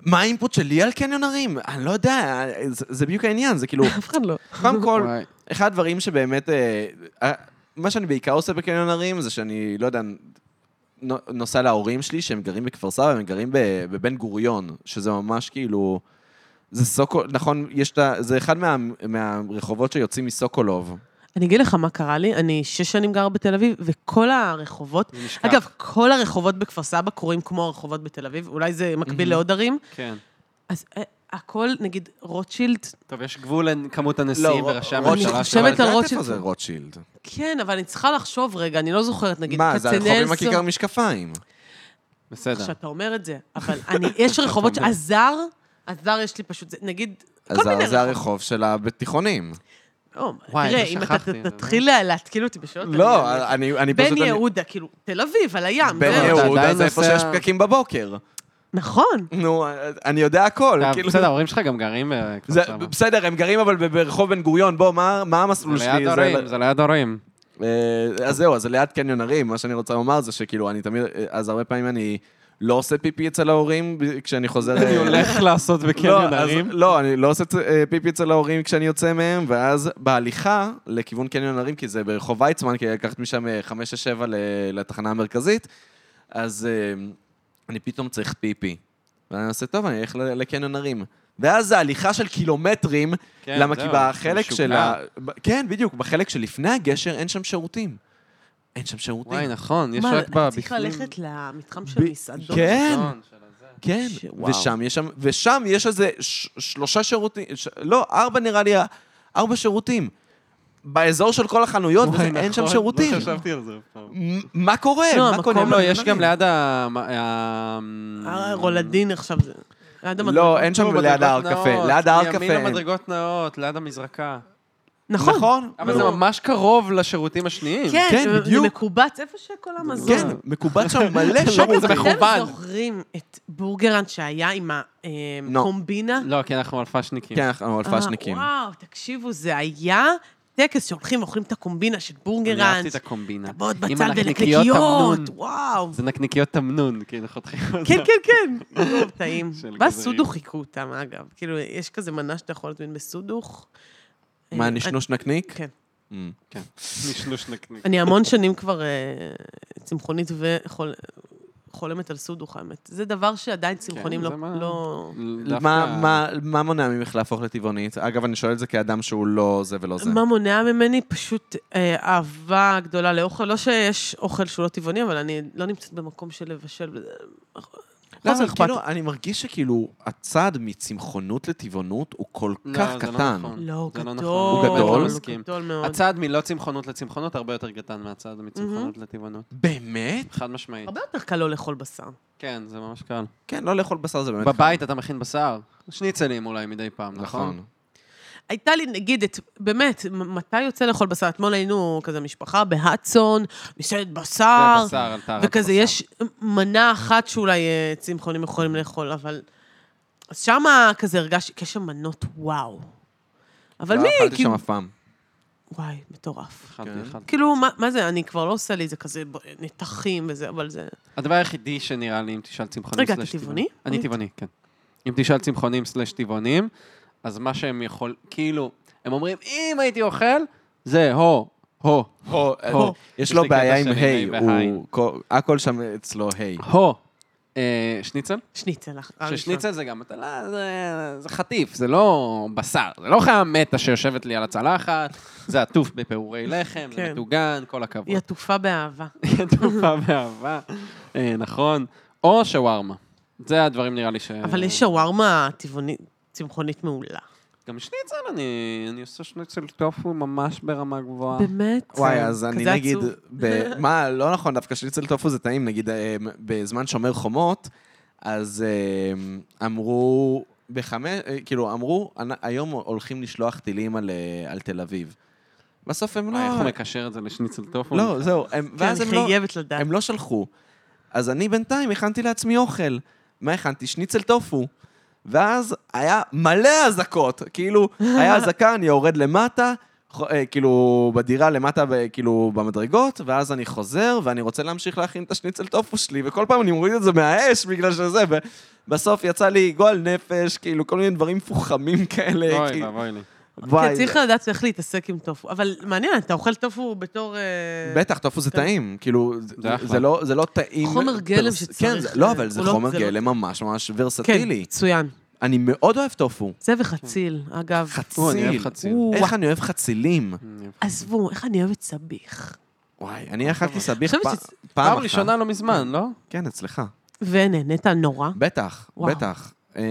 מה האינפוט שלי על קניון הרים? אני לא יודע, זה- זה בדיוק העניין, זה כאילו,
אף אחד לא.
קודם כל,
וואי.
אחד הדברים שבאמת... אה, אה, מה שאני בעיקר עושה בקניון הרים זה שאני, לא יודע, נו- נוסע להורים שלי שהם גרים בכפר סבא, הם גרים ב- בבן גוריון, שזה ממש כאילו... זה סוקו... נכון, יש את ה... זה אחד מה, מהרחובות שיוצאים מסוקולוב.
אני אגיד לך מה קרה לי, אני שש שנים גרה בתל אביב, וכל הרחובות,
זה נשכח.
אגב, כל הרחובות בכפר סבא קוראים כמו הרחובות בתל אביב, אולי זה מקביל לעוד ערים,
כן.
Mhm. אז אה, הכל, נגיד, רוטשילד,
טוב, יש גבול לכמות
לא,
הנשיאים וראשי
לא, רוטשילד.
הממשלה
אני חושבת
שלנו.
על
את יודעת
רוטשילד.
איפה זה רוטשילד?
כן, אבל אני צריכה לחשוב רגע, אני לא זוכרת, נגיד,
מה, זה הרחוב עם הכיכר
כצנלסון,
משקפיים.
בסדר.
שאתה אומר את זה, אבל אני, יש רחובות,
אתה אומר.
עזר, עזר יש לי פשוט, זה- נגיד,
אז
כל מיני
זה
רחובות.
הרחוב של הבתיכונים.
לא,
וואי,
תראה,
אני
אם אתה
שכחתי.
ת- תתחיל לה- להתקיל אותי בשאלות,
לא,
אני-
אני אני פשוט...
בן
אני-
יהודה, כאילו, תל אביב, על הים, לא,
בן
זהו.
אתה
יהודה
עדיין
זה איפה
נוסע-
שיש פקקים בבוקר.
נכון.
נו, אה, אני יודע הכל.
אתה-
כאילו-
בסדר, ההורים שלך גם גרים אה, בכפר
זה,
סבא.
בסדר, הם גרים אבל ב- ברחוב בן גוריון, בוא, מה, מה המסלול
זה
שלי?
ליד
זה-
הורים, זה ליד הורים.
אה, אז זהו, אז זה ליד קניון הרים, מה שאני רוצה לומר זה שכאילו, אני תמיד, אה, אז הרבה פעמים אני לא עושה פיפי אצל ההורים ב- כשאני חוזר...
אני
אה,
הולך לעשות בקניון
לא, אז-
הרים.
לא, אני לא עושה אה, פיפי אצל ההורים כשאני יוצא מהם, ואז בהליכה לכיוון קניון הרים, כי זה ברחוב ויצמן, כי לקחת משם אה, 567 ל- לתחנה המרכזית, אז אה, אני פתאום צריך פיפי. ואני עושה, טוב, אני אלך ל- לקניון הרים. ואז זה הליכה של קילומטרים,
כן,
למה? כי
זהו,
בחלק
משוגע.
של ה... ב- כן, בדיוק, בחלק שלפני הגשר אין שם שירותים. אין שם
וואי,
שירותים.
נכון, יש
מה,
רק
אני
בבפנים.
צריך ללכת למתחם של
ב-
מסעדות.
כן.
נכון, של הזה.
כן,
ש- וואו.
ושם יש שם, ושם יש איזה ש- שלושה שירותים, ש- לא, ארבע נראה לי, ארבע שירותים. באזור של כל החנויות,
וואי,
וזה- אין
נכון,
שם שירותים.
לא חשבתי על זה אף פעם.
מ- מה קורה?
לא, אה,
מה
המקום
קורה?
לא, יש גם ליד ה... ה-
הרולדין עכשיו זה... ליד
לא,
המדרגות.
אין שם
נו,
ליד ההר
מדרגות
קפה.
נאות,
ליד ההר קפה.
מימין
אין.
למדרגות נאות, ליד המזרקה.
נכון.
נכון.
אבל
נו.
זה ממש קרוב לשירותים השניים.
כן,
כן,
זה-
בדיוק.
זה מקובץ איפה שכל המזון.
כן, מקובץ שם מלא
רגע,
שירותים.
לא. זה מכוון.
אתם זוכרים את בורגרן שהיה עם אה,
נו.
הקומבינה?
לא, כי אנחנו אלפשניקים.
כן, אנחנו
אה,
אלפשניקים.
אה, וואו, תקשיבו, זה היה טקס שהולכים ואוכלים את הקומבינה של
אני
בורגרן.
אהבתי את הקומבינה.
טבעות
עם
בצל
הנקניקיות
ונקניקיות,
תמנון.
וואו.
זה נקניקיות תמנון, כאילו חותכים על
כן, כן, כן. טוב, טעים.
של גזרים.
בסודוך חיכו אותם, אגב. כאילו, יש כזה מנה שאתה יכול להזמין בסודוך.
מה,
אה,
נשנוש נקניק?
כן.
Mm.
נשנוש נקניק.
אני המון שנים כבר אה, צמחונית וחול... חולמת על סודו חמת. זה דבר שעדיין צמחונים
כן, זה
לא...
מה-
לא...
מה- מה- מה מונע ממך להפוך לטבעונית? אגב, אני שואל את זה כאדם שהוא לא זה ולא זה.
מה מונע ממני? פשוט אה, אהבה גדולה לאוכל. לא שיש אוכל שהוא לא טבעוני, אבל אני לא נמצאת במקום של לבשל. לא, וזה-
למה?
חוסר אכפת.
כאילו, אני מרגיש שכאילו, הצעד מצמחונות לטבעונות הוא כל
לא,
כך
זה לא
קטן.
נכון.
לא, הוא
זה לא
גדול.
נכון.
הוא גדול?
הוא
מסכים.
גדול מאוד.
הצעד מלא צמחונות לצמחונות הרבה יותר קטן מהצעד מצמחונות לטבעונות.
באמת?
חד משמעית.
Mhm. הרבה יותר קל לא לאכול בשר.
כן, זה ממש קל.
כן, לא לאכול בשר זה באמת...
בבית אתה מכין בשר, שניצלים אולי מדי פעם, נכון?
נכון.
הייתה לי, נגיד, את, באמת, מ- מתי יוצא לאכול בשר? אתמול היינו כזה משפחה בהדסון, מסעדת בשר,
זה בשר על טהרת
וכזה
הבשר.
יש מנה אחת שאולי אה, צמחונים יכולים לאכול, אבל... אז שמה כזה הרגשתי, כי יש שם מנות וואו. אבל מי,
לא אכלתי שם
כאילו...
אף פעם.
וואי, מטורף.
כן.
אכלתי, אכלתי.
כאילו, מה, מה זה, אני כבר לא עושה לי, זה כזה ב- נתחים וזה, אבל זה...
הדבר היחידי שנראה לי, אם תשאל צמחונים
רגע, אתה
סלש
טבעוני?
אני טבעוני, כן. אם תשאל צמחונים סלש טבעונים, אז מה שהם יכול, כאילו, הם אומרים, אם הייתי אוכל, זה הו, הו, הו.
אה,
אה,
יש לו
לי קטע
בעיה עם
שאני
היי,
די
הוא- כל- הכל שם אצלו היי.
הו. אה, שניצל?
שניצל. אה, הח- הראשון.
ששניצל זה גם, אתה לא, זה- זה חטיף, זה לא בשר, זה לא חיה מתה שיושבת לי על הצלחת, זה עטוף בפירורי לחם, זה
כן.
מטוגן, כל הכבוד.
היא עטופה באהבה.
היא עטופה באהבה, אה, נכון. או שווארמה. זה הדברים נראה לי ש...
אה.
אבל יש שווארמה טבעונית, צמחונית מעולה.
גם שניצל, אני, אני עושה שניצל טופו ממש ברמה גבוהה.
באמת?
אה. וואי,
זה
אז אני
כן, כזה
נגיד,
עצוב.
ב- מה, לא נכון, דווקא שניצל טופו זה טעים, נגיד אה, בזמן שומר חומות, אז אה, אמרו, בחמש, אה, כאילו, אמרו, "אנ- היום הולכים לשלוח טילים על, אה, על תל אביב. בסוף
אה,
הם לא...
וואי, אה, איך הוא מקשר את זה לשניצל טופו?
לא, זהו, הם-
כן,
ואז
אני
הם לא...
חייבת לדעת.
הם לא שלחו. אז אני בינתיים הכנתי לעצמי אוכל. מה הכנתי? שניצל טופו. ואז היה מלא אזעקות, כאילו, היה אזעקה, אני יורד למטה, ח- אה, כאילו, בדירה למטה, ב- כאילו, במדרגות, ואז אני חוזר, ואני רוצה להמשיך להכין את השניצל טופו שלי, וכל פעם אני מוריד את זה מהאש בגלל שזה, ובסוף יצא לי גועל נפש, כאילו, כל מיני דברים מפוחמים כאלה,
אוי לא,
כאילו,
ואבוי לי.
כן,
וואי,
צריך לדעת צריך להתעסק עם טופו. אבל מעניין, אתה אוכל טופו בתור... אה,
בטח, טופו זה טעים, כאילו, זה-
זה אחלה.
זה לא- זה לא טעים.
חומר גלם
פרס-
שצריך,
כן, זה- לא, אבל
אה,
זה
הוא לא-
חומר
זה לא-
גלם ממש ממש
כן,
ורסטילי.
מצוין.
אני מאוד אוהב טופו.
זה וחציל, אגב.
או, אני אוהב
חציל.
חציל.
וואו.
איך אני אוהב חצילים.
אני אוהב.
עזבו, איך אני אוהבת סביח.
וואי, אני אכלתי סביח
נכון, חושבת
פ-
שזה-
פעם
פעם
אחת.
ראשונה לא מזמן, לא?
כן, אצלך.
ונהנית נורא.
בטח,
וואו.
בטח. אמ,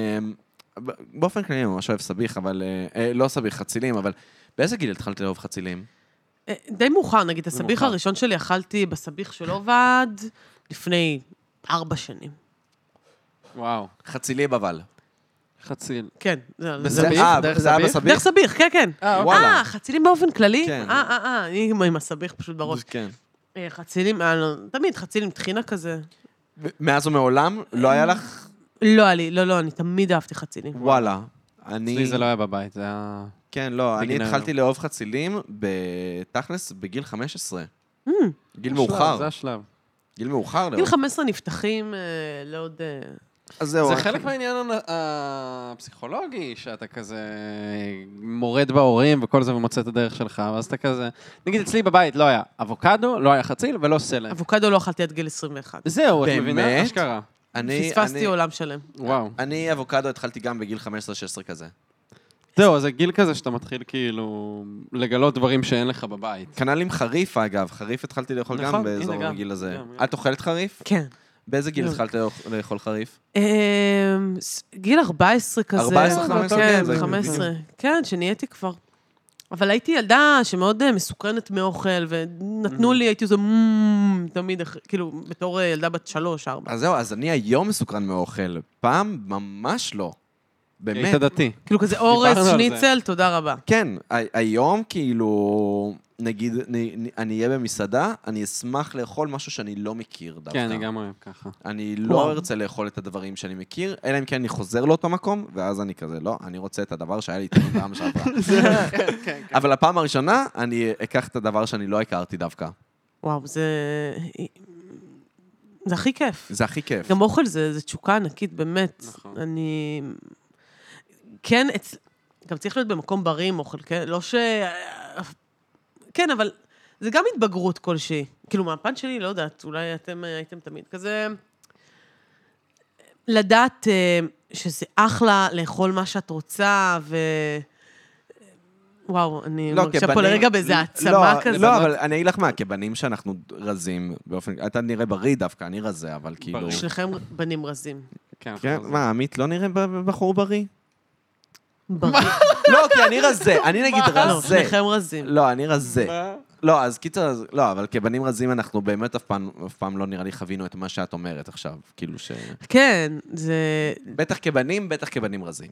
ב- באופן כללי אני ממש אוהב סביח, אבל... אה, אה, לא סביח, חצילים, אבל... באיזה גיל התחלת לאהוב חצילים?
אה, די מאוחר, נגיד, הסביח
מאוחר.
הראשון שלי אכלתי בסביח של עובד לפני ארבע שנים.
וואו.
חצילים אבל.
חציל.
כן, זה- זה-
בסביח?
אה,
דרך
זה היה
סביח?
בסביח?
דרך סביח, כן, כן.
אה, אוקיי.
וואלה.
אה, חצילים באופן כללי?
כן.
אה, אה, אה, אני עם- עם הסביח פשוט בראש.
כן.
אה, חצילים, אה, לא, תמיד חצילים טחינה כזה.
מאז ומעולם לא היה לך?
לא היה לי, לא, לא, אני תמיד אהבתי חצילים.
וואלה. אני...
אצלי זה לא היה בבית, זה היה...
כן, לא, אני
בגלל-
התחלתי לאהוב חצילים בתכלס בגיל 15. גיל מאוחר,
השלב, זה השלב.
גיל מאוחר.
גיל
לאהוב.
15 נפתחים אה, לעוד... אה,
אז זהו,
זה
אני-
חלק מהעניין הנ- הפסיכולוגי, שאתה כזה מורד בהורים וכל זה ומוצא את הדרך שלך, ואז אתה כזה... נגיד אצלי בבית לא היה אבוקדו, לא היה חציל ולא סלם.
אבוקדו לא אכלתי עד גיל 21.
זהו, את
באמת?
מבינה? אשכרה.
אני-
פספסתי
אני-
עולם שלם.
וואו.
אני אבוקדו התחלתי גם בגיל 15-16 כזה.
זהו, אז זה גיל כזה שאתה מתחיל כאילו לגלות דברים שאין לך בבית.
כנ"ל עם חריף, אגב. חריף התחלתי לאכול
נכון,
גם
הנה,
באזור
גם.
הגיל הזה.
גם, גם.
את אוכלת חריף?
כן.
באיזה גיל
לא.
התחלת לאוכ- לאכול חריף?
אמ, ס- גיל 14 כזה.
14,
15,
כן,
זה
15. כן, שנהייתי כבר. אבל הייתי ילדה שמאוד אה, מסוקרנת מאוכל, ונתנו
Mm-hmm.
לי, הייתי איזה "מ", תמיד, אח- כאילו, בתור אה, ילדה בת שלוש, ארבע.
אז זהו, אז אני היום מסוקרן מאוכל. פעם ממש לא. באמת.
היית דתי.
כאילו כזה אורז,
דיברנו על זה.
שניצל, תודה רבה.
כן, הי- היום כאילו, נגיד, נ- נ- אני אהיה במסעדה, אני אשמח לאכול משהו שאני לא מכיר דווקא.
כן, אני גם אוהב ככה.
אני
וואו.
לא ארצה לאכול את הדברים שאני מכיר, אלא אם כן אני חוזר לאותו מקום, ואז אני כזה, לא, אני רוצה את הדבר שהיה לי איתנו פעם שעברה.
כן,
אבל הפעם הראשונה, אני אקח את הדבר שאני לא הכרתי דווקא.
וואו, זה... זה הכי כיף.
זה הכי כיף.
גם אוכל זה, זה תשוקה ענקית, באמת.
נכון.
אני... כן, אצ... גם צריך להיות במקום בריא עם אוכל, כן? לא ש... כן, אבל זה גם התבגרות כלשהי. כאילו, מהפן שלי, לא יודעת, אולי אתם אה, הייתם תמיד כזה... לדעת אה, שזה אחלה לאכול מה שאת רוצה, ו... וואו, אני
לא,
מרגישה פה
כבנים-
לרגע באיזה העצמה
לא,
כזאת.
לא, אבל אני אגיד לך מה, כבנים שאנחנו רזים באופן... אתה נראה בריא דווקא, אני רזה, אבל כאילו...
בריא.
שניכם בנים רזים.
כן,
כן,
אנחנו-
מה, עמית לא נראה ב- בחור בריא?
בריא.
לא, כי אני רזה, אני נגיד
לא,
רזה.
שניכם רזים.
לא, אני רזה.
מה?
אה,
לא, אז קיצר, אז- לא, אבל כבנים רזים אנחנו באמת אף פעם, אף פעם לא נראה לי חווינו את מה שאת אומרת עכשיו. כאילו ש...
כן, זה...
בטח כבנים, בטח כבנים רזים.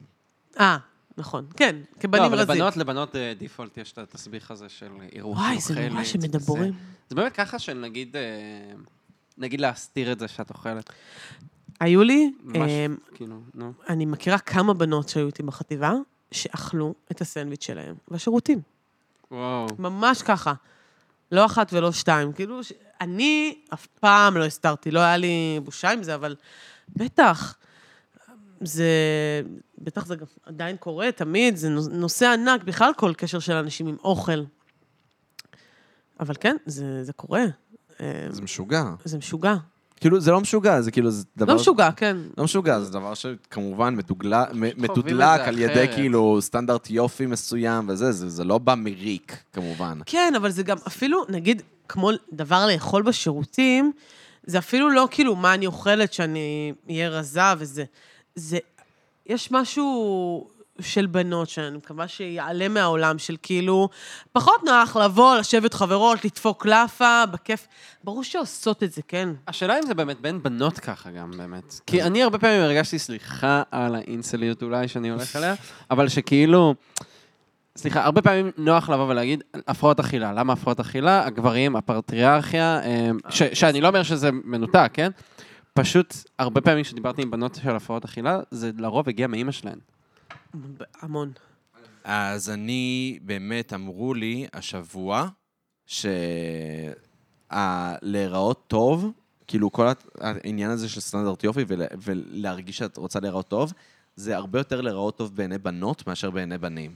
אה, נכון. כן,
לא,
כבנים
אבל
רזים.
לבנות, לבנות אה, דיפולט יש את התסביך הזה של עירוב
וואי, זה נורא שמדבורים.
זה באמת ככה של נגיד, אה, נגיד להסתיר את זה שאת אוכלת.
היו לי,
ממש,
אמ,
כאילו, נו.
אני מכירה כמה בנות שהיו איתי בחטיבה, שאכלו את הסנדוויץ' שלהם בשירותים.
וואו.
ממש ככה. לא אחת ולא שתיים. כאילו, ש... אני אף פעם לא הסתרתי, לא היה לי בושה עם זה, אבל בטח. זה, בטח זה גם עדיין קורה, תמיד, זה נוס- נושא ענק, בכלל כל קשר של אנשים עם אוכל. אבל כן, זה, זה קורה. אה,
זה משוגע.
זה משוגע.
כאילו, זה לא משוגע, זה כאילו, זה דבר...
לא משוגע, כן.
לא משוגע, זה דבר שכמובן מתוגלה- מ-
חווים את
מתודלק
זה
על ידי
אחרת.
כאילו סטנדרט יופי מסוים וזה, זה זה לא בא מריק, כמובן.
כן, אבל זה גם אפילו, נגיד, כמו דבר לאכול בשירותים, זה אפילו לא כאילו מה אני אוכלת, שאני אהיה רזה וזה. זה, יש משהו של בנות, שאני מקווה שיעלה מהעולם, של כאילו, פחות נוח לבוא, לשבת חברות, לדפוק לאפה, בכיף. ברור שעושות את זה, כן.
השאלה אם זה באמת בין בנות ככה גם, באמת. כי אני הרבה פעמים הרגשתי, סליחה על האינסליות אולי שאני הולך עליה, אבל שכאילו, סליחה, הרבה פעמים נוח לבוא ולהגיד, הפרעות אכילה. למה הפרעות אכילה? הגברים, הפטריארכיה, אה, ש- שאני לא אומר שזה מנותק, כן? פשוט, הרבה פעמים כשדיברתי עם בנות של הפרעות אכילה, זה לרוב הגיע מאימא שלהן.
המון.
אז אני, באמת אמרו לי השבוע, שלהיראות טוב, כאילו כל הת- העניין הזה של סטנדרט יופי ול- ולהרגיש שאת רוצה להיראות טוב, זה הרבה יותר להיראות טוב בעיני בנות מאשר בעיני בנים.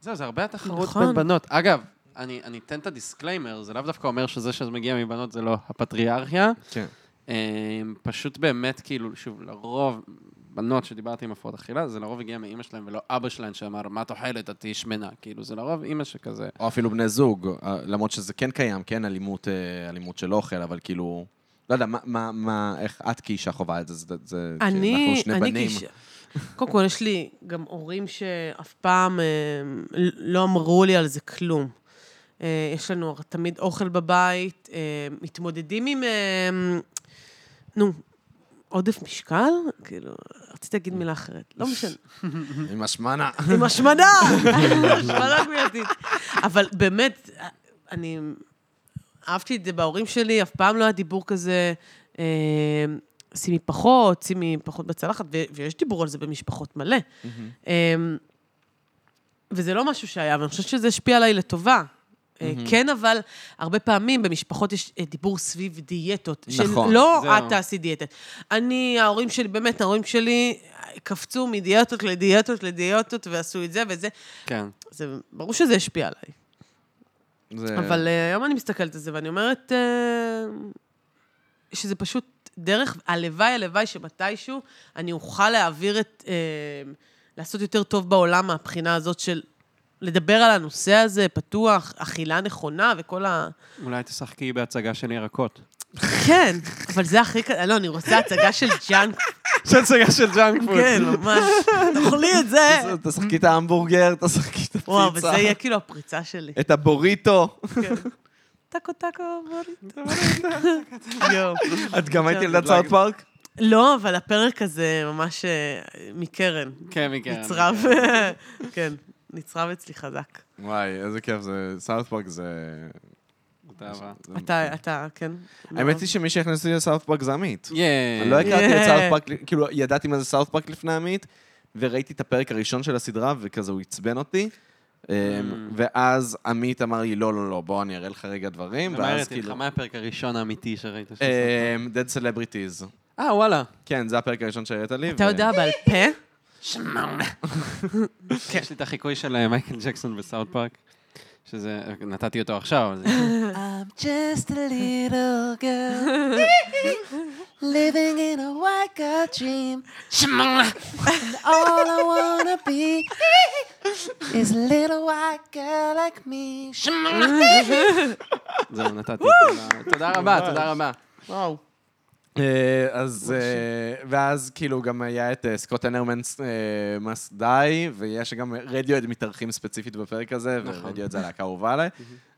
זהו, זה הרבה התחרות
נכון.
בין בנות. אגב, אני אני אתן את הדיסקליימר, זה לאו דווקא אומר שזה שזה מגיע מבנות זה לא הפטריארכיה.
כן.
אמ, פשוט באמת, כאילו, שוב, לרוב, בנות שדיברתי עם הפרעות אכילה, זה לרוב הגיע מאימא שלהם ולא אבא שלהם שאמר, מה את אוכלת, את תהיי שמנה. כאילו, זה לרוב אימא שכזה.
או אפילו בני זוג, אה, למרות שזה כן קיים, כן, אלימות, אה, אלימות של אוכל, אבל כאילו... לא יודע, מה, מה, מה, איך את כאישה חווה את זה? זה, זה
אני,
אנחנו שני
אני
בנים.
כש- קודם כל, יש לי גם הורים שאף פעם אה, לא אמרו לי על זה כלום. אה, יש לנו הר- תמיד אוכל בבית, אה, מתמודדים עם, אה, נו, עודף משקל? כאילו, רציתי להגיד מילה אחרת, לא משנה.
עם השמנה.
עם השמנה! השמנה גבייתית. אבל באמת, אני אהבתי את זה בהורים שלי, אף פעם לא היה דיבור כזה, אה, שימי פחות, שימי פחות בצלחת, ו- ויש דיבור על זה במשפחות מלא. אה, וזה לא משהו שהיה, אבל אני חושבת שזה השפיע עליי לטובה. אה, כן, אבל הרבה פעמים במשפחות יש אה, דיבור סביב דיאטות.
נכון,
של לא
זהו.
את תעשי דיאטת. אני, ההורים שלי, באמת, ההורים שלי קפצו מדיאטות לדיאטות לדיאטות ועשו את זה וזה.
כן.
זה, ברור שזה השפיע עליי.
זה-
אבל אה, היום אני מסתכלת על זה ואני אומרת אה, שזה פשוט דרך, הלוואי, הלוואי שמתישהו אני אוכל להעביר את, אה, לעשות יותר טוב בעולם מהבחינה הזאת של לדבר על הנושא הזה, פתוח, אכילה נכונה וכל ה...
אולי תשחקי בהצגה של ירקות.
כן, אבל זה הכי... ק- לא, אני רוצה הצגה של ג'אנק,
של הצגה של ג'אנק פוד.
כן, ממש. תאכלי את זה.
תשחקי את ההמבורגר, תשחקי את
וואו, אבל זה
הפיצה,
יהיה כאילו הפריצה שלי.
את הבוריטו.
כן. טקו טקו, בוריטו. יואו. כן.
את גם היית ילדת
לא,
סאוט פארק?
לא, אבל הפרק הזה ממש אה, מקרן.
כן, מכן.
נצרב, כן, נצרב אצלי חזק.
וואי, איזה כיף זה, סאוט פארק זה...
אתה, אתה, כן.
האמת היא שמי שהכניס לי לסאוט פארק זה עמית.
ייי.
לא הכרתי את
Yeah.
סאוט פארק, כאילו, ידעתי מה זה סאוט פארק לפני עמית, וראיתי את הפרק הראשון של הסדרה, וכזה הוא עצבן אותי. אמ, ואז עמית אמר לי, לא, לא, לא, בוא, אני אראה לך רגע דברים,
ומה
ואז
הראיתי לך?
כאילו...
מה הפרק הראשון האמיתי שראית? שעשית?
אמ, Dead Celebrities.
אה, וואלה.
כן, זה הפרק הראשון שהראית לי.
אתה
ו-
יודע בעל פה?
יש לי את החיקוי של אה, מייקל ג'קסון בסאוט פארק, שזה, נתתי אותו עכשיו, אבל זה...
Living in a white girl dream. And all I wanna be is a little white girl like me.
זהו, נתתי. תודה רבה, תודה רבה.
וואו.
אה, אז... אה, ואז כאילו גם היה את אה, סקוט הנרמנס אה, מס די, ויש גם רדיואד מתארחים ספציפית בפרק הזה,
נכון.
ורדיואד זה הלהקה האהובה עליי.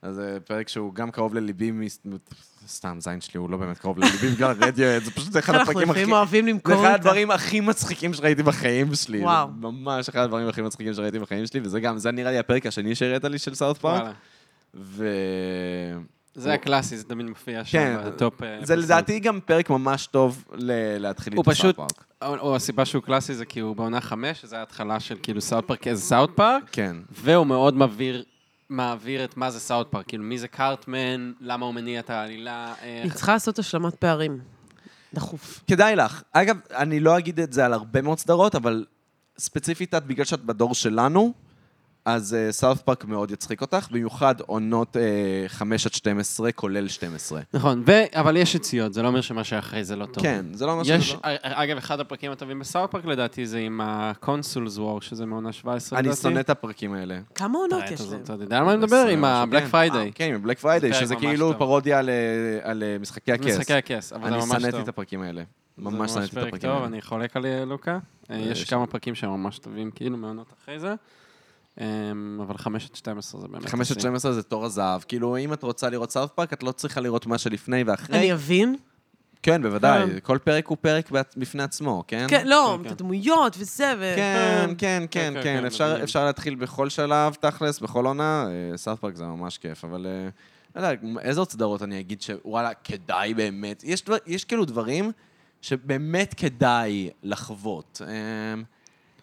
אז זה פרק שהוא גם קרוב לליבי, מס- סתם, זין שלי הוא לא באמת קרוב לליבי בגלל רדיואד, זה פשוט אחד
אנחנו
הפרקים הכי...
לפעמים אוהבים
זה
למכור
אחד
אותה.
הדברים הכי מצחיקים שראיתי בחיים שלי. זה
וואו.
ממש אחד הדברים הכי מצחיקים שראיתי בחיים שלי, וזה גם, זה נראה לי הפרק השני שהראית לי של סאוט פארק.
וואלה.
ו...
זה הקלאסי, זה תמיד מופיע
כן,
שם בטופ. אה,
זה
episode.
לדעתי גם פרק ממש טוב ל- להתחיל
הוא
איתו
פשוט-
סאוט פארק.
או- או הסיבה שהוא קלאסי זה כי הוא בעונה חמש, שזה ההתחלה של כאילו סאוט פארק איזה סאוט פארק,
כן.
והוא מאוד מבהיר, מעביר את מה זה סאוט פארק, כאילו מי זה קארטמן, למה הוא מניע את העלילה. אה,
היא צריכה לעשות השלמת פערים. דחוף.
כדאי לך. אגב, אני לא אגיד את זה על הרבה מאוד סדרות, אבל ספציפית את, בגלל שאת בדור שלנו, אז סאוף פארק מאוד יצחיק אותך, במיוחד עונות אה, 5 עד 12, כולל 12.
נכון, ו- אבל יש יציאות, זה לא אומר שמה שאחרי זה לא טוב.
כן, זה לא מה
יש,
שזה...
א- אגב, אחד הפרקים הטובים בסאוט פארק לדעתי זה עם הקונסולס וור, שזה מעונה 17 לדעתי.
אני שונא את הפרקים האלה. אה,
כמה עונות
אה,
יש
אתה-
להם?
אתה יודע על מה אני מדבר? עם הבלק פריידיי.
כן, עם בלק פריידיי,
זה פרק
שזה
ממש
כאילו
טוב.
פרודיה על, אה, על אה, משחקי הכס.
משחקי הכס, אבל זה
אני
ממש טוב.
שנאתי את הפרקים האלה. ממש
זה
שנאתי את
פרק
הפרקים
טוב,
האלה.
אני חולק על אה, לוקה. אה, יש
יש-
כמה פרקים שהם ממש טובים, כאילו, מעונות אחרי זה. אמ, אבל 5 עד 12 זה באמת...
5 עד
השיא.
12 זה תור הזהב. כאילו, אם את רוצה לראות סאוף פארק, את לא צריכה לראות מה שלפני ואחרי.
אני אבין.
כן, בוודאי.
כן.
כל פרק הוא פרק בעצ- בפני עצמו, כן?
כן, לא,
כן,
את
כן.
הדמויות וזה, ו...
כן, כן, כן,
כן,
כן.
כן,
אפשר-
מבינים.
אפשר להתחיל בכל שלב, תכלס, בכל עונה. אה, סאוף פארק זה ממש כיף, אבל... אה, לא יודע, איזה עוד סדרות אני אגיד שוואלה, כדאי באמת. יש דבר- יש כאילו דברים שבאמת כדאי לחוות. אה,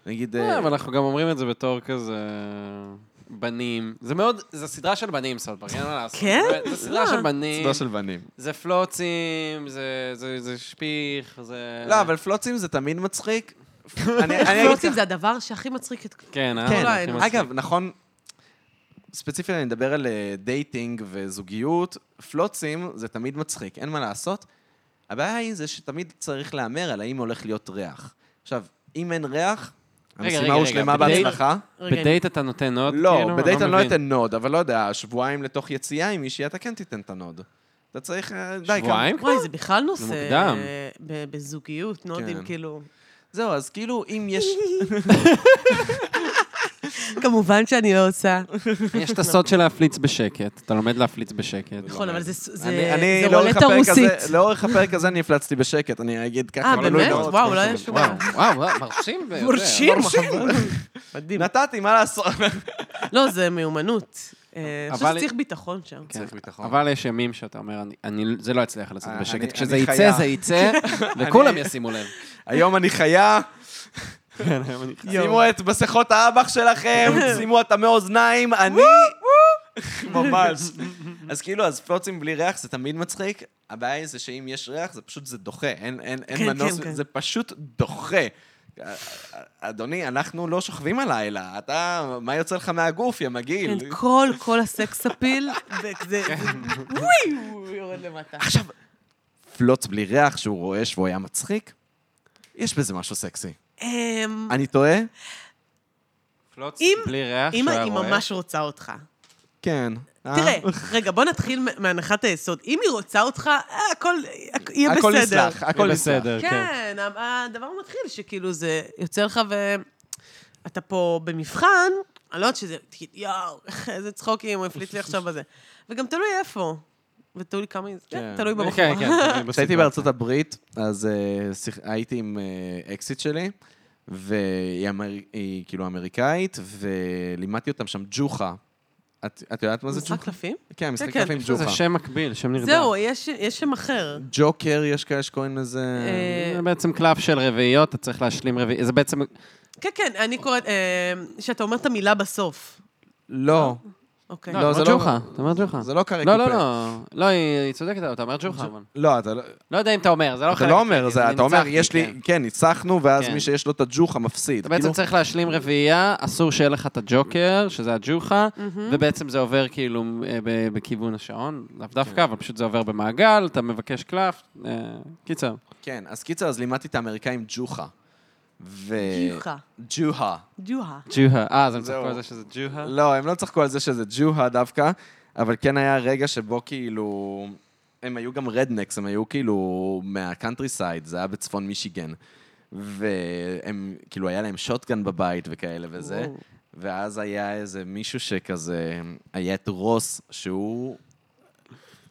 נגיד...
אה,
אה,
אבל אנחנו גם אומרים את זה בתור כזה... אה, בנים. זה מאוד... זה סדרה של בנים, סולברג, אין מה לעשות.
כן?
זה סדרה של בנים,
סדרה של בנים.
זה פלוצים, זה- זה זה שפיך, זה...
לא, אבל פלוצים זה תמיד מצחיק. אני אני אגיד
פלוצים זה הדבר שהכי מצחיק את...
כן, אה?
כן,
אולי,
הכי
נו.
מצחיק.
אגב, נכון, ספציפית אני מדבר על אה, דייטינג וזוגיות, פלוצים זה תמיד מצחיק, אין מה לעשות. הבעיה היא זה שתמיד צריך להמר על האם הולך להיות ריח. עכשיו, אם אין ריח,
רגע,
המשימה
רגע,
הושלמה
רגע, בדייט-
בהצלחה.
רגע,
בדייט אתה נותן נוט?
לא,
כאילו?
בדייט אני לא
מבין.
אתן נוד, אבל לא יודע, שבועיים לתוך יציאה עם מישהי, אתה כן תיתן את הנוד. אתה צריך, אה, די, כמה-
שבועיים?
וואי, זה בכלל נושא...
מוקדם.
אה, ב- בזוגיות,
כן.
נודים, כאילו...
זהו, אז כאילו, אם יש...
כמובן שאני לא עושה.
יש את הסוד של להפליץ בשקט, אתה לומד להפליץ בשקט.
נכון, אבל זה- זה
אני-
זה
אני לא לאורך
רולטה
הפרק הזה-
רוסית.
לאורך הפרק הזה אני הפלצתי בשקט, אני אגיד ככה.
אה,
גילוי
באמת?
נאות,
וואו,
כמו
לא היה
ש-
שום
וואו.
דבר.
וואו, מרשים ביותר.
מורשים.
לא מדהים. נתתי, מה לעשות?
לא, זה מיומנות. אה, אני חושבת
אבל-
שצריך ביטחון שם.
כן,
צריך ביטחון.
אבל יש ימים שאתה אומר, "אני- אני, זה לא יצליח לצאת
אה, אני-
בשקט. כשזה
אני
יצא,
חיה.
זה יצא, וכולם
אני-
ישימו לב.
היום אני חיה, כן,
יואו.
שימו את מסכות האב"ח שלכם, שימו את המי אוזניים, אני... ממש. אז כאילו, אז פלוצים בלי ריח זה תמיד מצחיק. הבעיה היא זה שאם יש ריח, זה פשוט, זה דוחה. אין, אין, אין
כן,
מנוס,
כן, כן.
זה פשוט דוחה. אדוני, אנחנו לא שוכבים הלילה. אתה, מה יוצא לך מהגוף, יא מגעיל?
כן, כל, כל הסקס אפיל, וזה... וואי, הוא יורד למטה.
עכשיו, פלוץ בלי ריח שהוא רועש והוא היה מצחיק, יש בזה משהו סקסי.
אמ,
אני טועה?
פלוץ
אם-
בלי ריח,
אמא,
שהיה
היא
לא רואה.
ממש רוצה אותך.
כן. אה?
תראה, רגע, בוא נתחיל מ- מהנחת היסוד. אם היא רוצה אותך, אה, הכל הכ- יהיה בסדר.
הכל נסלח, הכל
הכל
נסלח.
בסדר, כן.
כן, ה- הדבר מתחיל שכאילו זה יוצא לך ואתה פה במבחן, אני לא יודעת שזה, תגיד, יואו, איזה צחוקים, הוא הפליץ לי עכשיו בזה. וגם תלוי איפה. ותלוי כמה, היא- כן,
כן.
תלוי
כן,
בבחורה.
כן.
כשהייתי בארצות הברית, אז אה, שיח- הייתי עם אה, אקסיט שלי, והיא אמר- היא כאילו אמריקאית, ולימדתי אותם שם ג'וחה. את את יודעת מה זה
משחק
ג'וחה?
קלפים?
כן, משחק
כן.
קלפים
יש לזה
ג'וחה.
שם מקביל, שם נרדם.
זהו, יש יש שם אחר.
ג'וקר, יש כאלה שקוראים לזה...
אה,
זה בעצם קלף של רביעיות, אתה צריך להשלים רביעי. זה
לא,
בעצם...
כן, כן, אני קוראת, אה, שאתה אומר את המילה בסוף.
לא,
אוקיי.
לא, זה
אמרת
לא-
ג'וחה, אתה אומר ג'וחה.
זה לא קרקופי.
לא, לא, לא. לא, היא היא צודקת, אתה אומר ג'וחה, אבל.
לא, אתה לא...
לא יודע אם אתה אומר, זה לא
אתה
חלק
לא אומר,
מהקרדיט,
זה-
אני
אתה אומר,
ניצחתי,
יש
כן.
לי, כן, ניצחנו, ואז
כן.
מי שיש לו את הג'וחה מפסיד.
אתה בעצם
כאילו,
צריך להשלים רביעייה, אסור שיהיה לך את הג'וקר, שזה הג'וחה, ובעצם זה עובר כאילו אה, ב-
כן.
בכיוון השעון, לאו דווקא, אבל פשוט זה עובר במעגל, אתה מבקש קלף, אה, קיצר.
כן, אז קיצר, אז לימדתי את האמריקאים ג'וחה. ו...
ג'יוחה.
ג'וחה.
ג'והה.
ג'והה. אה, אז הם
זהו.
צחקו על זה שזה ג'והה?
לא, הם לא צחקו על זה שזה ג'והה דווקא, אבל כן היה רגע שבו כאילו... הם היו גם רדנקס, הם היו כאילו מהקאנטרי סייד, זה היה בצפון מישיגן. והם, כאילו, היה להם שוטגן בבית וכאלה וזה.
וואו.
ואז היה איזה מישהו שכזה, היה את רוס, שהוא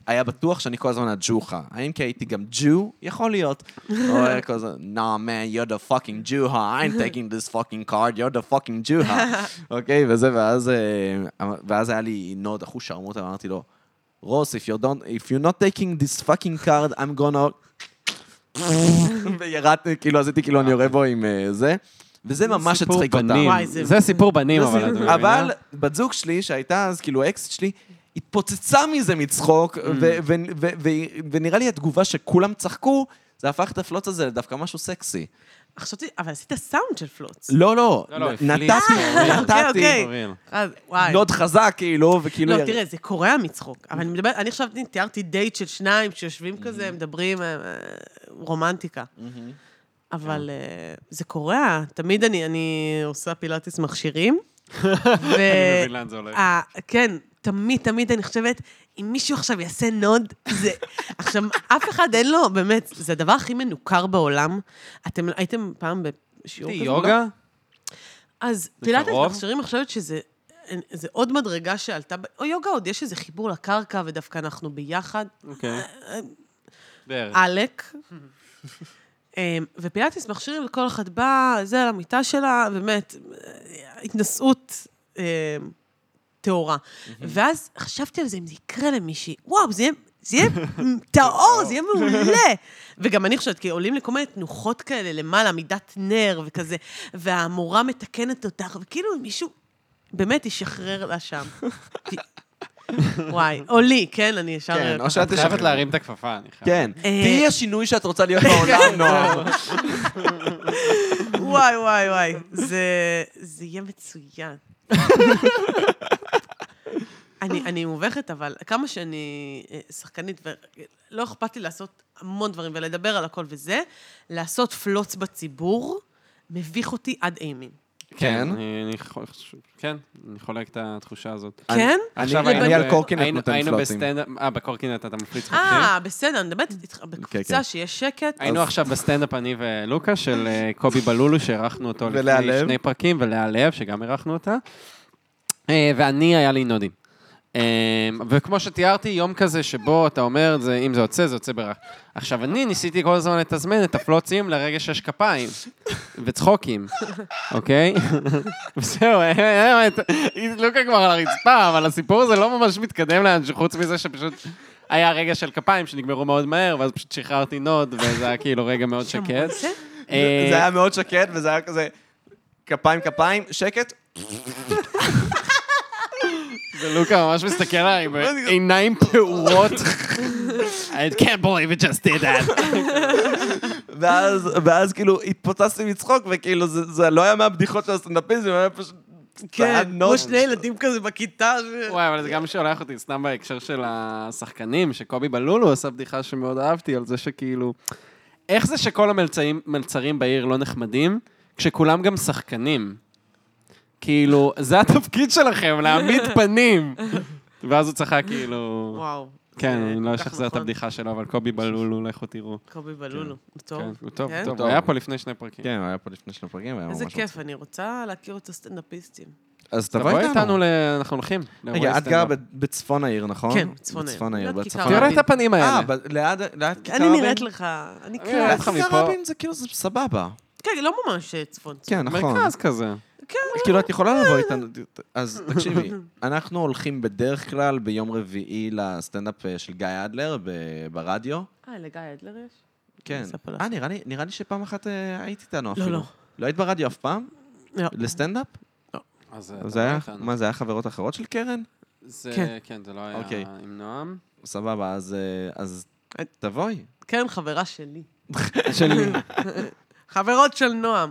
היה בטוח שאני כל הזמן הג'וחה. האם כי הייתי גם ג'ו? יכול להיות. הוא היה כל הזמן, nah man, you're the fucking ג'וחה, I'm taking this fucking card, you're the fucking ג'וחה. אוקיי, וזה, ואז, אה, ואז היה לי נוד, אחוז שרמוטה, ואמרתי לו, רוס, if you're, don't, if you're not taking this fucking card, I'm gonna... וירדתי, כאילו, עשיתי כאילו אני יורה בו עם אה, זה. וזה ממש
סיפור
הצחיק אותם.
בנים.
וואי, זה-
זה סיפור בנים,
זה
אבל... אה?
סיפור.
את מבינה?
אבל בת זוג שלי, שהייתה אז כאילו אקס שלי, התפוצצה מזה מצחוק, ו- ו- ו- ו- ונראה לי התגובה שכולם צחקו, זה הפך את הפלוץ הזה לדווקא משהו סקסי.
חשבתי, אבל עשית סאונד של פלוץ.
לא, לא,
לא, לא,
נ-
הפליץ,
נתתי,
אה,
אוקיי,
נתתי,
אוקיי.
אוריאל.
אז, וואי.
נוד חזק, כאילו, וכאילו...
לא,
ירד.
תראה, זה קורע מצחוק. אבל אני מדברת, אני עכשיו תיארתי דייט של שניים שיושבים כזה, מדברים אה, אה, רומנטיקה.
כן.
אבל אה, זה קורע. תמיד אני- אני עושה פילאטיס מכשירים.
אני מבין לאן זה הולך.
אה, כן, תמיד, תמיד אני חושבת, אם מישהו עכשיו יעשה נוד, זה... עכשיו, אף אחד אין לו, באמת, זה הדבר הכי מנוכר בעולם. אתם הייתם פעם בשיעור
לא.
כזה?
יוגה?
אז פילאטיס
קרוב?
מכשירים, אני חושבת שזה... אה, זה עוד מדרגה שעלתה, ב- או יוגה עוד יש איזה חיבור לקרקע, ודווקא אנחנו ביחד.
אוקיי. בערך.
עלק. אמ, ופילאטיס מכשירים, וכל אחת באה, זה על המיטה שלה, באמת, אה, התנשאות אמ, טהורה. ואז חשבתי על זה, אם זה יקרה למישהי, וואו, זה יהיה... זה יהיה טהור, זה יהיה מעולה. וגם אני חושבת, כי עולים לי כל מיני תנוחות כאלה למעלה, מידת נר וכזה, והמורה מתקנת אותך, וכאילו מישהו באמת ישחרר לה שם. וואי, או לי, כן, אני ישר...
כן, או
ככה.
שאת
את חייבת
תשחררי.
להרים את הכפפה, אני חייב.
כן.
אה,
תהיי השינוי שאת רוצה להיות בעולם, נועם.
וואי, וואי, וואי. זה, זה יהיה מצוין. אני, אני מובכת, אבל כמה שאני אה, שחקנית, ולא אכפת לי לעשות המון דברים ולדבר על הכל וזה, לעשות פלוץ בציבור מביך אותי עד אימים.
כן.
אני- אני חו- כן, אני חולק את התחושה הזאת.
כן?
אני
עכשיו היינו
אני על
ב-
קורקינט
היינו-
נותן
היינו
פלוטים.
בסטנדאפ, אה, בקורקינט אתה מפליץ חופשי?
אה, בסדר, אני מדברת איתך
כן.
בקבוצה שיש שקט.
היינו עכשיו בסטנדאפ, אני ולוקה, של אה, קובי בלולו, שאירחנו אותו לפני
ולהלב.
שני פרקים, ולהלב, שגם אירחנו אותה. אה, ואני, היה לי נודים. אה, וכמו שתיארתי, יום כזה שבו אתה אומר, זה, אם זה יוצא, זה יוצא ברע. עכשיו, אני ניסיתי כל הזמן לתזמן את הפלוצים לרגע שיש כפיים וצחוקים, אוקיי? וזהו, אה, אה, אה, לוקה כבר על הרצפה, אבל הסיפור הזה לא ממש מתקדם לאן, חוץ מזה שפשוט היה רגע של כפיים שנגמרו מאוד מהר, ואז פשוט שחררתי נוד, וזה היה כאילו רגע מאוד שקט.
שמעתם?
אה,
זה היה מאוד שקט, וזה היה כזה... כפיים, כפיים, שקט.
ולוקה ממש מסתכל עליי בעיניים פעורות. I can't believe it just did that.
ואז, ואז כאילו התפוצצתי מצחוק, וכאילו זה, זה לא היה מהבדיחות של הסטנדאפיזם, היה פשוט...
כן,
טענות.
כמו שני ילדים כזה בכיתה. ש-
וואי, אבל זה גם שולח אותי סתם בהקשר של השחקנים, שקובי בלולו עשה בדיחה שמאוד אהבתי על זה שכאילו... איך זה שכל המלצרים מלצרים בעיר לא נחמדים, כשכולם גם שחקנים? כאילו, זה התפקיד שלכם, להעמיד פנים. ואז הוא צחק כאילו...
וואו.
כן,
זה
אני לא
כל כך
אשחזר את
נכון.
הבדיחה שלו, אבל קובי בלולו, לכו תראו.
קובי בלולו, הוא טוב.
כן, הוא טוב,
כן?
הוא טוב.
טוב.
הוא היה פה לפני שני פרקים.
כן, הוא היה פה לפני שני פרקים, והיה ממש...
איזה
מצחיק.
כיף, אני רוצה להכיר את הסטנדאפיסטים.
אז
תבואי איתנו, ל- אנחנו הולכים. לאירועי
רגע, את גרה
סטנדאפ.
ב- בצפון העיר, נכון?
כן, בצפון העיר.
בצפון העיר,
ליד
בצפון
כיכר
תראה
העיר.
את הפנים האלה.
אה, ב- ליד ליד כיכר
אני
רבין?
נראית לך,
אני
אני
נראית
כאילו...
ליד
לך
כיכר
מפה.
רבין זה כאילו, זה סבבה.
כן, לא ממש צפון.
כן, נכון.
מרכז כזה.
כן,
כאילו, את יכולה לבוא איתנו, אז תקשיבי, אנחנו הולכים בדרך כלל ביום רביעי לסטנדאפ אה, של גיא אדלר ב- ברדיו.
אה, לגיא אדלר יש?
כן.
אספר לך.
אה, נראה לי- נראה לי שפעם אחת אה, היית איתנו
לא,
אפילו.
לא.
לא היית ברדיו אף פעם?
לא.
לסטנדאפ?
אז
זה היה, מה זה היה חברות אחרות של קרן?
זה,
כן.
כן, זה לא היה
אוקיי.
עם נועם.
סבבה, אז, אה, אז תבואי.
כן, חברה שלי.
שלי.
חברות של נועם.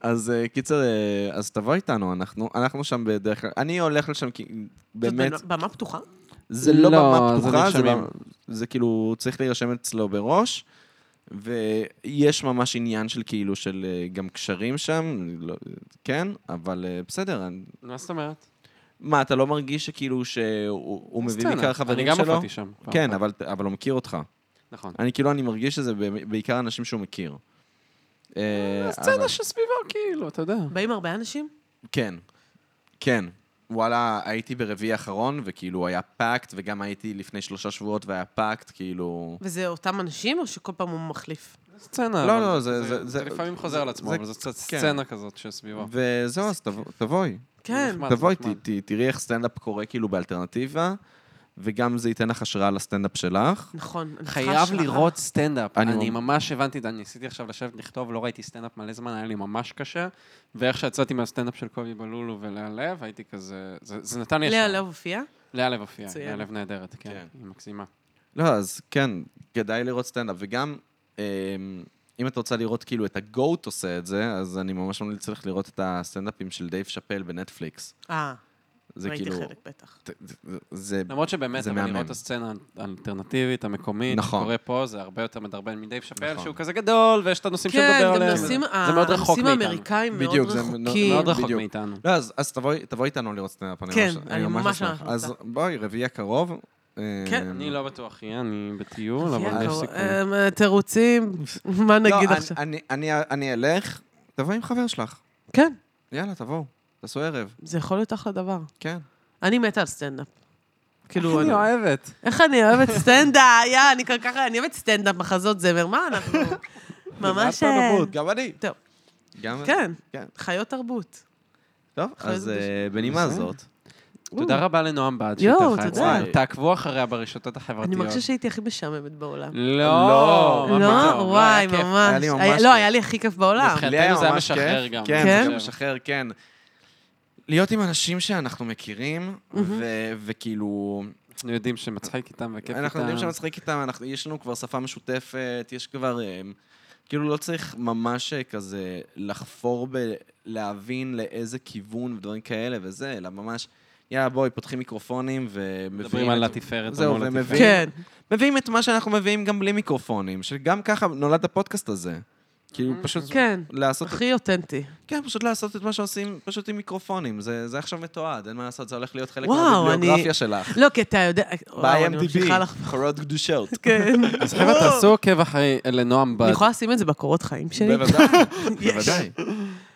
אז אה, קיצר, אה, אז תבוא איתנו, אנחנו, אנחנו שם בדרך כלל, אני הולך לשם כי
זאת
באמת,
במה פתוחה?
זה לא
לא,
במה
זה
פתוחה, זה,
נרשמים.
במה- זה כאילו, צריך להירשם אצלו בראש, ויש ממש עניין של כאילו של אה, גם קשרים שם, לא, כן, אבל אה, בסדר. אני-
מה זאת אומרת?
מה, אתה לא מרגיש שכאילו שהוא הוא מביא
בסדר,
בעיקר חברים
אני
שלו?
גם הופעתי שם. פעם
כן,
אחת.
אבל, אבל הוא מכיר אותך.
נכון.
אני כאילו, אני מרגיש שזה בעיקר אנשים שהוא מכיר. אה, אבל-
הסצנה שסביבו, כאילו, אתה יודע.
באים הרבה אנשים?
כן. כן. וואלה, הייתי ברביעי האחרון, וכאילו היה פאקט, וגם הייתי לפני שלושה שבועות והיה פאקט, כאילו...
וזה אותם אנשים, או שכל פעם הוא מחליף?
סצנה.
לא,
אבל
לא, זה- זה-
זה
זה-
לפעמים חוזר על עצמו,
זה-
אבל זו קצת
כן.
סצנה כזאת שסביבו.
וזהו, אז תבוא- תבואי.
כן.
נחמד.
תבואי,
נחמד.
ת- ת- תראי איך סטנדאפ קורה כאילו באלטרנטיבה, וגם זה ייתן לך השראה לסטנדאפ שלך.
נכון. אני צריכה
חייב
השראה.
לראות סטנדאפ.
אני
אני
ממ-
ממש הבנתי את זה, אני ניסיתי עכשיו לשבת לכתוב, לא ראיתי סטנדאפ מלא זמן, היה לי ממש קשה. ואיך שיצאתי מהסטנדאפ של קובי בלולו ולאה לב, הייתי כזה... זה זה נתן לי...
לאה לא
השראה.
לב הופיעה?
לאה לב הופיעה,
מצוין.
לאה לב נהדרת, כן,
כן.
היא מקסימה.
לא, אז כן, כדאי לראות סטנדאפ. וגם, אמ, אם את רוצה לראות כאילו את הגוט עושה את זה, אז אני ממש ממליץ לך לראות את הסטנדאפים של דייב שאפל בנטפליקס.
אה,
זה
ראיתי
כאילו...
חלק בטח.
ת- ת- זה...
למרות שבאמת,
זה
אבל לראות
מהמם.
את הסצנה האלטרנטיבית, המקומית,
נכון.
שקורה פה, זה הרבה יותר מדרבן מדייב שאפל,
נכון.
שהוא כזה גדול, ויש את הנושאים שהוא
כן,
מדבר
גם
עליהם.
נושאים,
אה, זה מאוד רחוק
הנושאים
מאיתנו.
האמריקאים מאוד
בדיוק, זה מאוד-
זה
רחוקים.
מאוד רחוק
בדיוק.
מאיתנו.
לא, אז, אז תבואי, תבואי איתנו לראות סטנדאפ, אני
כן,
ממש
אני ממש
אשמח.
ממש
אז
רוצה.
בואי, רביעי הקרוב. אה,
כן.
אני לא בטוח יהיה, אני לא- בטיול, אבל
יעקב,
יש סיכוי.
כן, אה, תירוצים,
לא,
מה נגיד
אני-
עכשיו?
אני- אני- אני אלך, תבואי עם חבר שלך.
כן,
יאללה, תבואו, תעשו ערב,
זה יכול להיות אחלה דבר.
כן.
אני מתה על סטנדאפ. כאילו,
אני
אני-
אוהבת.
איך אני אוהבת סטנדאפ, יא, אני כל כך, אני אוהבת סטנדאפ, מחזות זמר, מה אנחנו? ממש...
זה
אה,
התרבות, גם אני.
טוב.
גם...
כן,
כן.
חיות תרבות.
טוב, אז
אחרי זה
אה, בנימה
בסדר.
הזאת,
תודה רבה לנועם בעד
יואו,
שהתארחה
תודה.
אה.
אצלנו. תעקבו אחריה ברשתות החברתיות.
אני מרגישה שהייתי הכי משעממת בעולם.
לא, מה
לא,
פתאום,
וואי,
היה כיף.
ממש.
היה לי ממש
היה-
כיף.
לא, היה לי הכי כיף בעולם.
מבחינתנו
לי היה
זה היה
ממש
משחרר
כיף.
גם,
כן,
אני
זה
חושב.
גם משחרר, כן. להיות עם אנשים שאנחנו מכירים, ו- וכאילו,
אנחנו יודעים שמצחיק איתם וכיף
אנחנו יודעים
איתם.
שמצחיק איתם, אנחנו- יש לנו כבר שפה משותפת, יש כבר... אה, כאילו לא צריך ממש אה, כזה לחפור בלהבין לאיזה כיוון ודברים כאלה וזה, אלא ממש, יאללה בואי, פותחים מיקרופונים ומביאים...
מדברים על
את-
התפארת.
זהו,
המון
ומביאים-
התפארת.
כן.
מביאים את מה שאנחנו מביאים גם בלי מיקרופונים, שגם ככה נולד הפודקאסט הזה. כאילו
Mm-hmm.
פשוט
כן,
לעשות
הכי אותנטי.
כן, פשוט לעשות את מה שעושים פשוט עם מיקרופונים. זה, זה עכשיו מתועד, אין מה לעשות, זה הולך להיות חלק
וואו,
מהביבליוגרפיה
אני-
שלך.
לא, כי אתה יודע... וואו, אני
ב-IMDb,
ממשיכה לך.
קורות קדושות.
כן.
אז חבר'ה, תעשו עוקב אחרי לנועם
אני
בת.
יכולה לשים את זה בקורות חיים שלי?
בוודאי,
יש.
בוודאי.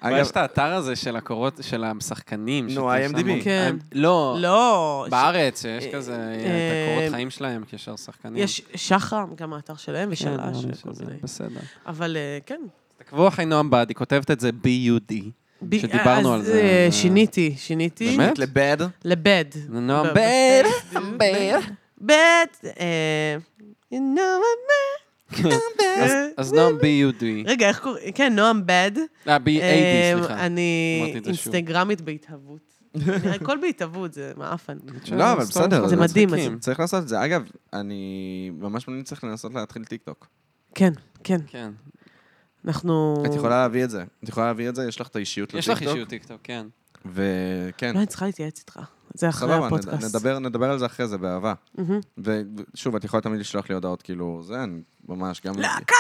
אבל
אגב,
יש את האתר הזה של הקורות, של השחקנים.
נו,
שזה שם-
IMDb.
כן.
לא,
לא. ש-
בארץ, שיש כזה את
אה,
הקורות חיים שלהם כשאר שחקנים.
יש שחרם, גם האתר שלהם,
כן,
ושלש,
אבל
כל
שזה
מיני.
בסדר.
אבל אה, כן.
אז תעקבו אחרי נועם בד, היא כותבת את זה B-U-D.
ב-
שדיברנו
אז,
על זה.
אה, שיניתי, שיניתי.
באמת?
את לבד,
לבד. לא,
נועם
ב-
בד.
בד. בד. אה, you know I'm bad. I'm bad.
אז נועם B-U-D.
רגע, איך קוראים? כן, נועם בד.
אה, B-A-D,
אמ,
סליחה.
אני
אמרתי את זה שוב.
אינסטגרמית בהתהוות. הכל בהתהוות, זה מעפן.
לא, אבל
סתם,
בסדר,
סתם
זה מדהים,
מצחיקים.
צריך לעשות את זה. אגב, אני ממש ממליץ צריך לנסות להתחיל טיקטוק.
כן, כן,
כן.
אנחנו...
את יכולה להביא את זה. את יכולה להביא את זה, יש לך את האישיות
יש
לטיקטוק.
לך אישיות טיקטוק, כן.
וכן,
לא, אני צריכה להתייעץ איתך. זה אחרי
סבבה, נד-
הפודקאסט.
נדבר- נדבר על זה אחרי זה, באהבה.
מהמם.
ושוב, את יכולה תמיד לשלוח לי הודעות, כאילו, זה, אני ממש גם... להקה!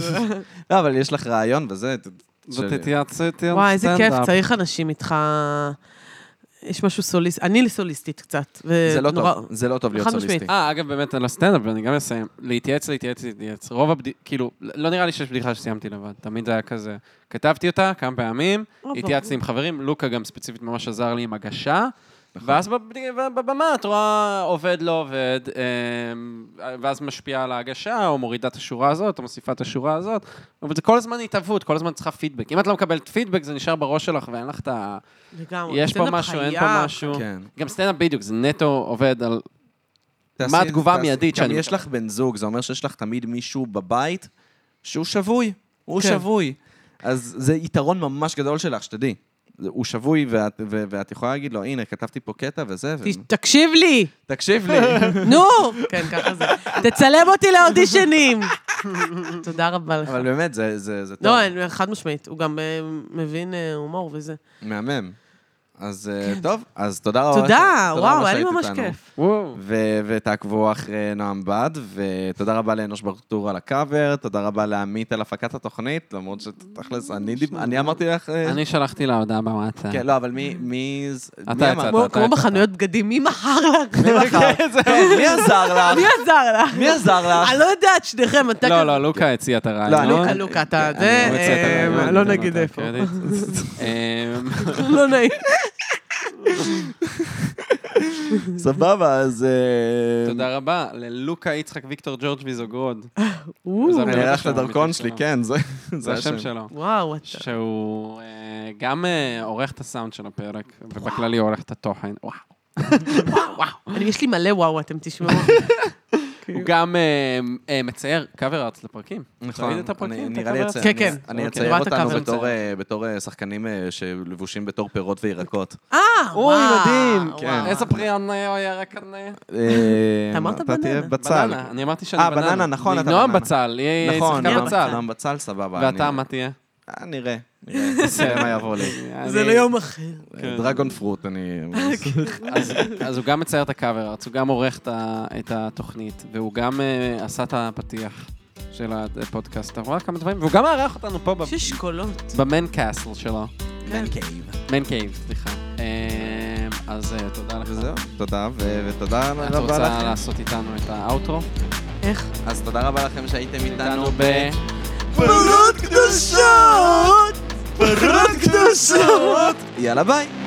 לא, אבל יש לך רעיון וזה, ת-
זאת
שלי.
התייעצות עם
וואי, איזה כיף,
סטנדאפ.
צריך אנשים איתך. יש משהו סוליסט, אני סוליסטית קצת.
זה לא
ונורא-
טוב, זה לא טוב להיות
אה, חד משמעית.
סוליסטי.
אה, אגב, באמת, על הסטנדאפ, ואני גם אסיים. להתייעץ, להתייעץ, להתייעץ. רוב הבדיח... כאילו, לא נראה לי שיש בדיחה שסיימתי לבד. תמיד זה היה כזה. כתבתי אותה כמה פעמים,
או,
התייעצתי עם חברים, לוקה גם ספציפית ממש עזר לי עם הגשה. ואז בבד- בבמה את רואה עובד, לא עובד, אה, ואז משפיעה על ההגשה, או מורידה את השורה הזאת, או מוסיפה את השורה הזאת, אבל זה כל הזמן התהוות, כל הזמן צריכה פידבק. אם את לא מקבלת פידבק, זה נשאר בראש שלך ואין לך את ה...
לגמרי.
יש פה
אה, סטנדאפ
משהו, אין
חייב.
פה משהו.
כן.
גם סטנדאפ בדיוק, זה נטו עובד על
תעשי-
מה התגובה
תעשי-
המיידית שאני
גם יש
מקבל?
לך בן זוג, זה אומר שיש לך תמיד מישהו בבית שהוא שבוי. הוא
כן.
שבוי. אז זה יתרון ממש גדול שלך, שתדעי. זה- הוא שבוי, ואת- ו- ואת יכולה להגיד לו, הנה, כתבתי פה קטע וזה, ו-
ת- תקשיב לי!
תקשיב לי.
נו! כן, ככה זה. תצלם אותי לאודישנים! תודה רבה לך.
אבל באמת, זה- זה זה טוב,
לא, אין, חד משמעית, הוא גם אה, מבין אה, הומור וזה.
מהמם. אז אה, טוב, אז אוקיי. תודה רבה.
כן. תודה,
ש-
וואו,
רבה
היה לי
שהיית
ממש
איתנו.
כיף.
וואו.
ו- ותעקבו אחרי נועם בד, ותודה רבה לאנוש ברטור על הקאבר, תודה רבה לעמית על הפקת התוכנית, למרות
אה,
שתכלס, אני דיב- אני אמרתי לך... אה,
אני שלחתי לה הודעה בוואטסאפ.
כן, לא, אבל מי... מי... ז-
אתה
מי אמר?
יצאת.
כמו-
אתה-
כמו
אתה-
בחנויות בגדים, מי מכר לך?
מי בחר? כן, מי עזר
מי
לך?
עזר לך?
מי עזר לך?
אני לא יודעת, שניכם, אתה
לא,
כזה-
לא, לוקה הציע את הרעיון.
לא, אני-
לוקה, לוקה, אתה...
אני
זה...
לא מציע את
אה,
הרעיון,
לא נגיד איפה.
אמ,
לא נעים.
סבבה, אז... אה,
תודה רבה ללוקה יצחק ויקטור ג'ורג' ויזוגרוד.
אה, וואו,
אני אראה לך את
שלו,
הדרכון
בדיוק
שלי,
שלו.
כן, זה-
זה השם שלו.
וואו, אתה...
שהוא אה, גם אה, עורך את הסאונד של הפרק, ובכללי הוא עורך את התוכן. וואו.
אני- יש לי מלא וואו, אתם תשמעו.
הוא גם אה, אה, מצייר קאבר ארץ לפרקים.
נכון,
תגיד את הפרקים,
אני-
את
נראה לי
הקאבר
יצא.
כן,
אני-
כן.
אני
אוקיי.
אצייר
ראה את
אותנו
הקאבר.
בתור, אה, בתור אה, שחקנים אה, שלבושים בתור פירות וירקות.
אה, וואו.
אוי, מדהים.
וואו.
כן.
כן, איזה פרי ענה או ירק ענה?
אה,
אתה אמרת
תהיה
בננה.
בצל.
בננה, אני אמרתי שאני
אה,
בננה.
בננה, נכון, אתה
נועם
בננה.
בצל, יהיה
נכון,
שחקן
נועם-
בצל.
נועם בצל, סבבה.
ואתה,
אני-
מה תהיה?
אה, נראה. נראה נראה מה יבוא לי.
זה
אני-
ליום אחר.
כן.
דרגון פרוט, אני... אוקיי.
אז- אז הוא גם מצייר את הקאבר ארץ, הוא גם עורך את ה- את התוכנית, והוא גם אה, עשה את הפתיח של הפודקאסט, אתה רואה כמה דברים, והוא גם ערך אותנו פה ב-
יש אשכולות.
במן קאסל שלו,
כן.
מן קייב, סליחה. אה, אז אה, תודה לך.
וזהו, תודה, ו- ותודה
את
רבה
רוצה
לכם.
לעשות איתנו את האוטרו?
איך?
אז תודה רבה לכם שהייתם איתנו
איתנו ב...
פרות קדושות! פרות קדושות! יאללה ביי!